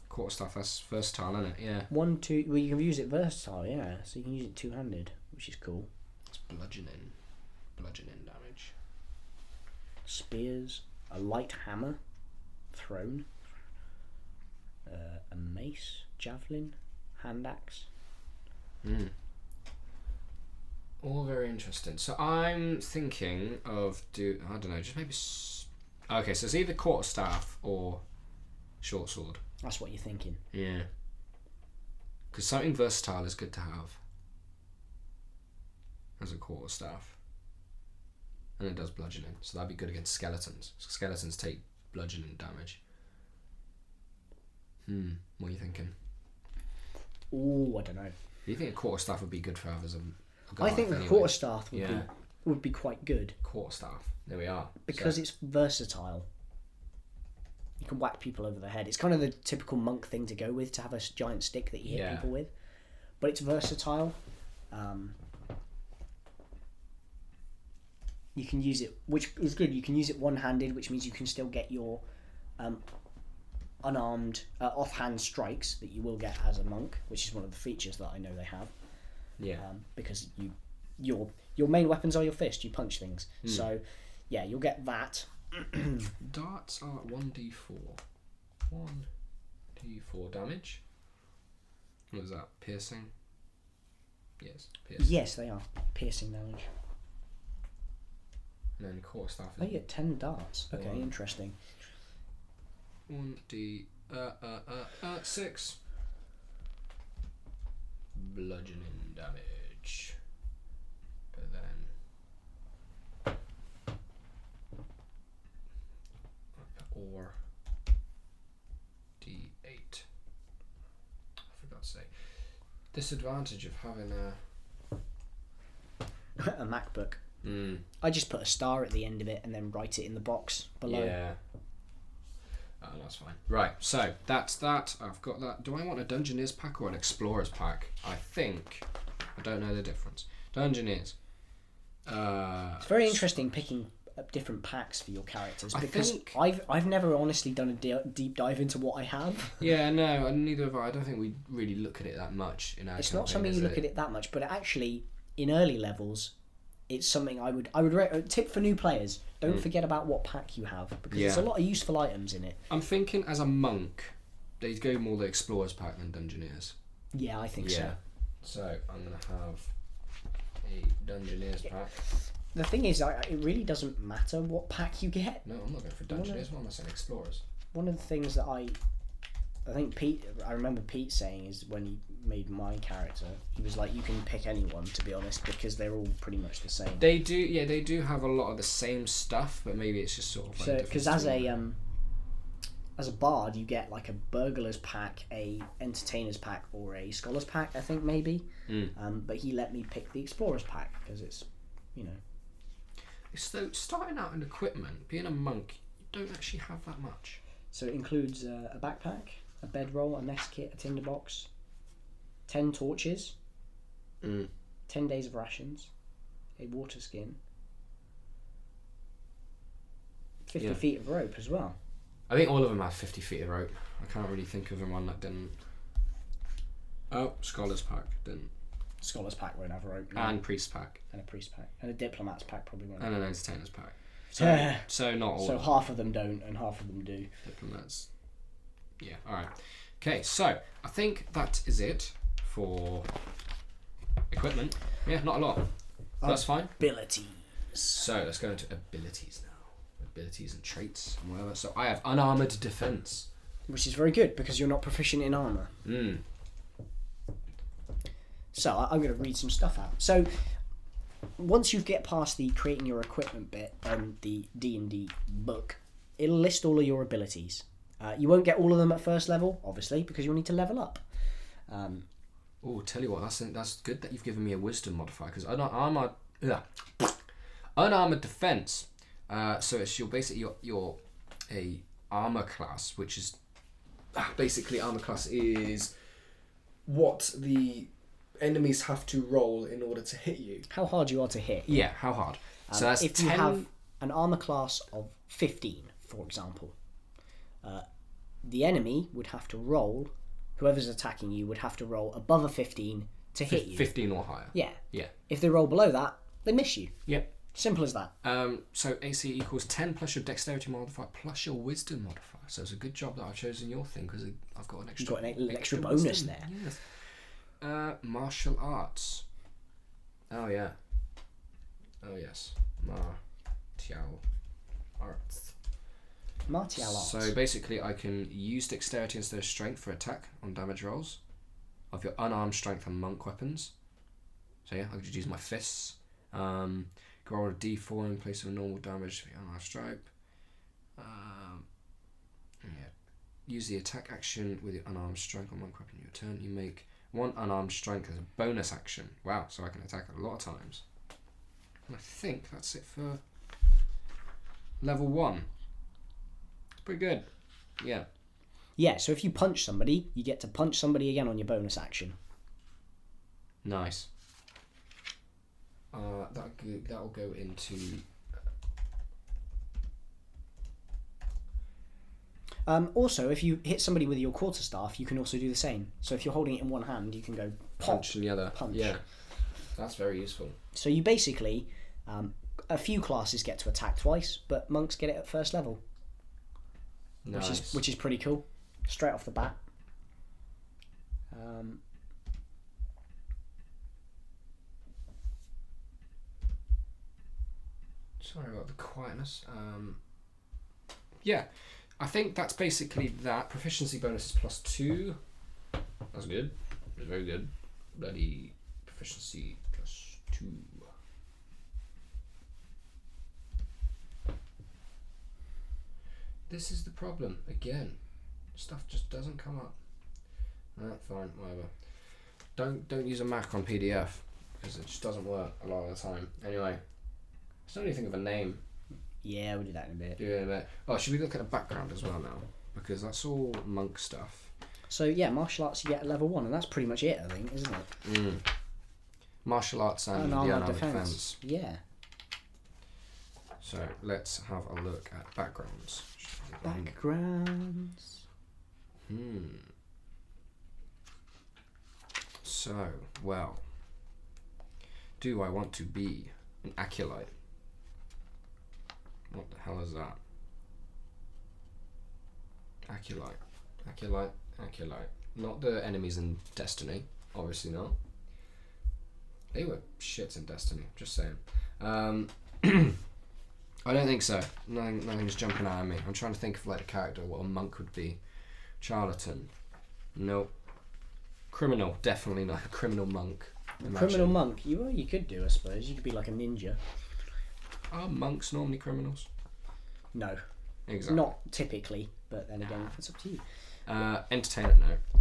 [SPEAKER 1] quarter staff. That's versatile, isn't it? Yeah.
[SPEAKER 2] one two well you can use it versatile yeah so you can use it two-handed which is cool
[SPEAKER 1] It's bludgeoning, bludgeoning damage.
[SPEAKER 2] spears, a light hammer, thrown, uh, a mace, javelin, hand axe.
[SPEAKER 1] Mm. All very interesting. So I'm thinking of do I don't know, just maybe. S- okay, so it's either quarter staff or short sword.
[SPEAKER 2] That's what you're thinking.
[SPEAKER 1] Yeah. Because something versatile is good to have. As a quarter staff. And it does bludgeoning, so that'd be good against skeletons. Skeletons take bludgeoning damage. Hmm. What are you thinking?
[SPEAKER 2] Oh, I don't know.
[SPEAKER 1] Do you think a quarter staff would be good for others? and-
[SPEAKER 2] I think the
[SPEAKER 1] anyway?
[SPEAKER 2] quarterstaff would
[SPEAKER 1] Yeah.
[SPEAKER 2] be would be quite good
[SPEAKER 1] quarter staff. There we are.
[SPEAKER 2] because
[SPEAKER 1] So-
[SPEAKER 2] it's versatile. You can whack people over the head. It's kind of the typical monk thing to go with to have a s- giant stick that you hit
[SPEAKER 1] Yeah.
[SPEAKER 2] people with, but it's versatile. Um, you can use it, which is good. You can use it one-handed, which means you can still get your um, unarmed uh, offhand strikes that you will get as a monk, which is one of the features that I know they have
[SPEAKER 1] yeah,
[SPEAKER 2] um, because you your your main weapons are your fist. You punch things.
[SPEAKER 1] Hmm.
[SPEAKER 2] So yeah, you'll get that.
[SPEAKER 1] darts are one d four, one d four damage. What is that? Piercing. Yes, piercing.
[SPEAKER 2] Yes, they are piercing damage.
[SPEAKER 1] And then quarter staff
[SPEAKER 2] Oh,
[SPEAKER 1] is
[SPEAKER 2] you get ten darts. Okay,
[SPEAKER 1] Oh, Wow.
[SPEAKER 2] interesting.
[SPEAKER 1] one d uh, uh, uh, uh, six. Bludgeoning damage. But then. Or D eight. I forgot to say. Disadvantage of having a
[SPEAKER 2] a MacBook. I just put a star at the end of it and then write it in the box below.
[SPEAKER 1] Yeah. Oh, that's fine. Right, so that's that. I've got that. Do I want a Dungeoneers pack or an Explorers pack? I think. I don't know the difference. Dungeoneers. Uh,
[SPEAKER 2] It's very interesting picking up different packs for your characters
[SPEAKER 1] I
[SPEAKER 2] because
[SPEAKER 1] think-
[SPEAKER 2] I've I've never honestly done a de- deep dive into what I have.
[SPEAKER 1] yeah, no, and neither have I. I don't think we really look at it that much in our
[SPEAKER 2] It's not something you look at it that much, but actually in early levels, it's something I would I would re- a uh, tip for new players. Don't forget about what pack you have because there's a
[SPEAKER 1] Hmm. Yeah.
[SPEAKER 2] lot of useful items in it.
[SPEAKER 1] I'm thinking as a monk, they'd go more the explorers pack than dungeoneers.
[SPEAKER 2] Yeah, I think so.
[SPEAKER 1] So I'm gonna have a dungeoneers pack.
[SPEAKER 2] The thing is, I, it really doesn't matter what pack you get.
[SPEAKER 1] No, I'm not going for dungeoneers. Why am I saying explorers?
[SPEAKER 2] One of the things that I, I think Pete, I remember Pete saying is when he made my character, he was like, you can pick anyone to be honest because they're all pretty much the same.
[SPEAKER 1] They do, yeah, they do have a lot of the same stuff, but maybe it's just sort of. Like
[SPEAKER 2] So,
[SPEAKER 1] different
[SPEAKER 2] because as a
[SPEAKER 1] story.
[SPEAKER 2] um, as a bard, you get like a burglar's pack, a entertainer's pack, or a scholar's pack. I think maybe.
[SPEAKER 1] Mm.
[SPEAKER 2] Um, but he let me pick the explorer's pack because it's, you know,
[SPEAKER 1] so starting out in equipment, being a monk, you don't actually have that much.
[SPEAKER 2] so it includes uh, a backpack, a bedroll, a mess kit, a tinderbox, ten torches,
[SPEAKER 1] Mm.
[SPEAKER 2] ten days of rations, a water skin. 50
[SPEAKER 1] Yeah.
[SPEAKER 2] feet of rope as well.
[SPEAKER 1] I think all of them have 50 feet of rope. I can't really think of anyone that didn't. Oh, scholars pack didn't,
[SPEAKER 2] Scholar's pack won't have a rope. no.
[SPEAKER 1] and priest pack,
[SPEAKER 2] And a priest pack. And a diplomat's pack probably won't.
[SPEAKER 1] and an entertainers pack. Uh, So,
[SPEAKER 2] Yeah.
[SPEAKER 1] so not all.
[SPEAKER 2] So
[SPEAKER 1] of
[SPEAKER 2] half of them don't, and half of them do.
[SPEAKER 1] diplomats. Yeah, alright. Okay, so I think that is it for equipment. Yeah, not a lot.
[SPEAKER 2] Uh,
[SPEAKER 1] That's fine.
[SPEAKER 2] Abilities.
[SPEAKER 1] So let's go into abilities now. Abilities and traits and whatever. So I have unarmored defense.
[SPEAKER 2] Which is very good because you're not proficient in armor.
[SPEAKER 1] Mm.
[SPEAKER 2] So I- I'm going to read some stuff out. So once you get past the creating your equipment bit on the D and D book, it'll list all of your abilities. Uh, you won't get all of them at first level, obviously, because you'll need to level up. Um,
[SPEAKER 1] Oh, tell you what, that's that's good that you've given me a wisdom modifier because unarmored, ugh, unarmored defense. Uh, so it's your basically your your a armor class, which is ah, basically armor class is what the enemies have to roll in order to hit you.
[SPEAKER 2] how hard you are to hit.
[SPEAKER 1] Yeah, how hard? so that's
[SPEAKER 2] if
[SPEAKER 1] ten.
[SPEAKER 2] you have an armor class of 15, for example, uh, the enemy would have to roll, whoever's attacking you would have to roll above a 15 to hit you.
[SPEAKER 1] Fifteen or higher.
[SPEAKER 2] Yeah.
[SPEAKER 1] Yeah.
[SPEAKER 2] If they roll below that, they miss you.
[SPEAKER 1] Yep.
[SPEAKER 2] Simple as that.
[SPEAKER 1] Um, so AC equals 10 plus your dexterity modifier plus your wisdom modifier. So it's a good job that I've chosen your thing because I've got an extra,
[SPEAKER 2] got an e- extra bonus
[SPEAKER 1] wisdom,
[SPEAKER 2] there.
[SPEAKER 1] Yes. Uh, martial arts. Oh, yeah. Oh, yes. Martial arts.
[SPEAKER 2] Martial arts.
[SPEAKER 1] So basically, I can use dexterity instead of strength for attack on damage rolls of your unarmed strength and monk weapons. So yeah, I could just use my fists. Um, can roll a d4 in place of a normal damage for your unarmed stripe. Um, yeah. Use the attack action with your unarmed strength on monk weapon in your turn. You make one unarmed strength as a bonus action. Wow, so I can attack a lot of times. And I think that's it for level one. It's pretty good. Yeah.
[SPEAKER 2] yeah, so if you punch somebody, you get to punch somebody again on your bonus action.
[SPEAKER 1] Nice. Uh, that go- that'll go into
[SPEAKER 2] Um, also, if you hit somebody with your quarterstaff, you can also do the same. So if you're holding it in one hand, you can go pop.
[SPEAKER 1] punch and the other.
[SPEAKER 2] Punch.
[SPEAKER 1] Yeah, that's very useful.
[SPEAKER 2] So you basically, um, a few classes get to attack twice, but monks get it at first level,
[SPEAKER 1] Nice.
[SPEAKER 2] which is which is pretty cool, straight off the bat. Um,
[SPEAKER 1] Sorry about the quietness. Um, yeah, I think that's basically that. Proficiency bonus is plus two. That's good. It's very good. Bloody proficiency plus two. This is the problem again. Stuff just doesn't come up. Ah, fine, whatever. Don't don't use a Mac on PDF because it just doesn't work a lot of the time. Anyway, I still need to think of a name.
[SPEAKER 2] yeah, we'll do that in a bit.
[SPEAKER 1] Yeah, but oh, should we look at the background as well now? Because that's all monk stuff.
[SPEAKER 2] So yeah, martial arts you get at level one, and that's pretty much it, I think, isn't it?
[SPEAKER 1] Martial arts and Um, the
[SPEAKER 2] Unarmed
[SPEAKER 1] unarmed defense.
[SPEAKER 2] Yeah,
[SPEAKER 1] So let's have a look at backgrounds.
[SPEAKER 2] backgrounds.
[SPEAKER 1] Hmm. So, well, do I want to be an acolyte? What the hell is that? Aculite. Aculite. Aculite. Not the enemies in Destiny. Obviously not. They were shits in Destiny. Just saying. Um, I don't think so. Nothing, nothing's jumping out at me. I'm trying to think of like a character. What a monk would be. Charlatan. Nope. Criminal. Definitely not. Criminal monk.
[SPEAKER 2] Criminal
[SPEAKER 1] Imagine.
[SPEAKER 2] monk. You well, you could do, I suppose. You could be like a ninja.
[SPEAKER 1] Are monks normally criminals?
[SPEAKER 2] No,
[SPEAKER 1] Exactly.
[SPEAKER 2] not typically. But then again, it's up to you.
[SPEAKER 1] Uh, entertainment, no.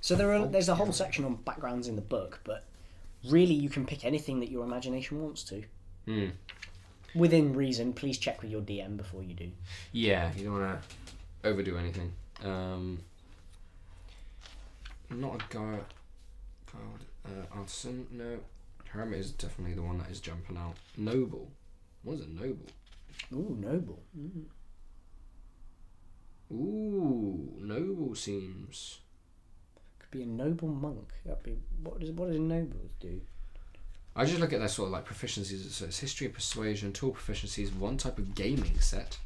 [SPEAKER 2] So there are there's a whole section on backgrounds in the book, but really you can pick anything that your imagination wants to.
[SPEAKER 1] Hmm.
[SPEAKER 2] Within reason, please check with your DM before you do.
[SPEAKER 1] Yeah, you don't want to overdo anything. Um, not a guy called uh, Artisan. No, Hermit is definitely the one that is jumping out. Noble. What is a noble?
[SPEAKER 2] Ooh, noble.
[SPEAKER 1] Ooh, noble seems.
[SPEAKER 2] Could be a noble monk. That'd be what does what does nobles do?
[SPEAKER 1] I just look at their sort of like proficiencies. So it's history, persuasion, tool proficiencies, one type of gaming set.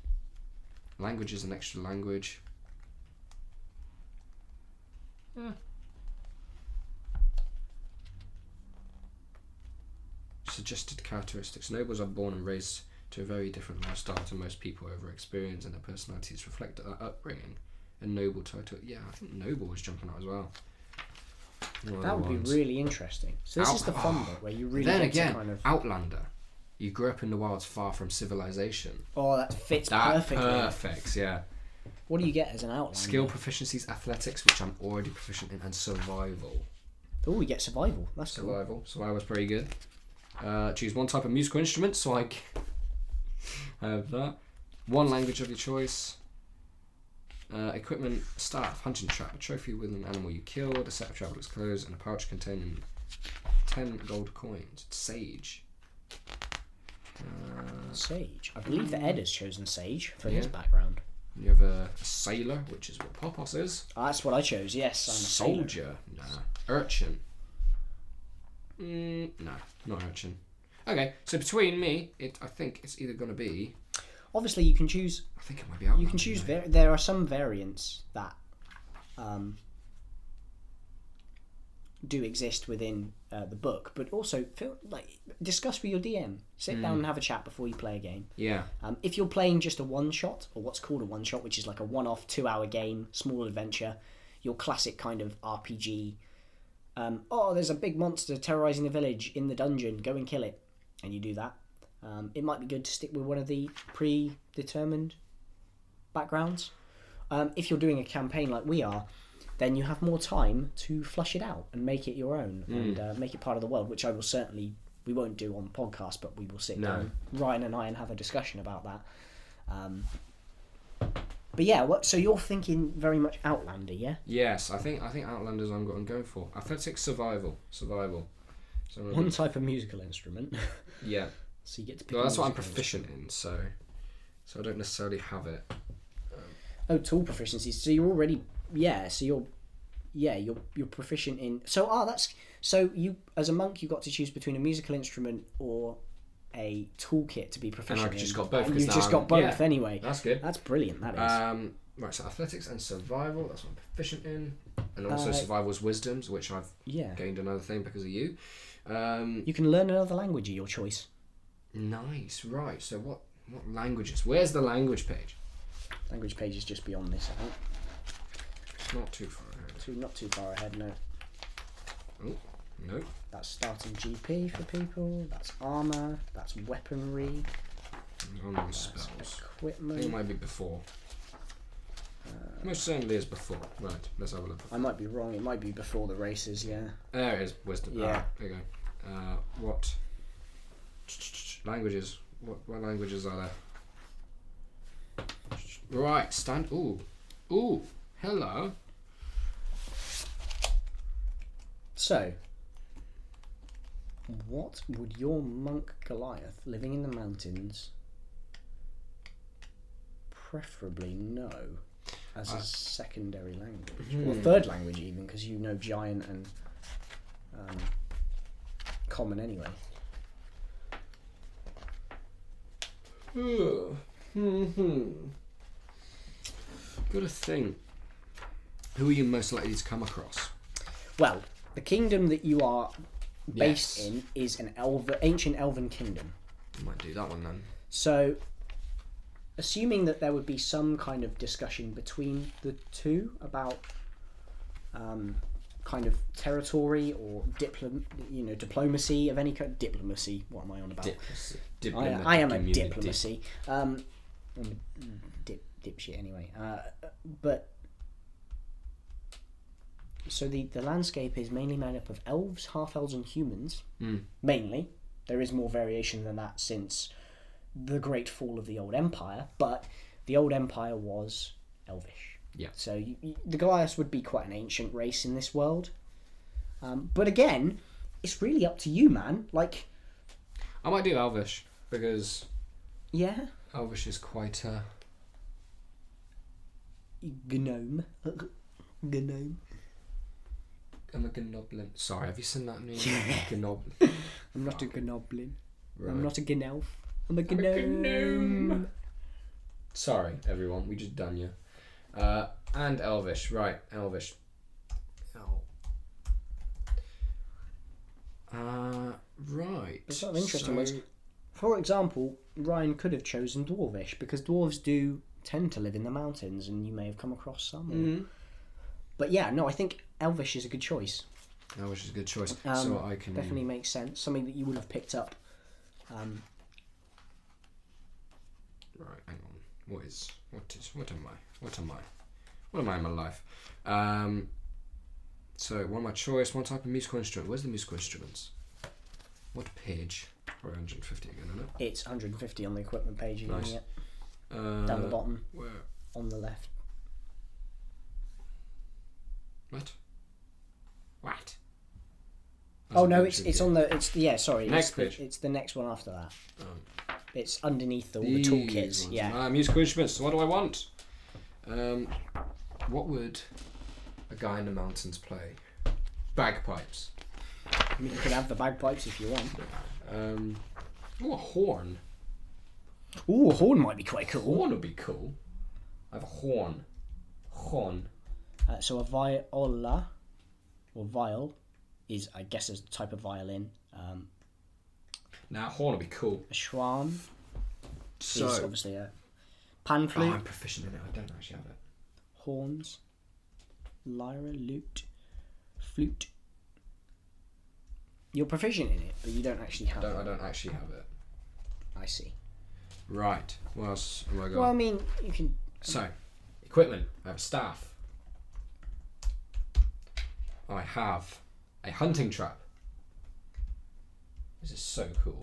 [SPEAKER 1] Language is an extra language. Yeah. Suggested characteristics. Nobles are born and raised to a very different lifestyle to most people over experience, and their personalities reflect that upbringing. A noble title. Yeah, I think noble was jumping out as well. One of the
[SPEAKER 2] That would
[SPEAKER 1] ones.
[SPEAKER 2] be really interesting. So this is the fun
[SPEAKER 1] Ow.
[SPEAKER 2] bit where you really
[SPEAKER 1] then
[SPEAKER 2] get
[SPEAKER 1] again,
[SPEAKER 2] to kind of
[SPEAKER 1] Outlander. You grew up in the wilds far from civilization.
[SPEAKER 2] oh that fits
[SPEAKER 1] That
[SPEAKER 2] perfectly.
[SPEAKER 1] perfect, yeah.
[SPEAKER 2] what do you get as an outline?
[SPEAKER 1] Skill proficiencies, athletics, which I'm already proficient in, and survival.
[SPEAKER 2] Oh, we get survival. That's cool.
[SPEAKER 1] Survival. Survival's pretty good. Uh, choose one type of musical instrument, so I g- have that. One language of your choice. Uh, equipment, staff, hunting trap, a trophy with an animal you killed, a set of traveller's clothes, and a pouch containing 10 gold coins. Sage. Uh,
[SPEAKER 2] Sage. I believe that Ed has chosen sage for his
[SPEAKER 1] Yeah.
[SPEAKER 2] background.
[SPEAKER 1] You have a sailor, which is what Popos is.
[SPEAKER 2] Ah, that's what I chose. Yes, I'm a sailor.
[SPEAKER 1] Soldier, nah. Urchin, mm, no, not urchin. Okay, so between me, it I think it's either gonna be.
[SPEAKER 2] Obviously, you can choose
[SPEAKER 1] I think it might be out.
[SPEAKER 2] You can choose. Var- there are some variants that um, do exist within uh, the book, but also feel like discuss with your DM. Sit
[SPEAKER 1] Mm.
[SPEAKER 2] down and have a chat before you play a game.
[SPEAKER 1] Yeah,
[SPEAKER 2] Um, if you're playing just a one shot, or what's called a one shot, which is like a one off two hour game, small adventure, your classic kind of RPG, um, oh, there's a big monster terrorizing the village in the dungeon, go and kill it, and you do that, um, it might be good to stick with one of the predetermined backgrounds. Um, if you're doing a campaign like we are, then you have more time to flush it out and make it your own
[SPEAKER 1] Mm.
[SPEAKER 2] and uh, make it part of the world, which I will certainly. We won't do on podcast, but we will sit
[SPEAKER 1] No.
[SPEAKER 2] down, Ryan and I, and have a discussion about that. Um, but yeah, what? So you're thinking very much Outlander, yeah?
[SPEAKER 1] yes, I think I think Outlanders. I'm going going for athletics, survival, survival. So I'm gonna
[SPEAKER 2] One type of musical instrument,
[SPEAKER 1] be- yeah,
[SPEAKER 2] so you get to pick.
[SPEAKER 1] well,
[SPEAKER 2] a
[SPEAKER 1] that's what I'm
[SPEAKER 2] musical
[SPEAKER 1] proficient in. So, so I don't necessarily have it.
[SPEAKER 2] Oh, tool proficiencies. So you're already yeah. So you're yeah you're you're proficient in. So ah, that's so you as a monk you got to choose between a musical instrument or a toolkit to be proficient.
[SPEAKER 1] I've just
[SPEAKER 2] in.
[SPEAKER 1] got both,
[SPEAKER 2] And
[SPEAKER 1] 'cause
[SPEAKER 2] you've
[SPEAKER 1] now
[SPEAKER 2] just
[SPEAKER 1] I'm-
[SPEAKER 2] got both
[SPEAKER 1] yeah.
[SPEAKER 2] anyway.
[SPEAKER 1] That's good.
[SPEAKER 2] That's brilliant. That is.
[SPEAKER 1] Um, right, so athletics and survival. That's what I'm proficient in, and also
[SPEAKER 2] Uh,
[SPEAKER 1] survival's wisdoms, which I've
[SPEAKER 2] yeah.
[SPEAKER 1] gained another thing because of you. Um,
[SPEAKER 2] You can learn another language of your choice.
[SPEAKER 1] nice, right. So what what languages? Where's the language page?
[SPEAKER 2] Language page is just beyond this. I think.
[SPEAKER 1] It's not too far ahead.
[SPEAKER 2] Too not too far ahead. No,
[SPEAKER 1] Oh, no.
[SPEAKER 2] that's starting GP for people. That's armor. That's weaponry.
[SPEAKER 1] I'm on
[SPEAKER 2] That's
[SPEAKER 1] spells. I think it
[SPEAKER 2] equipment.
[SPEAKER 1] might be before.
[SPEAKER 2] Uh,
[SPEAKER 1] Most certainly is before. Right, let's have a look.
[SPEAKER 2] I might be wrong. It might be before the races. Yeah.
[SPEAKER 1] There it is, wisdom. Yeah.
[SPEAKER 2] Yeah.
[SPEAKER 1] there you go. Uh, what languages? What, what languages are there? Right, stand. Ooh. Ooh. Hello.
[SPEAKER 2] So, what would your monk Goliath, living in the mountains, preferably know as a secondary language
[SPEAKER 1] hmm.
[SPEAKER 2] or third language, even because you know giant and um, common anyway?
[SPEAKER 1] Ooh. Hmm. Gotta think. Who are you most likely to come across?
[SPEAKER 2] Well, the kingdom that you are based
[SPEAKER 1] Yes.
[SPEAKER 2] in is an elven, ancient elven kingdom.
[SPEAKER 1] Might do that one then.
[SPEAKER 2] So, assuming that there would be some kind of discussion between the two about um, kind of territory or diplom, you know, diplomacy of any kind. Diplomacy. What am I on about?
[SPEAKER 1] Diplomacy.
[SPEAKER 2] I, I am a diplomacy. Um, I'm a dip, dipshit anyway. Uh, but so the, the landscape is mainly made up of elves, half elves, and humans.
[SPEAKER 1] Mm.
[SPEAKER 2] Mainly, there is more variation than that since the great fall of the old empire. But the old empire was elvish.
[SPEAKER 1] Yeah.
[SPEAKER 2] So you, you, the Goliaths would be quite an ancient race in this world. Um, but again, it's really up to you, man. Like,
[SPEAKER 1] I might do Elvish because
[SPEAKER 2] yeah.
[SPEAKER 1] Elvish is quite uh,
[SPEAKER 2] gnome. gnome.
[SPEAKER 1] I'm a Gnoblin. Sorry, have you seen that new Gnoblin?
[SPEAKER 2] I'm not a gnoblin.
[SPEAKER 1] Right.
[SPEAKER 2] I'm not a gnelf. I'm a gnome.
[SPEAKER 1] gnome. Sorry, everyone, we just done you. Uh, and Elvish, right? Elvish. El. Uh, right.
[SPEAKER 2] There's sort of interesting ones. For example, Ryan could have chosen dwarvish because dwarves do tend to live in the mountains, and you may have come across some.
[SPEAKER 1] Mhm.
[SPEAKER 2] But yeah, no, I think elvish is a good choice.
[SPEAKER 1] Elvish is a good choice.
[SPEAKER 2] Um,
[SPEAKER 1] so I can
[SPEAKER 2] definitely makes sense. Something that you would have picked up. Um,
[SPEAKER 1] Right, hang on. What is what is what am I? What am I? What am I in my life? Um so one my choice, one type of musical instrument. Where's the musical instruments? What page? Probably 150 again, isn't it?
[SPEAKER 2] it's 150 on the equipment page. You're
[SPEAKER 1] Nice.
[SPEAKER 2] getting it
[SPEAKER 1] Uh,
[SPEAKER 2] down the bottom
[SPEAKER 1] Where?
[SPEAKER 2] on the left.
[SPEAKER 1] What? What?
[SPEAKER 2] Oh no, it's it's on the it's yeah. Sorry,
[SPEAKER 1] Next
[SPEAKER 2] it's, the-
[SPEAKER 1] page.
[SPEAKER 2] It's the next Oh. one after that.
[SPEAKER 1] Um,
[SPEAKER 2] It's underneath all the toolkits. Yeah.
[SPEAKER 1] Ah, musical instruments. What do I want? Um, what would a guy in the mountains play? Bagpipes.
[SPEAKER 2] I mean, you can have the bagpipes if you want.
[SPEAKER 1] Um, oh, a horn.
[SPEAKER 2] Ooh, a horn might be quite cool.
[SPEAKER 1] Horn would be cool. I have a horn. Horn.
[SPEAKER 2] Uh, so a viola, or viol, is I guess a type of violin. Um,
[SPEAKER 1] Now, horn would be cool.
[SPEAKER 2] a schwan is
[SPEAKER 1] So,
[SPEAKER 2] obviously a pan
[SPEAKER 1] oh,
[SPEAKER 2] flute,
[SPEAKER 1] I'm proficient in it. I don't actually have it.
[SPEAKER 2] horns, lyra, lute, flute. You're proficient in it, but you don't actually have.
[SPEAKER 1] Don't, I
[SPEAKER 2] it.
[SPEAKER 1] don't actually have it.
[SPEAKER 2] I see.
[SPEAKER 1] Right. What else am I got?
[SPEAKER 2] Well, I mean, you can.
[SPEAKER 1] so, equipment. I have a staff. I have a hunting trap. This is so cool.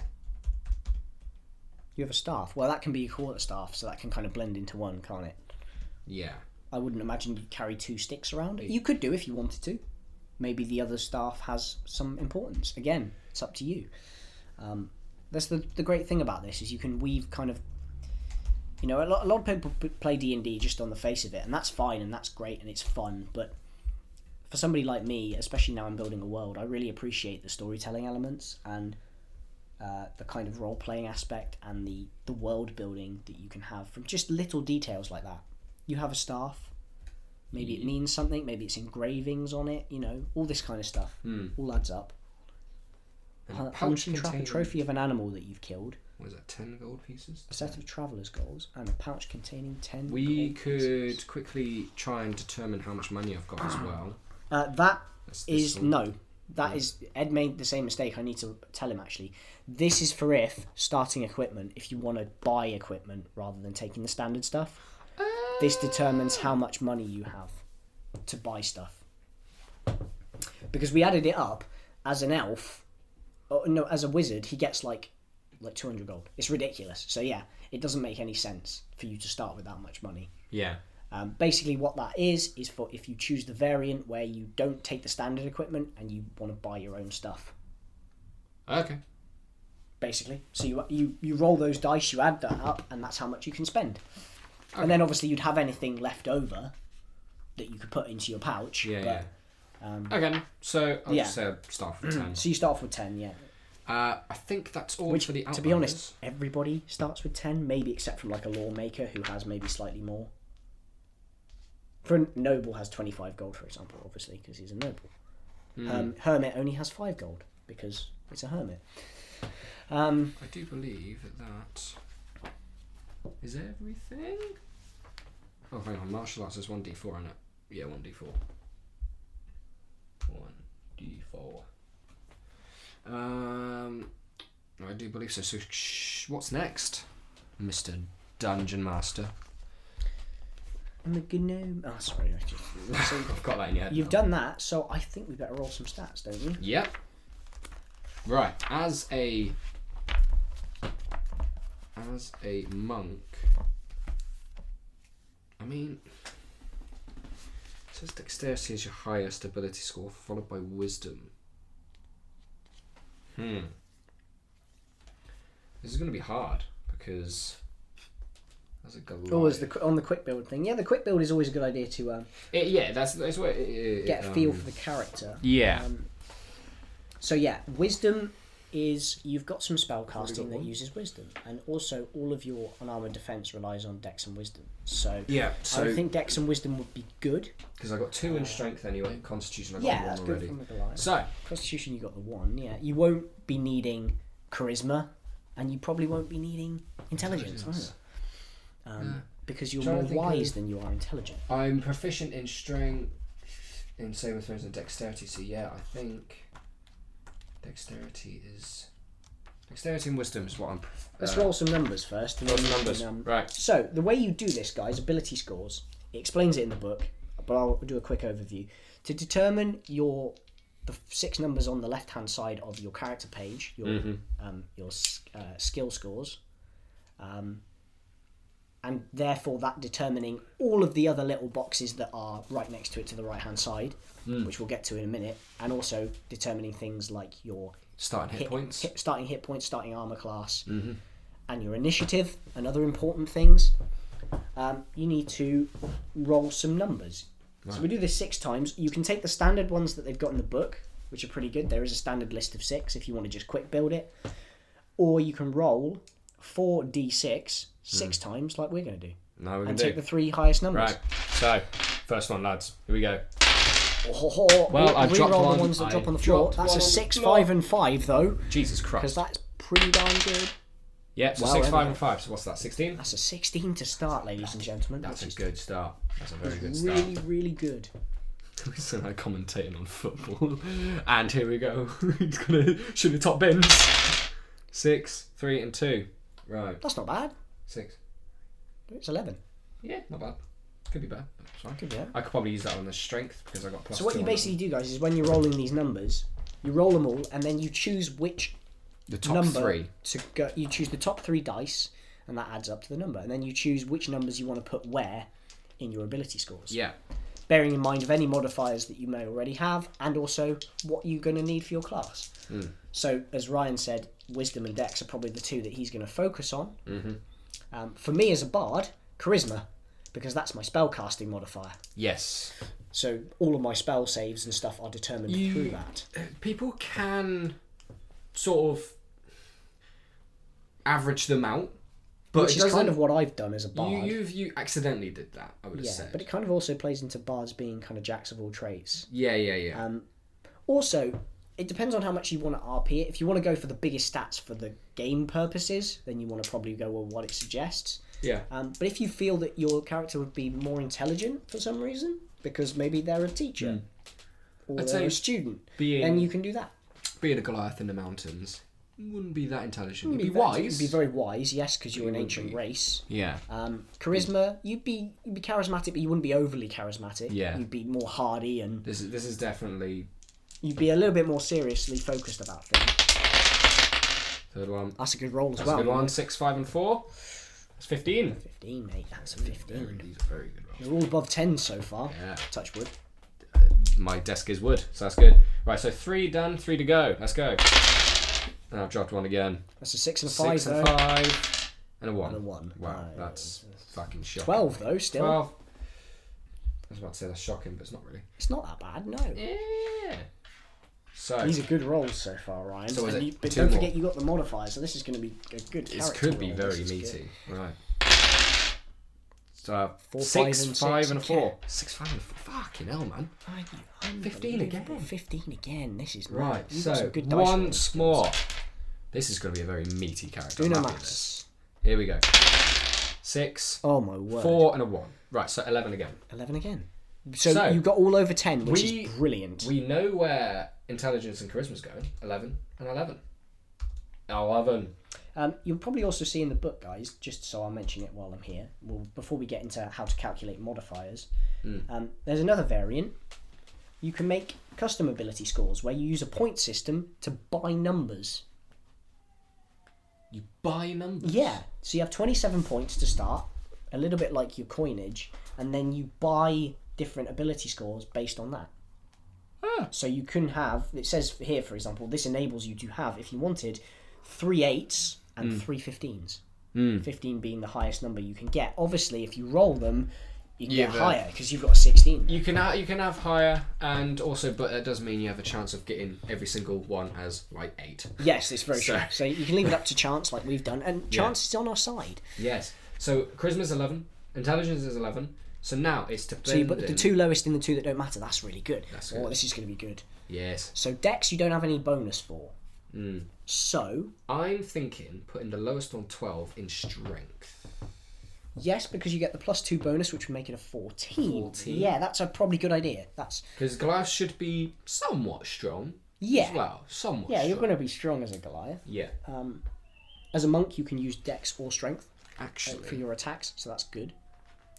[SPEAKER 2] You have a staff. Well, that can be a quarter staff, so that can kind of blend into one, can't it?
[SPEAKER 1] Yeah.
[SPEAKER 2] I wouldn't imagine you'd carry two sticks around. You could do if you wanted to. Maybe the other staff has some importance. Again, it's up to you. Um, that's the the great thing about this is you can weave kind of. You know, a lot, a lot of people p- play D and D just on the face of it, and that's fine, and that's great, and it's fun. But for somebody like me, especially now I'm building a world, I really appreciate the storytelling elements and uh, the kind of role playing aspect and the the world building that you can have from just little details like that you have a staff. Maybe
[SPEAKER 1] Mm.
[SPEAKER 2] it means something. Maybe it's engravings on it. You know, all this kind of stuff
[SPEAKER 1] Hmm.
[SPEAKER 2] all adds up.
[SPEAKER 1] And
[SPEAKER 2] A
[SPEAKER 1] a pouch
[SPEAKER 2] hunting trap, a
[SPEAKER 1] containing-
[SPEAKER 2] trophy of an animal that you've killed,
[SPEAKER 1] What is that? Ten gold pieces.
[SPEAKER 2] a set of traveller's goals, and a pouch containing ten.
[SPEAKER 1] We
[SPEAKER 2] gold
[SPEAKER 1] could
[SPEAKER 2] pieces.
[SPEAKER 1] quickly try and determine how much money I've got as well.
[SPEAKER 2] Uh, that
[SPEAKER 1] That's this
[SPEAKER 2] is
[SPEAKER 1] one.
[SPEAKER 2] no. That is Ed made the same mistake. I need to tell him actually. This is for if starting equipment. If you want to buy equipment rather than taking the standard stuff, this determines how much money you have to buy stuff. Because we added it up as an elf, or no, as a wizard, he gets like like two hundred gold. It's ridiculous. So yeah, it doesn't make any sense for you to start with that much money.
[SPEAKER 1] Yeah.
[SPEAKER 2] Um, basically, what that is is for if you choose the variant where you don't take the standard equipment and you want to buy your own stuff.
[SPEAKER 1] Okay.
[SPEAKER 2] Basically, so you you you roll those dice, you add that up, and that's how much you can spend. And then obviously you'd have anything left over that you could put into your pouch.
[SPEAKER 1] Yeah.
[SPEAKER 2] but,
[SPEAKER 1] yeah.
[SPEAKER 2] Um,
[SPEAKER 1] Again, so I'll
[SPEAKER 2] yeah.
[SPEAKER 1] just say I'll start from ten.
[SPEAKER 2] so you start off with ten, yeah.
[SPEAKER 1] Uh, I think that's all
[SPEAKER 2] Which,
[SPEAKER 1] for the
[SPEAKER 2] to be
[SPEAKER 1] Outlanders.
[SPEAKER 2] honest, everybody starts with 10, maybe except from like a lawmaker who has maybe slightly more. For Noble has 25 gold, for example, obviously, because he's a noble. Um, hermit only has 5 gold, because it's a hermit. Um,
[SPEAKER 1] I do believe that that is everything. Oh, hang on. Martial arts is 1d4, isn't it? Yeah, 1d4. 1d4. Um, I do believe so. So, sh- what's next, Mr. Dungeon Master?
[SPEAKER 2] and the gnome. Oh, sorry. I just, so
[SPEAKER 1] I've got that in your head.
[SPEAKER 2] you've
[SPEAKER 1] now.
[SPEAKER 2] done that, so I think we better roll some stats, don't we?
[SPEAKER 1] Yep. Right, as a as a monk, I mean, it says dexterity is your highest ability score, followed by wisdom. Hmm. This is going to be hard because as a Goliath.
[SPEAKER 2] Always the, qu- on the quick build thing. Yeah, the quick build is always a good idea to um,
[SPEAKER 1] It- yeah, that's that's what it, it,
[SPEAKER 2] get a
[SPEAKER 1] um,
[SPEAKER 2] feel for the character.
[SPEAKER 1] Yeah.
[SPEAKER 2] Um, so yeah, wisdom is you've got some spell casting that
[SPEAKER 1] one.
[SPEAKER 2] uses wisdom, and also all of your unarmored defense relies on dex and wisdom. So
[SPEAKER 1] yeah,
[SPEAKER 2] I
[SPEAKER 1] so
[SPEAKER 2] would think dex and wisdom would be good.
[SPEAKER 1] because I got two in strength anyway, Constitution I got
[SPEAKER 2] Yeah,
[SPEAKER 1] one
[SPEAKER 2] that's
[SPEAKER 1] already.
[SPEAKER 2] good from the Goliath.
[SPEAKER 1] So,
[SPEAKER 2] Constitution, you got the one. Yeah, you won't be needing charisma, and you probably won't be needing intelligence
[SPEAKER 1] Intelligence.
[SPEAKER 2] either, um, because you're
[SPEAKER 1] Trying to
[SPEAKER 2] more
[SPEAKER 1] think of-
[SPEAKER 2] wise than you are intelligent.
[SPEAKER 1] I'm proficient in strength, in saving throws, and dexterity. So yeah, I think dexterity is dexterity and wisdom is what I'm. prof-
[SPEAKER 2] Let's
[SPEAKER 1] uh,
[SPEAKER 2] roll some numbers first. and
[SPEAKER 1] roll
[SPEAKER 2] then
[SPEAKER 1] some
[SPEAKER 2] we can,
[SPEAKER 1] numbers.
[SPEAKER 2] um,
[SPEAKER 1] right.
[SPEAKER 2] So the way you do this, guys, ability scores. It explains it in the book, but I'll do a quick overview. To determine your the six numbers on the left hand side of your character page, your um, your s- uh, skill scores, um, and therefore that determining all of the other little boxes that are right next to it to the right hand side, which we'll get to in a minute, and also determining things like your
[SPEAKER 1] Starting hit,
[SPEAKER 2] hit-
[SPEAKER 1] points. Mm-hmm.
[SPEAKER 2] hit- starting hit points, starting armor class, and your initiative, and other important things. Um, you need to roll some numbers. So we do this six times. You can take the standard ones that they've got in the book, which are pretty good. There is a standard list of six if you want to just quick build it, or you can roll four d six six times, like we're going to do,
[SPEAKER 1] Now we can
[SPEAKER 2] and
[SPEAKER 1] do.
[SPEAKER 2] take the three highest numbers.
[SPEAKER 1] Mm. right. So, first one, lads. Here we go.
[SPEAKER 2] Oh, Ho, ho, ho.
[SPEAKER 1] Well,
[SPEAKER 2] Re-
[SPEAKER 1] I've dropped
[SPEAKER 2] re-roll
[SPEAKER 1] one.
[SPEAKER 2] the ones that
[SPEAKER 1] I
[SPEAKER 2] drop on the floor.
[SPEAKER 1] dropped one
[SPEAKER 2] That's a
[SPEAKER 1] on the
[SPEAKER 2] six,
[SPEAKER 1] floor.
[SPEAKER 2] five, and five though,
[SPEAKER 1] Jesus Christ.
[SPEAKER 2] because that's pretty darn good.
[SPEAKER 1] yeah. So
[SPEAKER 2] Wow,
[SPEAKER 1] six, five,
[SPEAKER 2] everyone.
[SPEAKER 1] and five. So what's that? Sixteen.
[SPEAKER 2] That's a 16 to start, ladies and gentlemen.
[SPEAKER 1] That's a
[SPEAKER 2] which
[SPEAKER 1] good start. That's a very good
[SPEAKER 2] is
[SPEAKER 1] start.
[SPEAKER 2] really, really good.
[SPEAKER 1] so I commentating on football. and here we go. He's gonna shoot the top bins. Six, three, and two. Right.
[SPEAKER 2] That's not bad.
[SPEAKER 1] Six.
[SPEAKER 2] It's 11.
[SPEAKER 1] Yeah, not bad. Could be bad. but it's fine.
[SPEAKER 2] Good, yeah.
[SPEAKER 1] I could probably use that on the strength because I got plus.
[SPEAKER 2] So what
[SPEAKER 1] two
[SPEAKER 2] you
[SPEAKER 1] on it.
[SPEAKER 2] basically do, guys, is when you're rolling these numbers, you roll them all, and then you choose which
[SPEAKER 1] the top
[SPEAKER 2] number
[SPEAKER 1] three.
[SPEAKER 2] to go. You choose the top three dice, and that adds up to the number. And then you choose which numbers you want to put where in your ability scores.
[SPEAKER 1] Yeah,
[SPEAKER 2] Bearing in mind of any modifiers that you may already have, and also what you're going to need for your class.
[SPEAKER 1] Hmm.
[SPEAKER 2] So, as Ryan said, wisdom and dex are probably the two that he's going to focus on.
[SPEAKER 1] Mm-hmm.
[SPEAKER 2] Um, for me as a bard, charisma, because that's my spellcasting modifier.
[SPEAKER 1] yes.
[SPEAKER 2] So all of my spell saves and stuff are determined
[SPEAKER 1] You-
[SPEAKER 2] through that.
[SPEAKER 1] People can sort of average them out, but
[SPEAKER 2] Which
[SPEAKER 1] it
[SPEAKER 2] is
[SPEAKER 1] doesn't.
[SPEAKER 2] kind of what I've done as a bard.
[SPEAKER 1] you, you've you accidentally did that. I would have
[SPEAKER 2] yeah,
[SPEAKER 1] said.
[SPEAKER 2] but it kind of also plays into bards being kind of jacks of all trades.
[SPEAKER 1] yeah, yeah, yeah.
[SPEAKER 2] Also, it depends on how much you want to RP it. If you want to go for the biggest stats for the game purposes, then you want to probably go with what it suggests.
[SPEAKER 1] yeah.
[SPEAKER 2] Um, but if you feel that your character would be more intelligent for some reason, because maybe they're a
[SPEAKER 1] Hmm.
[SPEAKER 2] teacher or
[SPEAKER 1] I'd
[SPEAKER 2] they're
[SPEAKER 1] say
[SPEAKER 2] a student,
[SPEAKER 1] being-
[SPEAKER 2] then you can do that.
[SPEAKER 1] Being a Goliath in the mountains wouldn't be that intelligent. You'd
[SPEAKER 2] You'd
[SPEAKER 1] be wise.
[SPEAKER 2] You'd be very wise, yes, because you're an
[SPEAKER 1] would
[SPEAKER 2] ancient
[SPEAKER 1] be. Uh,
[SPEAKER 2] race.
[SPEAKER 1] yeah.
[SPEAKER 2] Um, charisma, you'd be you'd be charismatic, but you wouldn't be overly charismatic.
[SPEAKER 1] Yeah.
[SPEAKER 2] You'd be more hardy and
[SPEAKER 1] This is this is definitely
[SPEAKER 2] you'd be a little bit more seriously focused about things.
[SPEAKER 1] third one.
[SPEAKER 2] That's a good roll as
[SPEAKER 1] That's
[SPEAKER 2] well.
[SPEAKER 1] a good one. Six, five, and four. That's fifteen.
[SPEAKER 2] Fifteen, mate. That's a fifteen.
[SPEAKER 1] These are very good rolls.
[SPEAKER 2] They're all above ten so far.
[SPEAKER 1] Yeah.
[SPEAKER 2] Touch wood.
[SPEAKER 1] my desk is wood, so that's good. Right, so three done, three to go. Let's go. And I've dropped one again.
[SPEAKER 2] That's a six and a five
[SPEAKER 1] Six
[SPEAKER 2] though.
[SPEAKER 1] and five. And a one.
[SPEAKER 2] And a one.
[SPEAKER 1] Wow,
[SPEAKER 2] Nice.
[SPEAKER 1] that's fucking shocking.
[SPEAKER 2] Twelve though, still.
[SPEAKER 1] Twelve. I was about to say that's shocking, but it's not really.
[SPEAKER 2] It's not that bad, no.
[SPEAKER 1] Yeah. So
[SPEAKER 2] These are good rolls so far, Ryan.
[SPEAKER 1] So is
[SPEAKER 2] And
[SPEAKER 1] it
[SPEAKER 2] you- but
[SPEAKER 1] two
[SPEAKER 2] don't
[SPEAKER 1] more?
[SPEAKER 2] forget you got the modifier, so this is going to be a good.
[SPEAKER 1] it
[SPEAKER 2] character
[SPEAKER 1] could be
[SPEAKER 2] roll.
[SPEAKER 1] very
[SPEAKER 2] This is
[SPEAKER 1] meaty. Right. So uh,
[SPEAKER 2] Four,
[SPEAKER 1] six,
[SPEAKER 2] five, and
[SPEAKER 1] five,
[SPEAKER 2] six
[SPEAKER 1] and a
[SPEAKER 2] again.
[SPEAKER 1] four. Six, five, and a four. Fucking hell, man.
[SPEAKER 2] good. Oh, you
[SPEAKER 1] 15 again.
[SPEAKER 2] unbelievable. Fifteen again. This is
[SPEAKER 1] Right.
[SPEAKER 2] mad. You've got
[SPEAKER 1] so
[SPEAKER 2] some good dice rolling
[SPEAKER 1] once
[SPEAKER 2] skills.
[SPEAKER 1] more. This is going to be a very meaty character. I'm
[SPEAKER 2] Uno
[SPEAKER 1] happy with this.
[SPEAKER 2] Max.
[SPEAKER 1] Here we go. Six,
[SPEAKER 2] Oh my word.
[SPEAKER 1] four, and a one. Right. So eleven again.
[SPEAKER 2] Eleven again. So,
[SPEAKER 1] So,
[SPEAKER 2] you got all over ten, which
[SPEAKER 1] we-
[SPEAKER 2] is brilliant.
[SPEAKER 1] We know where intelligence and charisma's going. Eleven and eleven. Eleven.
[SPEAKER 2] Um, you'll probably also see in the book, guys, just so I'll mention it while I'm here, well, before we get into how to calculate modifiers, um, there's another variant. You can make custom ability scores where you use a point system to buy numbers.
[SPEAKER 1] You buy numbers.
[SPEAKER 2] Yeah, so you have 27 points to start, a little bit like your coinage, and then you buy different ability scores based on that.
[SPEAKER 1] Ah.
[SPEAKER 2] So you can have, it says here, for example, this enables you to have, if you wanted, three eights and
[SPEAKER 1] Hmm.
[SPEAKER 2] three fifteens. 15 being the highest number you can get. Obviously, if you roll them, you can
[SPEAKER 1] Yeah,
[SPEAKER 2] get
[SPEAKER 1] but-
[SPEAKER 2] higher because you've got a 16.
[SPEAKER 1] You can ha- you can have higher and also, but that does mean you have a chance of getting every single one as like eight.
[SPEAKER 2] Yes, it's very
[SPEAKER 1] So-
[SPEAKER 2] true. So you can leave it up to chance, like we've done, and chance is on our side.
[SPEAKER 1] Yes. So charisma's eleven, intelligence is eleven. So now it's to
[SPEAKER 2] So you
[SPEAKER 1] blend
[SPEAKER 2] put the
[SPEAKER 1] in-
[SPEAKER 2] two lowest in the two that don't matter. That's really good.
[SPEAKER 1] That's
[SPEAKER 2] Oh,
[SPEAKER 1] good.
[SPEAKER 2] this is going to be good.
[SPEAKER 1] Yes.
[SPEAKER 2] So Dex, you don't have any bonus for. So
[SPEAKER 1] I'm thinking putting the lowest on twelve in strength.
[SPEAKER 2] yes, because you get the plus two bonus, which would make it a fourteen.
[SPEAKER 1] 14.
[SPEAKER 2] Yeah, that's a probably good idea. That's
[SPEAKER 1] Because Goliath should be somewhat strong.
[SPEAKER 2] yeah,
[SPEAKER 1] As well, somewhat.
[SPEAKER 2] yeah. You're
[SPEAKER 1] strong.
[SPEAKER 2] going to be strong as a Goliath. Um,
[SPEAKER 1] Yeah.
[SPEAKER 2] As a monk, you can use Dex or Strength for
[SPEAKER 1] Actually,
[SPEAKER 2] your attacks, so that's good.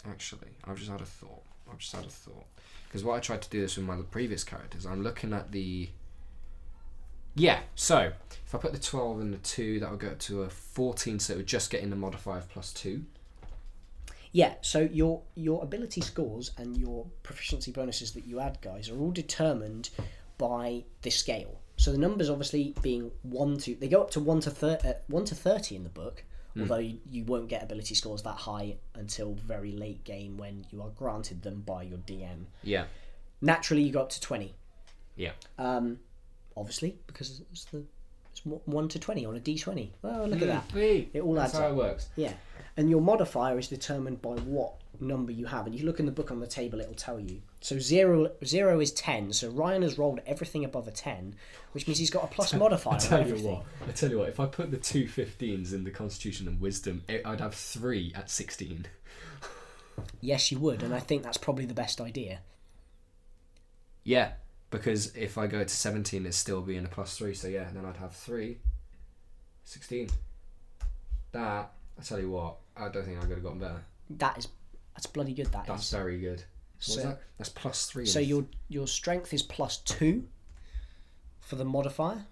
[SPEAKER 1] actually, I've just had a thought. I've just had a thought. Because what I tried to do this with my previous characters, I'm looking at the. Yeah, so if I put the 12 and the 2, that would go up to a 14, so it would just get in the modifier of plus 2.
[SPEAKER 2] Yeah, so your your ability scores and your proficiency bonuses that you add, guys, are all determined by this scale. So the numbers, obviously, being one to they go up to one to thir- uh, one to thirty in the book. Although you, you won't get ability scores that high until very late game when you are granted them by your DM.
[SPEAKER 1] Yeah.
[SPEAKER 2] Naturally, you go up to twenty,
[SPEAKER 1] Yeah.
[SPEAKER 2] um, obviously, because it's the it's one- one to twenty on a D twenty. Oh, look
[SPEAKER 1] Hmm.
[SPEAKER 2] at that! It all
[SPEAKER 1] That's
[SPEAKER 2] adds
[SPEAKER 1] how
[SPEAKER 2] up.
[SPEAKER 1] it works.
[SPEAKER 2] Yeah, and your modifier is determined by what number you have. And you look in the book on the table, it'll tell you. So zero, zero is ten. So Ryan has rolled everything above a ten, which means he's got a plus modifier on
[SPEAKER 1] Tell you
[SPEAKER 2] everything.
[SPEAKER 1] what, I tell you what, if I put the two 15s in the Constitution and Wisdom, it, I'd have three at 16.
[SPEAKER 2] Yes, you would, and I think that's probably the best idea.
[SPEAKER 1] Yeah, because if I go to 17, it's still being a plus 3, so yeah, then I'd have 3. 16. That, I tell you what, I don't think I could have gotten better.
[SPEAKER 2] That is, that's bloody good. That
[SPEAKER 1] That's
[SPEAKER 2] is.
[SPEAKER 1] very good. What was
[SPEAKER 2] So-
[SPEAKER 1] that? That's plus 3.
[SPEAKER 2] So
[SPEAKER 1] in-
[SPEAKER 2] your your strength is plus two for the modifier.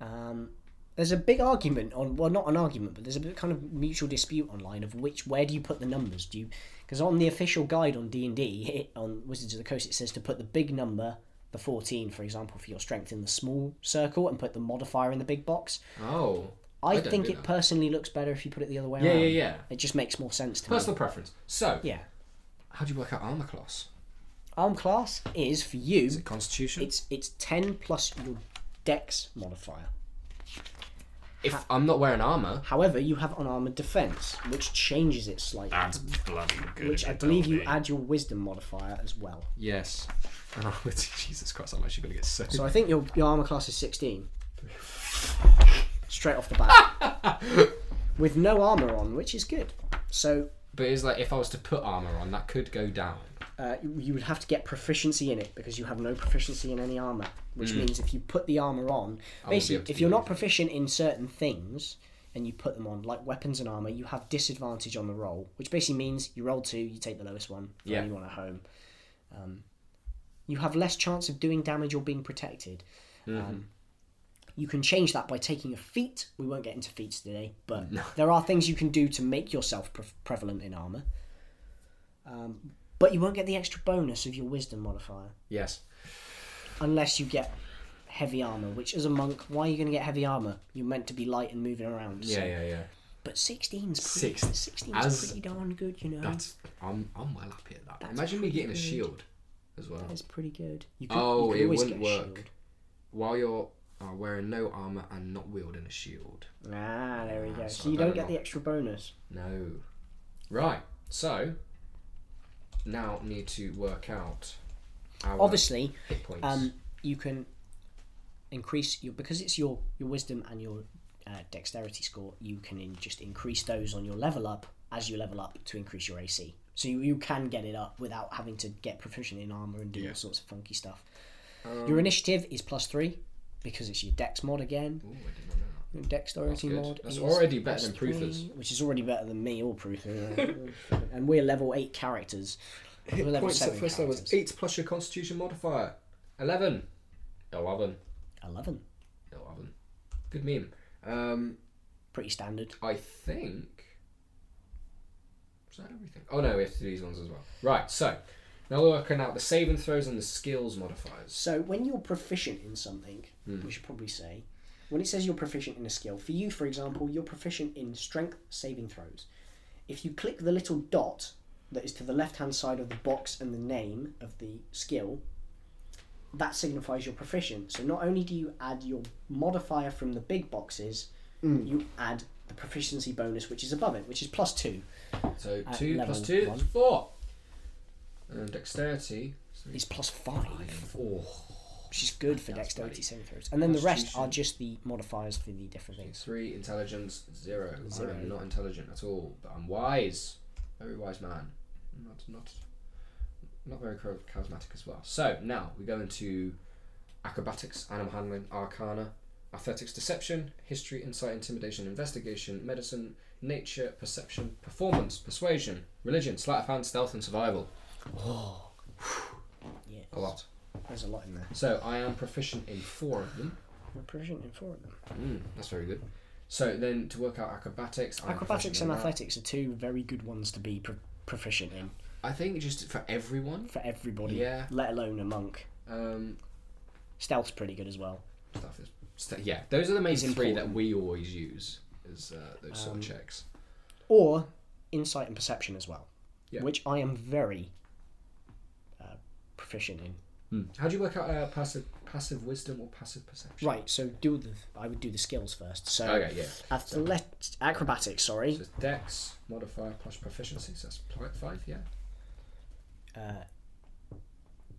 [SPEAKER 2] Um, there's a big argument on well, not an argument, but there's a bit kind of mutual dispute online of which where do you put the numbers? Do you because on the official guide on D and D on Wizards of the Coast it says to put the big number. The 14, for example, for your strength in the small circle and put the modifier in the big box.
[SPEAKER 1] Oh.
[SPEAKER 2] I,
[SPEAKER 1] don't
[SPEAKER 2] think
[SPEAKER 1] do
[SPEAKER 2] it
[SPEAKER 1] that.
[SPEAKER 2] personally looks better if you put it the other way
[SPEAKER 1] Yeah,
[SPEAKER 2] around.
[SPEAKER 1] yeah, yeah.
[SPEAKER 2] It just makes more sense to me.
[SPEAKER 1] Personal preference. So,
[SPEAKER 2] um, Yeah.
[SPEAKER 1] how do you work out armor class?
[SPEAKER 2] Arm class is for you.
[SPEAKER 1] Is it Constitution?
[SPEAKER 2] It's it's ten plus your dex modifier.
[SPEAKER 1] if I'm not wearing armor.
[SPEAKER 2] However, you have unarmored defense, which changes it slightly.
[SPEAKER 1] Ah, bloody good.
[SPEAKER 2] which I believe you add your wisdom modifier as well.
[SPEAKER 1] Yes. Oh, Jesus Christ, I'm actually going to get so.
[SPEAKER 2] So I think your your armor class is sixteen. Straight off the bat. With no armor on, which is good. So
[SPEAKER 1] But it's like if I was to put armor on, that could go down.
[SPEAKER 2] uh, you, you would have to get proficiency in it because you have no proficiency in any armor. Which means if you put the armor on,
[SPEAKER 1] Hmm. be able
[SPEAKER 2] basically,
[SPEAKER 1] to
[SPEAKER 2] if
[SPEAKER 1] do
[SPEAKER 2] you're not proficient in certain things and you put them on, like weapons and armor, you have disadvantage on the roll. Which basically means you roll two, you take the lowest one for
[SPEAKER 1] Yeah.
[SPEAKER 2] anyone at home. Um, you have less chance of doing damage or being protected.
[SPEAKER 1] Mm-hmm.
[SPEAKER 2] Um, you can change that by taking a feat. We won't get into feats today, but there are things you can do to make yourself pre- prevalent in armor. But you won't get the extra bonus of your wisdom modifier
[SPEAKER 1] Yes.
[SPEAKER 2] unless you get heavy armor. Which, as a monk, why are you going to get heavy armor? You're meant to be light and moving around. so-
[SPEAKER 1] Yeah, yeah, yeah.
[SPEAKER 2] But 16's pretty,
[SPEAKER 1] Six-
[SPEAKER 2] 16's
[SPEAKER 1] as- um,
[SPEAKER 2] pretty darn good, you know.
[SPEAKER 1] That's I'm I'm well happy at that. Imagine me getting a shield. as well.
[SPEAKER 2] That is pretty good. You
[SPEAKER 1] Oh, it
[SPEAKER 2] always
[SPEAKER 1] wouldn't
[SPEAKER 2] get a
[SPEAKER 1] work. While you're uh, wearing no armor and not wielding a shield.
[SPEAKER 2] shield. Ah, there we
[SPEAKER 1] Ah, so
[SPEAKER 2] go. So
[SPEAKER 1] I
[SPEAKER 2] you don't
[SPEAKER 1] don't
[SPEAKER 2] get
[SPEAKER 1] know.
[SPEAKER 2] the extra bonus.
[SPEAKER 1] No. Right. So now need to work out our
[SPEAKER 2] Obviously,
[SPEAKER 1] hit points.
[SPEAKER 2] um, you can increase your because it's your your wisdom and your uh, dexterity score. You can in, just increase those on your level up as you level up to increase your AC. So you, you can get it up without having to get proficient in armor and do
[SPEAKER 1] Yeah.
[SPEAKER 2] all sorts of funky stuff.
[SPEAKER 1] Um,
[SPEAKER 2] your initiative is plus three because it's your dex mod again.
[SPEAKER 1] Ooh, I did not know that.
[SPEAKER 2] Your dexterity
[SPEAKER 1] That's good.
[SPEAKER 2] mod.
[SPEAKER 1] That's
[SPEAKER 2] is
[SPEAKER 1] already better
[SPEAKER 2] plus
[SPEAKER 1] than Pruther's.
[SPEAKER 2] three, which is already better than me or Pruther. and we're level eight characters. We're
[SPEAKER 1] Hit
[SPEAKER 2] level
[SPEAKER 1] points at
[SPEAKER 2] seven
[SPEAKER 1] first level is
[SPEAKER 2] characters.
[SPEAKER 1] 8 plus your constitution modifier. 11. 11.
[SPEAKER 2] Eleven,
[SPEAKER 1] 11. Good meme. Um,
[SPEAKER 2] pretty standard.
[SPEAKER 1] I think. Is that everything? Oh no, we have to do these ones as well. Right, so now we're working out the saving throws and the skills modifiers.
[SPEAKER 2] So when you're proficient in something, we should probably say, when it says you're proficient in a skill, for you, for example, you're proficient in strength saving throws. If you click the little dot that is to the left hand side of the box and the name of the skill, that signifies you're proficient. So not only do you add your modifier from the big boxes, you add the proficiency bonus which is above it, which is plus two.
[SPEAKER 1] So
[SPEAKER 2] At
[SPEAKER 1] 2 plus
[SPEAKER 2] level
[SPEAKER 1] 2
[SPEAKER 2] one.
[SPEAKER 1] is 4. And dexterity. three,
[SPEAKER 2] It's plus five.
[SPEAKER 1] five. Oh,
[SPEAKER 2] which is good for
[SPEAKER 1] That's
[SPEAKER 2] dexterity
[SPEAKER 1] bloody-
[SPEAKER 2] saving throws. And then the rest are
[SPEAKER 1] Constitution.
[SPEAKER 2] just the modifiers for the different things.
[SPEAKER 1] 3 intelligence, 0.
[SPEAKER 2] Zero.
[SPEAKER 1] I'm not intelligent at all, but I'm wise. Very wise man. Not, not, not very char- charismatic as well. So now we go into acrobatics, animal handling, arcana, athletics, deception, history, insight, intimidation, investigation, medicine, nature, perception, performance, persuasion, religion, sleight of hand, stealth, and survival.
[SPEAKER 2] Oh, yeah,
[SPEAKER 1] A lot.
[SPEAKER 2] There's a lot in there.
[SPEAKER 1] So I am proficient in four of them.
[SPEAKER 2] We're proficient in four of them.
[SPEAKER 1] Mm, that's very good. So then to work out acrobatics, I'm
[SPEAKER 2] Acrobatics
[SPEAKER 1] proficient
[SPEAKER 2] and
[SPEAKER 1] in that.
[SPEAKER 2] athletics are two very good ones to be pro- proficient in
[SPEAKER 1] I think just for everyone.
[SPEAKER 2] for everybody.
[SPEAKER 1] Yeah.
[SPEAKER 2] Let alone a monk.
[SPEAKER 1] Um,
[SPEAKER 2] Stealth's pretty good as well.
[SPEAKER 1] stuff is, st- yeah, those are the main
[SPEAKER 2] It's
[SPEAKER 1] three that
[SPEAKER 2] important.
[SPEAKER 1] we always use as uh, those sort
[SPEAKER 2] Um,
[SPEAKER 1] of checks.
[SPEAKER 2] Or insight and perception as well,
[SPEAKER 1] Yeah.
[SPEAKER 2] which I am very uh, proficient in.
[SPEAKER 1] How do you work out uh, passive passive wisdom or passive perception?
[SPEAKER 2] Right. So do the. I would do the skills first. So.
[SPEAKER 1] Okay, yeah.
[SPEAKER 2] Athlet- acrobatics, sorry.
[SPEAKER 1] So it's dex modifier plus proficiency. So that's pl- five, yeah.
[SPEAKER 2] Uh,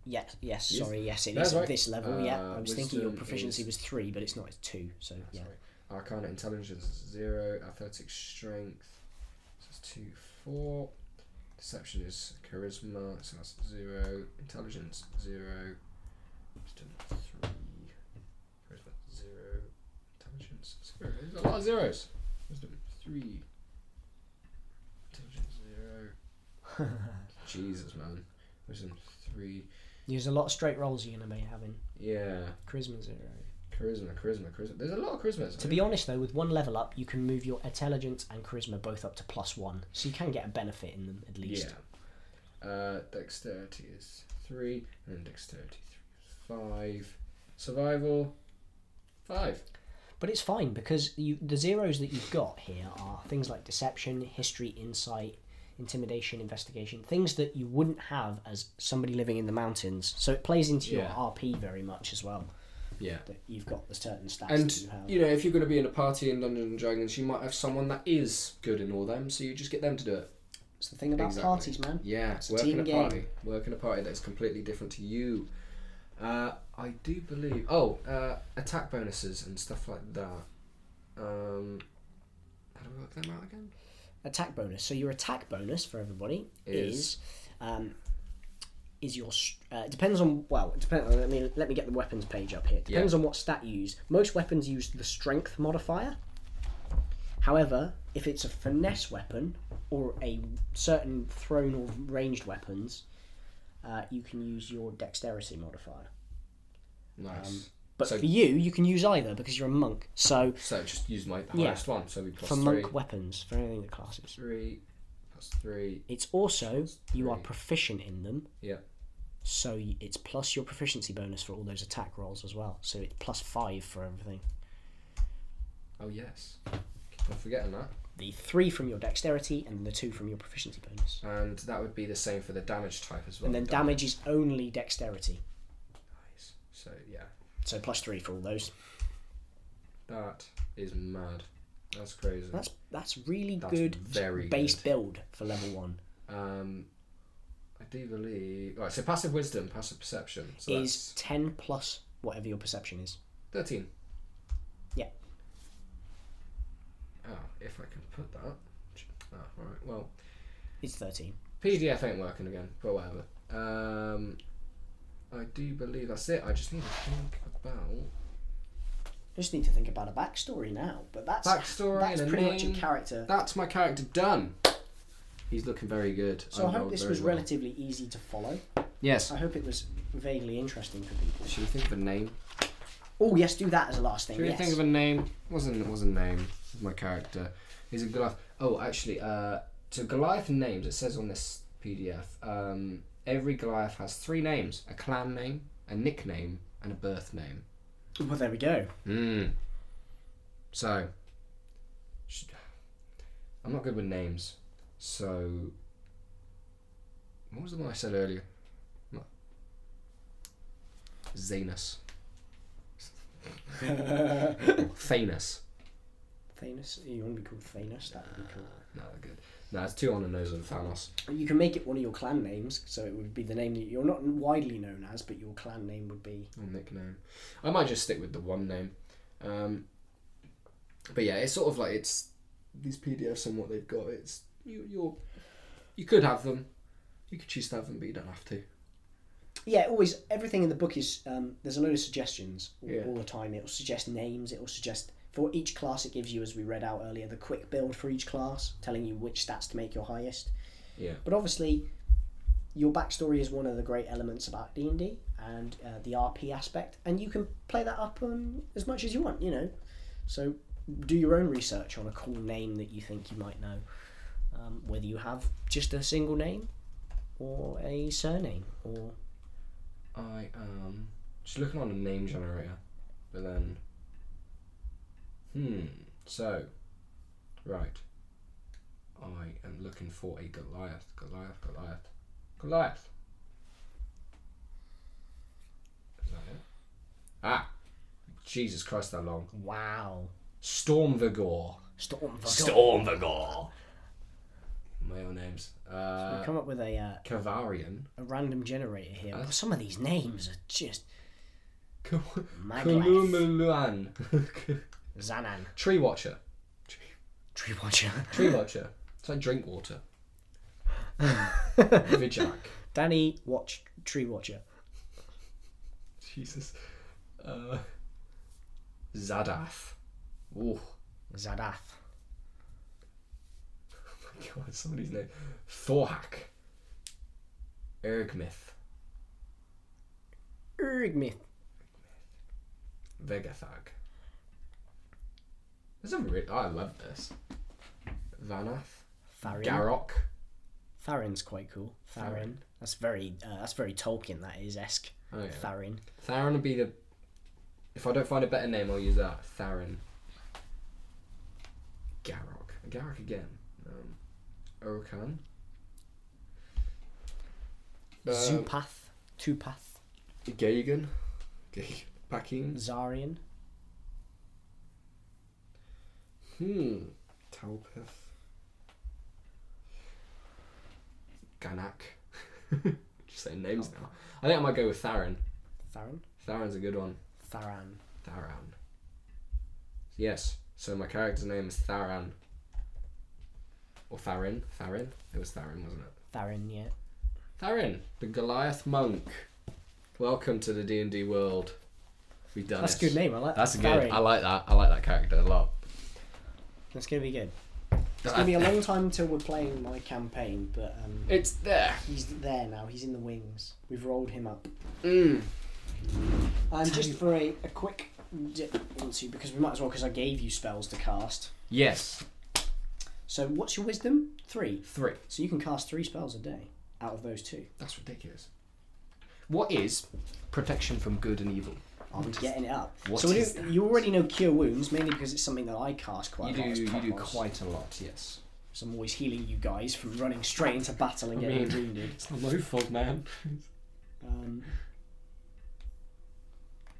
[SPEAKER 2] yes, yes,
[SPEAKER 1] Yes.
[SPEAKER 2] sorry, yes, it
[SPEAKER 1] That's
[SPEAKER 2] is at
[SPEAKER 1] right.
[SPEAKER 2] this level. yeah,
[SPEAKER 1] Uh,
[SPEAKER 2] I was thinking your
[SPEAKER 1] wisdom
[SPEAKER 2] proficiency
[SPEAKER 1] is-
[SPEAKER 2] was three, but it's not. It's two. So yeah,
[SPEAKER 1] Sorry. Arcana intelligence is zero. Athletic strength. So it's two four. Deception is charisma. So that's zero. Intelligence zero. Wisdom three. Charisma zero. Intelligence zero. There's a lot of zeros. Wisdom three. Intelligence zero. Jesus man. Wisdom three.
[SPEAKER 2] there's a lot of straight rolls you're gonna be having.
[SPEAKER 1] Yeah.
[SPEAKER 2] Charisma zero.
[SPEAKER 1] Charisma. Charisma. Charisma. There's a lot of charismas.
[SPEAKER 2] To be honest though, with one level up, you can move your intelligence and charisma both up to plus one, so you can get a benefit in them at least.
[SPEAKER 1] Yeah. Uh, dexterity is three, and then dexterity three is five. Survival, five.
[SPEAKER 2] But it's fine because you the zeros that you've got here are things like deception, history, insight, intimidation, investigation, things that you wouldn't have as somebody living in the mountains. So it plays into
[SPEAKER 1] Yeah.
[SPEAKER 2] your RP very much as well.
[SPEAKER 1] Yeah.
[SPEAKER 2] That you've got the certain stats that
[SPEAKER 1] And
[SPEAKER 2] you have.
[SPEAKER 1] you know, if you're going to be in a party in Dungeons and Dragons, you might have someone that is good in all them, so you just get them to do it.
[SPEAKER 2] it's the thing about
[SPEAKER 1] Exactly.
[SPEAKER 2] parties, man.
[SPEAKER 1] Yeah,
[SPEAKER 2] It's a
[SPEAKER 1] working
[SPEAKER 2] team
[SPEAKER 1] a,
[SPEAKER 2] game.
[SPEAKER 1] party, working a party that is completely different to you. Uh, I do believe. Oh, uh, attack bonuses and stuff like that. Um, how do we work them out again?
[SPEAKER 2] Attack bonus. So your attack bonus for everybody
[SPEAKER 1] Is-
[SPEAKER 2] is, um, is your s- uh, depends on well it depend, uh, let me let me get the weapons page up here. Depends on what stat you use. Most weapons use the strength modifier. However, if it's a finesse weapon or a certain thrown or ranged weapons, uh, you can use your dexterity modifier. Um,
[SPEAKER 1] Nice.
[SPEAKER 2] But
[SPEAKER 1] So-
[SPEAKER 2] for you, you can use either because you're a monk. So
[SPEAKER 1] So just use my
[SPEAKER 2] Yeah.
[SPEAKER 1] highest one. So we plus
[SPEAKER 2] for
[SPEAKER 1] three.
[SPEAKER 2] monk weapons, for anything that classes.
[SPEAKER 1] Three plus three.
[SPEAKER 2] It's also you are
[SPEAKER 1] Three.
[SPEAKER 2] proficient in them,
[SPEAKER 1] Yeah.
[SPEAKER 2] so y- it's plus your proficiency bonus for all those attack rolls as well. So it's plus five for everything.
[SPEAKER 1] Oh yes. Keep on forgetting that.
[SPEAKER 2] the three from your dexterity and the two from your proficiency bonus.
[SPEAKER 1] And that would be the same for the damage type as well.
[SPEAKER 2] And then
[SPEAKER 1] Dam-
[SPEAKER 2] damage is only dexterity,
[SPEAKER 1] Nice. So yeah,
[SPEAKER 2] so plus three for all those.
[SPEAKER 1] that is mad. That's crazy.
[SPEAKER 2] That's that's really
[SPEAKER 1] That's
[SPEAKER 2] good
[SPEAKER 1] very
[SPEAKER 2] base
[SPEAKER 1] good.
[SPEAKER 2] build for level one.
[SPEAKER 1] Um, I do believe. Right, so passive wisdom, passive perception. So
[SPEAKER 2] is
[SPEAKER 1] that's
[SPEAKER 2] ten plus whatever your perception is.
[SPEAKER 1] thirteen.
[SPEAKER 2] Yeah.
[SPEAKER 1] Oh, if I can put that. Oh, all right. Well,
[SPEAKER 2] It's thirteen.
[SPEAKER 1] PDF ain't working again, but whatever. Um, I do believe that's it. I just need to think about
[SPEAKER 2] Just need to think about a backstory now, but that's
[SPEAKER 1] Backstory
[SPEAKER 2] that's
[SPEAKER 1] and a
[SPEAKER 2] pretty much a
[SPEAKER 1] name.
[SPEAKER 2] character.
[SPEAKER 1] That's my character done. He's looking very good.
[SPEAKER 2] So I hope
[SPEAKER 1] rolled
[SPEAKER 2] this
[SPEAKER 1] very
[SPEAKER 2] was
[SPEAKER 1] well.
[SPEAKER 2] relatively easy to follow.
[SPEAKER 1] Yes.
[SPEAKER 2] I hope it was vaguely interesting for people.
[SPEAKER 1] Should we think of a name?
[SPEAKER 2] Oh yes, do that as a last thing.
[SPEAKER 1] Should we
[SPEAKER 2] yes.
[SPEAKER 1] think of a name? Wasn't it was a name. of My character. He's a Goliath. Oh, actually, uh, to Goliath names, it says on this PDF. Um, every Goliath has three names: a clan name, a nickname, and a birth name.
[SPEAKER 2] Well, there we go.
[SPEAKER 1] Hmm. So, should, I'm not good with names. So, what was the one I said earlier? Not- Zanus. Thanus.
[SPEAKER 2] Thanos. You want to be called Thanos? That would be cool.
[SPEAKER 1] No, they're good. No, it's two on the nose of Thanos.
[SPEAKER 2] You can make it one of your clan names, so it would be the name that you're not widely known as, but your clan name would be.
[SPEAKER 1] Or nickname. I might just stick with the one name. Um, but yeah, it's sort of like it's these PDFs and what they've got. It's you. You're you could have them. You could choose to have them, but you don't have to.
[SPEAKER 2] Yeah, always everything in the book is. Um, there's a load of suggestions all,
[SPEAKER 1] Yeah.
[SPEAKER 2] all the time. It will suggest names. It will suggest for each class. It gives you, as we read out earlier, the quick build for each class, telling you which stats to make your highest.
[SPEAKER 1] Yeah.
[SPEAKER 2] But obviously, your backstory is one of the great elements about D and D and uh, the RP aspect, and you can play that up um, as much as you want. You know, so do your own research on a cool name that you think you might know, um, whether you have just a single name or a surname or
[SPEAKER 1] I am just looking on a name generator, but then. Hmm. So, right. I am looking for a Goliath. Goliath. Goliath. Goliath. Is that it? Ah. Jesus Christ, that long.
[SPEAKER 2] wow.
[SPEAKER 1] Storm Vigor.
[SPEAKER 2] Storm Vigor.
[SPEAKER 1] Storm Vigor. My own names. Uh,
[SPEAKER 2] We've come up with a, uh,
[SPEAKER 1] Kavarian.
[SPEAKER 2] a random generator here. Well, some of these names are just Maglath,
[SPEAKER 1] Kalumuluan.
[SPEAKER 2] Zanan,
[SPEAKER 1] Tree Watcher.
[SPEAKER 2] Tree Watcher,
[SPEAKER 1] Tree Watcher. It's like drink water. Vijak.
[SPEAKER 2] Danny Watch, Tree Watcher,
[SPEAKER 1] Jesus. Uh, Zadath. Ooh.
[SPEAKER 2] Zadath,
[SPEAKER 1] Oh my god, somebody's name. Thorhak. Ergmith.
[SPEAKER 2] Urgmith,
[SPEAKER 1] Vegathag. There's a re- oh, I love this. Vanath.
[SPEAKER 2] Farin.
[SPEAKER 1] Garok.
[SPEAKER 2] Farin's quite cool. Farin.
[SPEAKER 1] Farin.
[SPEAKER 2] That's very uh, that's very Tolkien. That is esque.
[SPEAKER 1] Oh, yeah.
[SPEAKER 2] Farin.
[SPEAKER 1] Tharin would be the. If I don't find a better name, I'll use that. Tharin. Garok. Garok again. Um, Orokan. Um,
[SPEAKER 2] Zupath, Tupath,
[SPEAKER 1] Gagan. Gagan. Pakin.
[SPEAKER 2] Zarian,
[SPEAKER 1] Hmm. Talpeth. Ganak. Just saying names now. I think I might go with Tharin.
[SPEAKER 2] Farin,
[SPEAKER 1] Tharin's a good one.
[SPEAKER 2] Faran.
[SPEAKER 1] Tharan. Yes, so my character's name is Tharan. Or Tharin. Tharin? It was Tharin, wasn't it?
[SPEAKER 2] Farin, yeah.
[SPEAKER 1] Tharin, the Goliath monk. Welcome to the D and D world. We've done
[SPEAKER 2] That's a
[SPEAKER 1] it.
[SPEAKER 2] good name. I like
[SPEAKER 1] That's a
[SPEAKER 2] that.
[SPEAKER 1] good.
[SPEAKER 2] Farin.
[SPEAKER 1] I like that. I like that character a lot.
[SPEAKER 2] That's gonna be good. It's gonna be a long time until we're playing my campaign, but um,
[SPEAKER 1] It's there.
[SPEAKER 2] he's there now. He's in the wings. We've rolled him up.
[SPEAKER 1] Mm.
[SPEAKER 2] Um, just for a, a quick dip into because we might as well because I gave you spells to cast.
[SPEAKER 1] Yes,
[SPEAKER 2] So what's your wisdom? Three.
[SPEAKER 1] three.
[SPEAKER 2] So you can cast three spells a day out of those two.
[SPEAKER 1] That's ridiculous. What is protection from good and evil?
[SPEAKER 2] I'm getting it up.
[SPEAKER 1] What
[SPEAKER 2] so we
[SPEAKER 1] is
[SPEAKER 2] do, you already know Cure Wounds, mainly because it's something that I cast
[SPEAKER 1] You
[SPEAKER 2] quite a lot.
[SPEAKER 1] do
[SPEAKER 2] as
[SPEAKER 1] you do
[SPEAKER 2] promos.
[SPEAKER 1] quite a lot, yes.
[SPEAKER 2] So I'm always healing you guys from running straight into battle and
[SPEAKER 1] I
[SPEAKER 2] getting
[SPEAKER 1] mean-
[SPEAKER 2] wounded.
[SPEAKER 1] It's not my fault, man.
[SPEAKER 2] Um,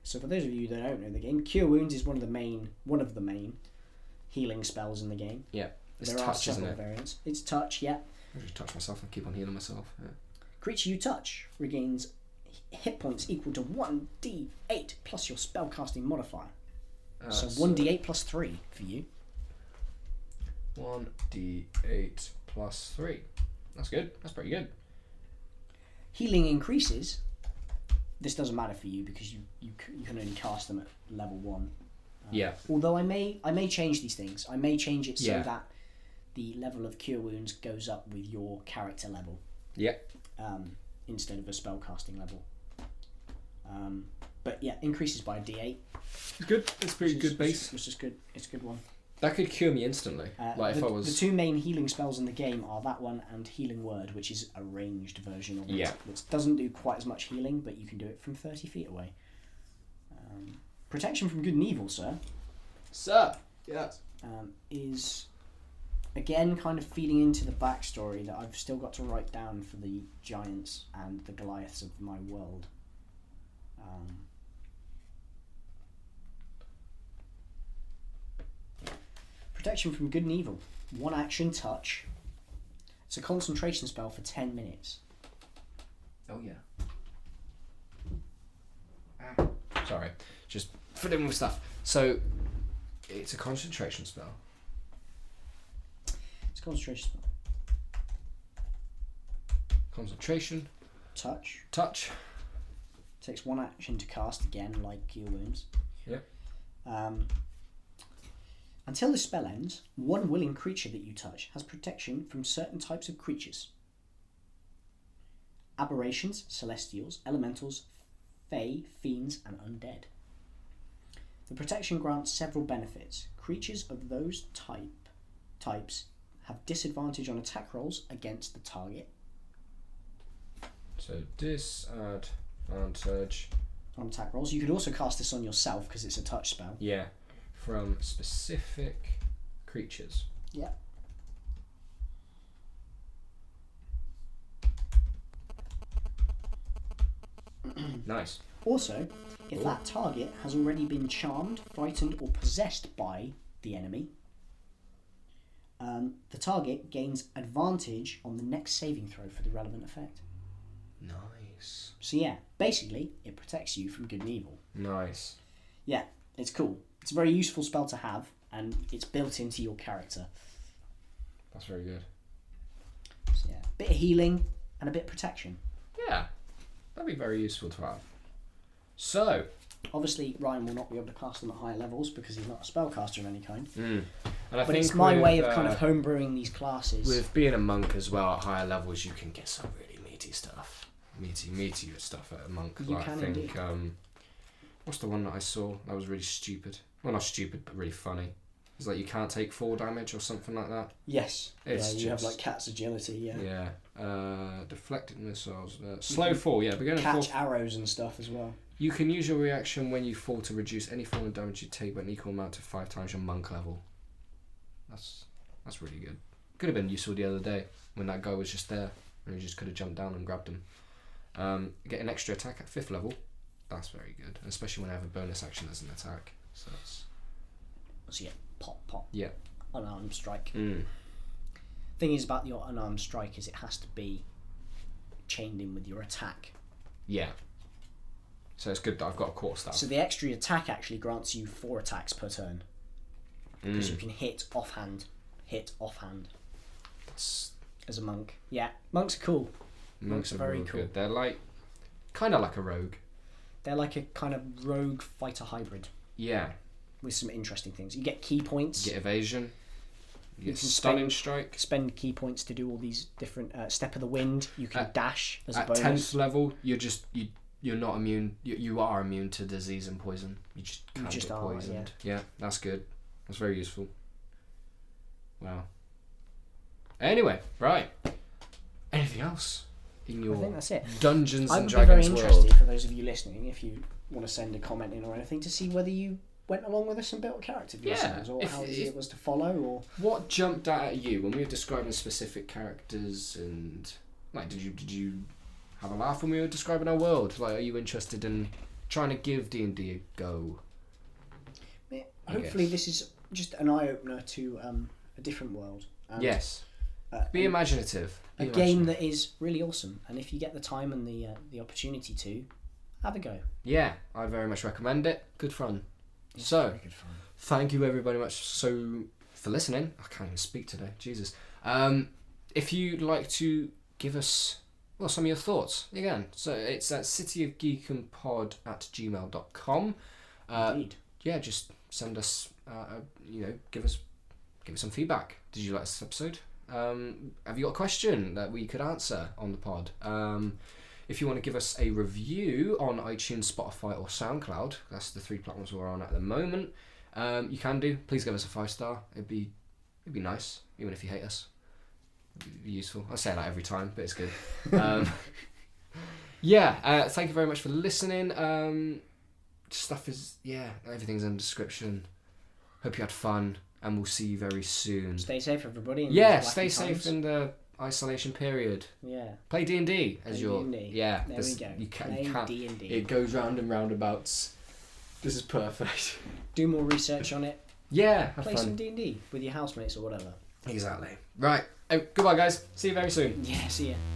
[SPEAKER 2] so for those of you that don't know the game, Cure Wounds is one of the main one of the main healing spells in the game.
[SPEAKER 1] Yeah, it's
[SPEAKER 2] there
[SPEAKER 1] touch,
[SPEAKER 2] are
[SPEAKER 1] isn't
[SPEAKER 2] several
[SPEAKER 1] it?
[SPEAKER 2] variants. It's touch, yeah.
[SPEAKER 1] I just touch myself and keep on healing myself. Yeah.
[SPEAKER 2] Creature you touch regains h- hit points equal to one d eight plus your spellcasting modifier.
[SPEAKER 1] Uh,
[SPEAKER 2] so one d eight plus three for you.
[SPEAKER 1] One D eight plus three. That's good. That's pretty good.
[SPEAKER 2] Healing increases. This doesn't matter for you because you you, c- you can only cast them at level one. Uh,
[SPEAKER 1] Yeah.
[SPEAKER 2] Although I may I may change these things. I may change it so
[SPEAKER 1] Yeah.
[SPEAKER 2] that the level of cure wounds goes up with your character level
[SPEAKER 1] Yeah.
[SPEAKER 2] um, instead of a spellcasting level. Um, but yeah, increases by a d8.
[SPEAKER 1] It's good. It's pretty
[SPEAKER 2] which is-
[SPEAKER 1] good base.
[SPEAKER 2] Which is good. It's a good one.
[SPEAKER 1] That could cure me instantly.
[SPEAKER 2] Uh,
[SPEAKER 1] like
[SPEAKER 2] the,
[SPEAKER 1] if I was.
[SPEAKER 2] the two main healing spells in the game are that one and Healing Word, which is a ranged version of it.
[SPEAKER 1] Yeah.
[SPEAKER 2] Which doesn't do quite as much healing, but you can do it from 30 feet away. Um, protection from good and evil, sir.
[SPEAKER 1] Sir. Yes.
[SPEAKER 2] um, is again kind of feeding into the backstory that I've still got to write down for the giants and the Goliaths of my world. Um, protection from good and evil. One action touch. It's a concentration spell for 10 minutes.
[SPEAKER 1] Oh yeah. Ah. Sorry, just fiddling with stuff. So, it's a concentration spell.
[SPEAKER 2] It's a concentration spell.
[SPEAKER 1] Concentration,
[SPEAKER 2] Touch.
[SPEAKER 1] touch.
[SPEAKER 2] Takes one action to cast again, like Cure Wounds.
[SPEAKER 1] Yep.
[SPEAKER 2] Um, until the spell ends, one willing creature that you touch has protection from certain types of creatures aberrations, celestials, elementals, fae, fiends, and undead. The protection grants several benefits. Creatures of those type types have disadvantage on attack rolls against the target,
[SPEAKER 1] So disadvantage.
[SPEAKER 2] on attack rolls. You could also cast this on yourself because it's a touch spell.
[SPEAKER 1] Yeah, from specific creatures.
[SPEAKER 2] Yeah.
[SPEAKER 1] Nice.
[SPEAKER 2] Also, if
[SPEAKER 1] Oh.
[SPEAKER 2] that target has already been charmed, frightened, or possessed by the enemy, um, the target gains advantage on the next saving throw for the relevant effect.
[SPEAKER 1] Nice.
[SPEAKER 2] So, yeah, basically, it protects you from good and evil.
[SPEAKER 1] Nice.
[SPEAKER 2] Yeah, it's cool. It's a very useful spell to have, and it's built into your character.
[SPEAKER 1] That's very good.
[SPEAKER 2] So, yeah, bit of healing and a bit of protection.
[SPEAKER 1] Yeah, that'd be very useful to have. So,
[SPEAKER 2] Obviously, Ryan will not be able to cast them at higher levels because he's not a spellcaster of any kind.
[SPEAKER 1] and Mm. I
[SPEAKER 2] But
[SPEAKER 1] think
[SPEAKER 2] it's my
[SPEAKER 1] with,
[SPEAKER 2] way of kind
[SPEAKER 1] uh,
[SPEAKER 2] of homebrewing these classes.
[SPEAKER 1] with being a monk as well at higher levels, you can get some really meaty stuff, meaty, meaty stuff at a monk.
[SPEAKER 2] You
[SPEAKER 1] like,
[SPEAKER 2] can
[SPEAKER 1] I think,
[SPEAKER 2] indeed.
[SPEAKER 1] um, what's the one that I saw that was really stupid? Well, not stupid, but really funny. It's like you can't take fall damage or something like that.
[SPEAKER 2] Yes.
[SPEAKER 1] It's
[SPEAKER 2] yeah, you have
[SPEAKER 1] just-
[SPEAKER 2] like cat's agility, yeah.
[SPEAKER 1] Yeah. Uh, deflected missiles. Uh, slow fall. Yeah, we're going to fall.
[SPEAKER 2] Catch arrows and stuff as well.
[SPEAKER 1] You can use your reaction when you fall to reduce any form of damage you take by an equal amount to five times your monk level. That's that's really good. Could have been useful the other day when that guy was just there and he just could have jumped down and grabbed him. Um, get an extra attack at fifth level. That's very good, especially when I have a bonus action as an attack. So that's
[SPEAKER 2] So yeah, pop, pop.
[SPEAKER 1] yeah.
[SPEAKER 2] Unarmed strike.
[SPEAKER 1] Mm.
[SPEAKER 2] Thing is about your unarmed strike is it has to be chained in with your attack.
[SPEAKER 1] Yeah. So it's good that I've got a core staff.
[SPEAKER 2] So the extra attack actually grants you four attacks per turn.
[SPEAKER 1] Mm.
[SPEAKER 2] Because
[SPEAKER 1] Hmm.
[SPEAKER 2] you can hit offhand, hit offhand
[SPEAKER 1] It's-
[SPEAKER 2] as a monk. Yeah, monks are cool.
[SPEAKER 1] monks are
[SPEAKER 2] very
[SPEAKER 1] very
[SPEAKER 2] cool.
[SPEAKER 1] good. They're like kind of like a rogue.
[SPEAKER 2] They're like a kind of rogue fighter hybrid
[SPEAKER 1] Yeah.
[SPEAKER 2] with some interesting things. You get key points.
[SPEAKER 1] You get evasion. You get
[SPEAKER 2] can
[SPEAKER 1] stunning strike.
[SPEAKER 2] Spend key points to do all these different uh, step of the wind. You can
[SPEAKER 1] At-
[SPEAKER 2] dash as a
[SPEAKER 1] at
[SPEAKER 2] bonus.
[SPEAKER 1] tenth level, you're just you you're not immune. You, you are immune to disease and poison. You just can't
[SPEAKER 2] just
[SPEAKER 1] get
[SPEAKER 2] are, yeah.
[SPEAKER 1] poisoned. yeah. that's good. That's very useful. Wow. Anyway, right. Anything else in
[SPEAKER 2] I think
[SPEAKER 1] your
[SPEAKER 2] that's it.
[SPEAKER 1] Dungeons
[SPEAKER 2] I
[SPEAKER 1] and
[SPEAKER 2] would be very
[SPEAKER 1] Dragons
[SPEAKER 2] interested
[SPEAKER 1] world?
[SPEAKER 2] for those of you listening if you want to send a comment in or anything to see whether you went along with us and built a character for
[SPEAKER 1] Yeah,
[SPEAKER 2] yourselves or
[SPEAKER 1] if-
[SPEAKER 2] how easy
[SPEAKER 1] if-
[SPEAKER 2] it was to follow or
[SPEAKER 1] What jumped out at you when we were describing specific characters and like did you did you have a laugh when we were describing our world? Like are you interested in trying to give D and D a go? I
[SPEAKER 2] hopefully
[SPEAKER 1] guess.
[SPEAKER 2] this is just an eye-opener to um, a different world and,
[SPEAKER 1] yes.
[SPEAKER 2] uh,
[SPEAKER 1] Be
[SPEAKER 2] a,
[SPEAKER 1] imaginative. Be
[SPEAKER 2] a game that is really awesome and if you get the time and the uh, the opportunity to have a go
[SPEAKER 1] Yeah, I very much recommend it. Good fun. So,
[SPEAKER 2] Very good fun.
[SPEAKER 1] thank you everybody much so for listening. I can't even speak today. Jesus. Um, if you'd like to give us well some of your thoughts again, so it's at cityofgeekandpod at gmail.com. Uh,
[SPEAKER 2] indeed
[SPEAKER 1] yeah, just send us uh, a, you know give us give us some feedback. Did you like this episode? Um, have you got a question that we could answer on the pod? Um, if you want to give us a review on iTunes, Spotify, or SoundCloud, that's the three platforms we're on at the moment. Um, you can do. Please give us a five star. It'd be it'd be nice, even if you hate us. It'd be useful. I say that every time, but it's good. Um, yeah, uh, thank you very much for listening. Um, stuff is yeah, everything's in the description. Hope you had fun, and we'll see you very soon.
[SPEAKER 2] stay safe everybody in these
[SPEAKER 1] Yeah,
[SPEAKER 2] wacky
[SPEAKER 1] stay
[SPEAKER 2] times.
[SPEAKER 1] safe in the isolation period.
[SPEAKER 2] yeah
[SPEAKER 1] Play D and D as
[SPEAKER 2] Play
[SPEAKER 1] your
[SPEAKER 2] D&D.
[SPEAKER 1] yeah.
[SPEAKER 2] there
[SPEAKER 1] this-
[SPEAKER 2] we go
[SPEAKER 1] You can,
[SPEAKER 2] Play
[SPEAKER 1] you can't.
[SPEAKER 2] D&D
[SPEAKER 1] It goes round and roundabouts. This is perfect.
[SPEAKER 2] do more research on it
[SPEAKER 1] yeah, have
[SPEAKER 2] play
[SPEAKER 1] fun.
[SPEAKER 2] some D&D with your housemates or whatever
[SPEAKER 1] Exactly. Right. Oh, goodbye, guys. See you very soon.
[SPEAKER 2] yeah see ya